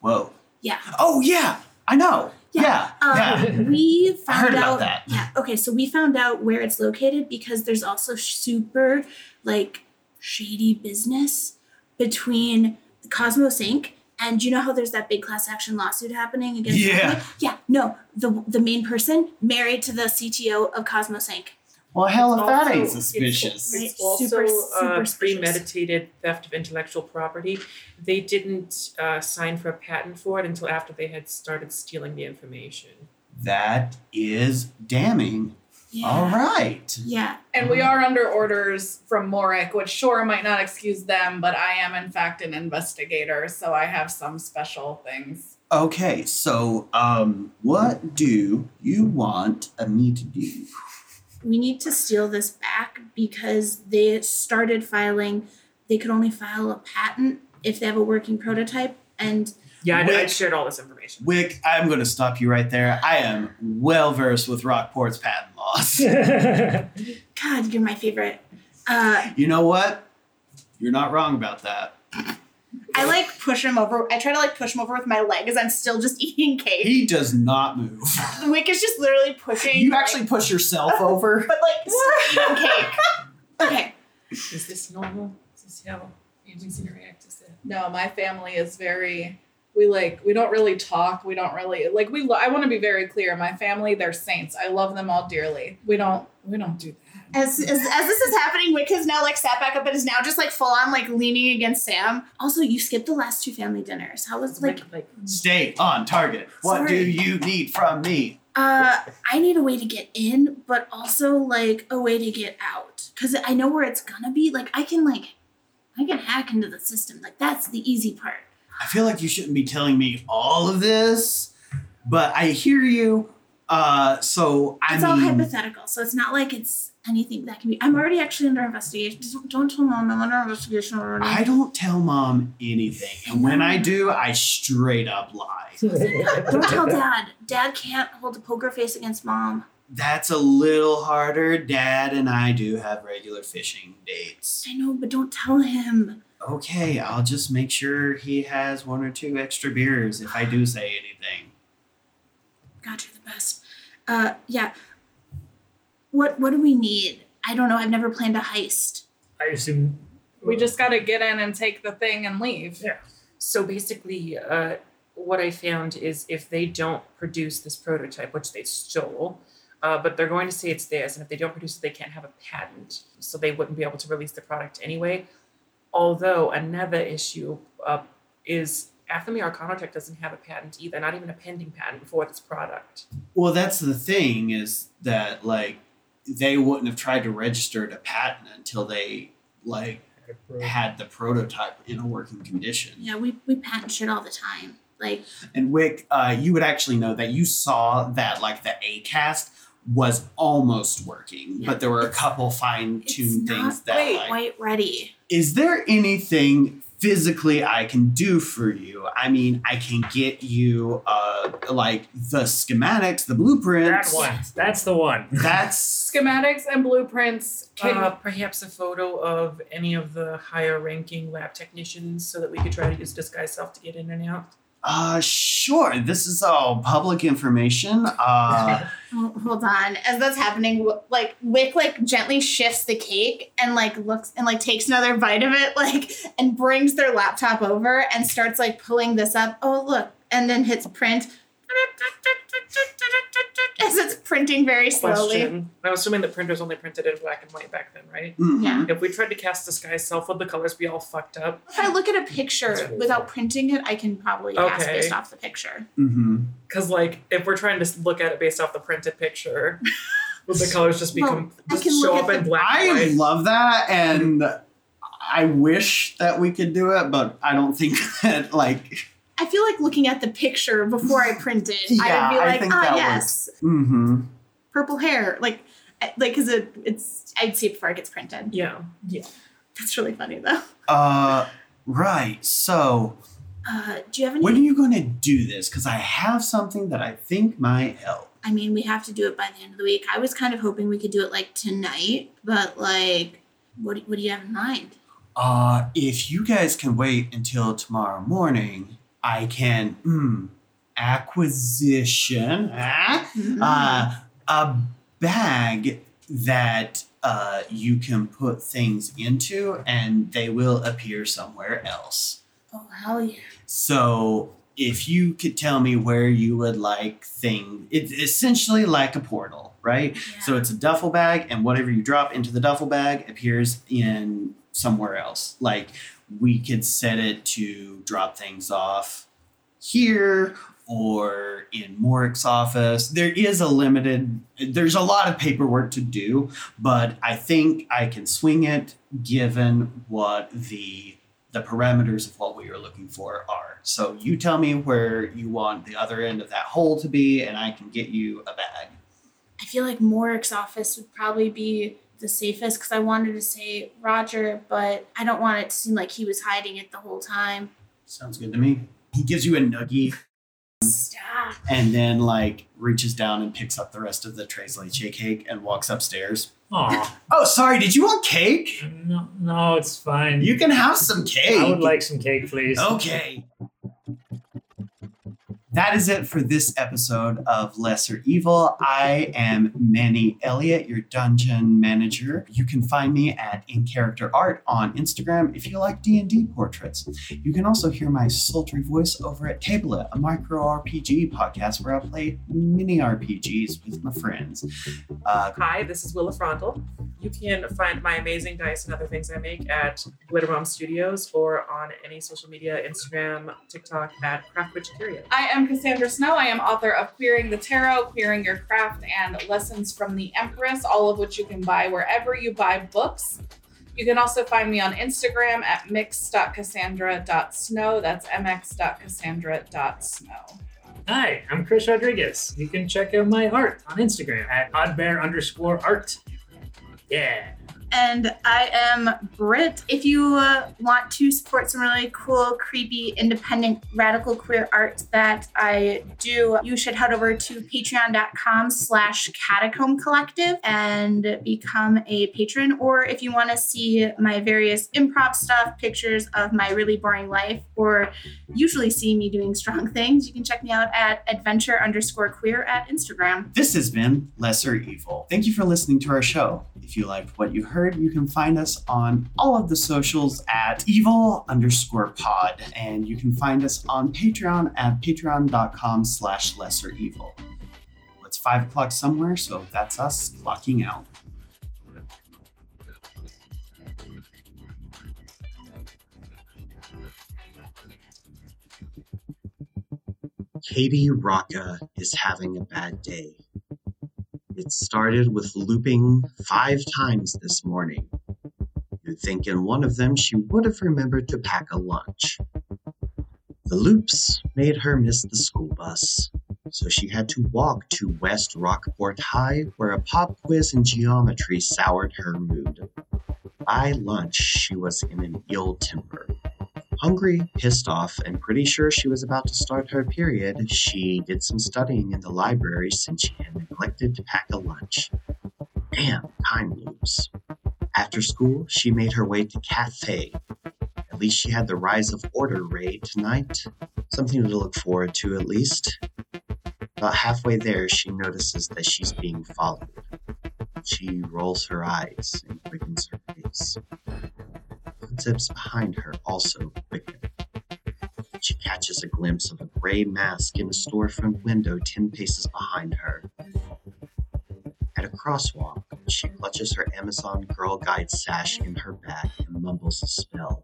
S2: Whoa.
S4: Yeah.
S2: Oh yeah, I know.
S4: Yeah.
S2: Yeah.
S4: Uh,
S2: Yeah.
S4: We found
S2: heard
S4: out.
S2: about that.
S4: Yeah. Okay. So we found out where it's located because there's also super like shady business between Cosmos Inc. And you know how there's that big class action lawsuit happening against?
S2: Yeah.
S4: Athame? Yeah. No. The the main person married to the CTO of Cosmos Inc.
S2: Well, hell, if
S3: It's
S2: that
S3: also-
S2: ain't
S3: it's-
S2: suspicious.
S4: Right.
S3: It's also
S4: Super, super
S3: uh,
S4: suspicious.
S3: premeditated theft of intellectual property. They didn't uh, sign for a patent for it until after they had started stealing the information.
S2: That is damning.
S4: Yeah.
S2: All right.
S4: Yeah.
S6: And we are under orders from Morik, which sure might not excuse them, but I am in fact an investigator, so I have some special things.
S2: Okay, so um, what do you want me to do?
S4: We need to steal this back because they started filing. They could only file a patent if they have a working prototype. And
S3: Yeah, I, I
S2: Which-
S3: shared all this information.
S2: Wick, I'm going to stop you right there. I am well versed with Rockport's patent laws.
S4: God, you're my favorite. Uh,
S2: you know what? You're not wrong about that.
S4: I like push him over. I try to like push him over with my leg as I'm still just eating cake.
S2: He does not move.
S4: Wick is just literally pushing.
S2: You
S4: like-
S2: actually push yourself over.
S4: but like still eating cake. Okay.
S3: Is this normal?
S6: Is this how agents interact? Is it? No, my family is very. We like we don't really talk. We don't really like we. lo- I want to be very clear. My family, they're saints. I love them all dearly. We don't. We don't do that.
S4: As, as, as this is happening, Wick has now like sat back up and is now just like full on like leaning against Sam. Also, you skipped the last two family dinners. How was like
S3: like
S2: Stay on target. What do
S4: Sorry.
S2: you need from me?
S4: uh I need a way to get in, but also like a way to get out. Cause I know where it's gonna be. Like I can like I can hack into the system. Like that's the easy part.
S2: I feel like you shouldn't be telling me all of this, but I hear you. Uh, so I
S4: It's all
S2: mean,
S4: hypothetical, so it's not like it's anything that can be I'm already actually under investigation. Just don't, don't tell mom I'm under investigation already.
S2: I don't tell mom anything, and when I do, I straight up lie.
S4: don't tell dad. Dad can't hold a poker face against mom.
S2: That's a little harder. Dad and I do have regular fishing dates.
S4: I know, but don't tell him.
S2: Okay, I'll just make sure he has one or two extra beers if I do say anything.
S4: God, you're the best. Uh, yeah. What What do we need? I don't know. I've never planned a heist.
S5: I assume
S6: We just got to get in and take the thing and leave.
S3: So basically, uh, what I found is if they don't produce this prototype, which they stole, uh, but they're going to say it's theirs, and if they don't produce it, they can't have a patent, so they wouldn't be able to release the product anyway. Although another issue uh, is Athame Arcanotech doesn't have a patent either, not even a pending patent for this product.
S2: Well, that's the thing is that like they wouldn't have tried to register to patent until they like had the prototype in a working condition.
S4: Yeah, we we patent shit all the time. Like,
S2: And Wick, uh, you would actually know that you saw that like the A cast was almost working,
S4: Yeah.
S2: but there were a
S4: It's-
S2: couple fine tuned
S4: it's not
S2: things that
S4: quite,
S2: like
S4: quite ready.
S2: is there anything physically I can do for you? I mean, I can get you uh like the schematics, the
S5: that
S2: blueprints.
S5: one. That's the one.
S2: That's
S6: Schematics and blueprints. Can
S3: uh, perhaps a photo of any of the higher ranking lab technicians so that we could try to use disguise self to get in and out.
S2: uh sure. This is all public information. Uh
S4: Oh, hold on. As that's happening, Wi- like Wick like gently shifts the cake and like looks and like takes another bite of it, like and brings their laptop over and starts like pulling this up. Oh look, and then hits print. As it's printing very slowly.
S3: Question. I'm assuming the printers only printed in black and white back then, right?
S2: mhm.
S4: Yeah.
S3: If we tried to cast disguise self, would the colors be all fucked up?
S4: If I look at a picture without printing it, I can probably guess
S3: Okay.
S4: based off the picture.
S2: Mm-hmm.
S3: Because like, if we're trying to look at it based off the printed picture, would the colors just be
S4: Well,
S3: com-
S4: I
S3: just
S4: can
S3: show
S4: look
S3: up
S4: at
S3: in
S4: the-
S3: black and
S2: I
S3: white?
S2: love that, and I wish that we could do it, but I don't think that like.
S4: I feel like looking at the picture before I print it,
S2: Yeah,
S4: I would
S2: I
S4: be like,
S2: think
S4: ah,
S2: that
S4: yes,
S2: Mm-hmm.
S4: purple hair. Like, I- like, cause it, it's, I'd see it before it gets printed.
S3: Yeah.
S4: That's really funny though.
S2: Uh, right. So
S4: Uh, do you have any?
S2: when are you going to do this? Because I have something that I think might help.
S4: I mean, we have to do it by the end of the week. I was kind of hoping we could do it like tonight, but like, what, what do you have in mind?
S2: Uh, if you guys can wait until tomorrow morning, I can mm, acquisition. ah,
S4: Mm-hmm.
S2: uh, a bag that uh, you can put things into and they will appear somewhere else.
S4: oh hell yeah!
S2: So if you could tell me where you would like thing, it's essentially like a portal, right? So it's a duffel bag, and whatever you drop into the duffel bag appears in somewhere else. Like we could set it to drop things off here, or in Morik's office. There is a limited, there's a lot of paperwork to do, but I think I can swing it given what the the parameters of what we are looking for are. So you tell me where you want the other end of that hole to be, and I can get you a bag.
S4: I feel like Morik's office would probably be the safest because I wanted to say Roger, but I don't want it to seem like he was hiding it the whole time.
S2: Sounds good to me. He gives you a nuggie
S4: Mm. Stop.
S2: and then like reaches down and picks up the rest of the Trey's leche cake and walks upstairs.
S5: Aw,
S2: Oh, sorry, did you want cake?
S5: no, no, it's fine.
S2: You can have some cake. Oh.
S5: I would like some cake, please.
S2: Okay. That is it for this episode of Lesser Evil. I am Manny Elliott, your dungeon manager. You can find me at In Character Art on Instagram if you like D&D portraits. You can also hear my sultry voice over at Table It, a micro RPG podcast where I play mini RPGs with my friends. Uh,
S3: Hi, this is Willa Frontal. You can find my amazing dice and other things I make at Glitter Bomb Studios or on any social media, Instagram, TikTok at Craft Witch Curio.
S6: I am Cassandra Snow. I am author of Queering the Tarot, Queering Your Craft, and Lessons from the Empress, all of which you can buy wherever you buy books. You can also find me on Instagram at mix.cassandra.snow. That's mx.cassandra.snow.
S5: Hi, I'm Chris Rodriguez. You can check out my art on Instagram at oddbear underscore art. Yeah.
S4: And I am Brit. If you uh, want to support some really cool, creepy, independent, radical queer art that I do, you should head over to patreon.com slash catacomb collective and become a patron. Or if you want to see my various improv stuff, pictures of my really boring life, or usually see me doing strong things, you can check me out at adventure underscore queer at Instagram.
S2: This has been Lesser Evil. Thank you for listening to our show. If you liked what you heard, you can find us on all of the socials at evil underscore pod. And you can find us on Patreon at patreon.com slash lesser evil. It's five o'clock somewhere, so that's us clocking out.
S1: Katie Rocca is having a bad day. It started with looping five times this morning. You'd think in one of them she would have remembered to pack a lunch. The loops made her miss the school bus, so she had to walk to West Rockport High, where a pop quiz in geometry soured her mood. By lunch, she was in an ill temper. Hungry, pissed off, and pretty sure she was about to start her period, she did some studying in the library since she had neglected to pack a lunch. Damn, time loops. After school, she made her way to Cathay. At least she had the Rise of Order raid tonight. Something to look forward to, at least. About halfway there, she notices that she's being followed. She rolls her eyes and quickens her pace footsteps behind her also quicken. She catches a glimpse of a gray mask in a storefront window 10 paces behind her. At a crosswalk, she clutches her Amazon Girl Guide sash in her bag and mumbles a spell.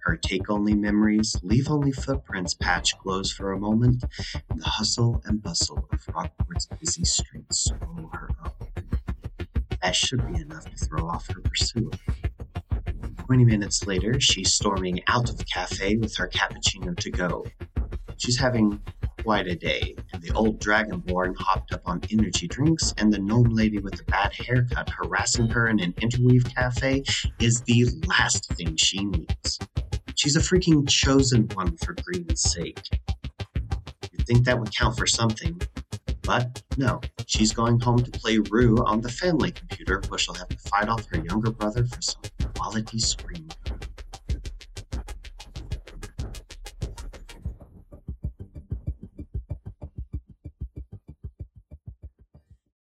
S1: Her take only memories, leave only footprints patch glows for a moment, and the hustle and bustle of Rockport's busy streets swallow her up. That should be enough to throw off her pursuer. 20 minutes later, she's storming out of the cafe with her cappuccino to go. She's having quite a day, and the old dragonborn hopped up on energy drinks, and the gnome lady with the bad haircut harassing her in an interweave cafe is the last thing she needs. She's a freaking chosen one for Green's sake. You'd think that would count for something, but no. She's going home to play Rue on the family computer, where she'll have to fight off her younger brother for some quality screen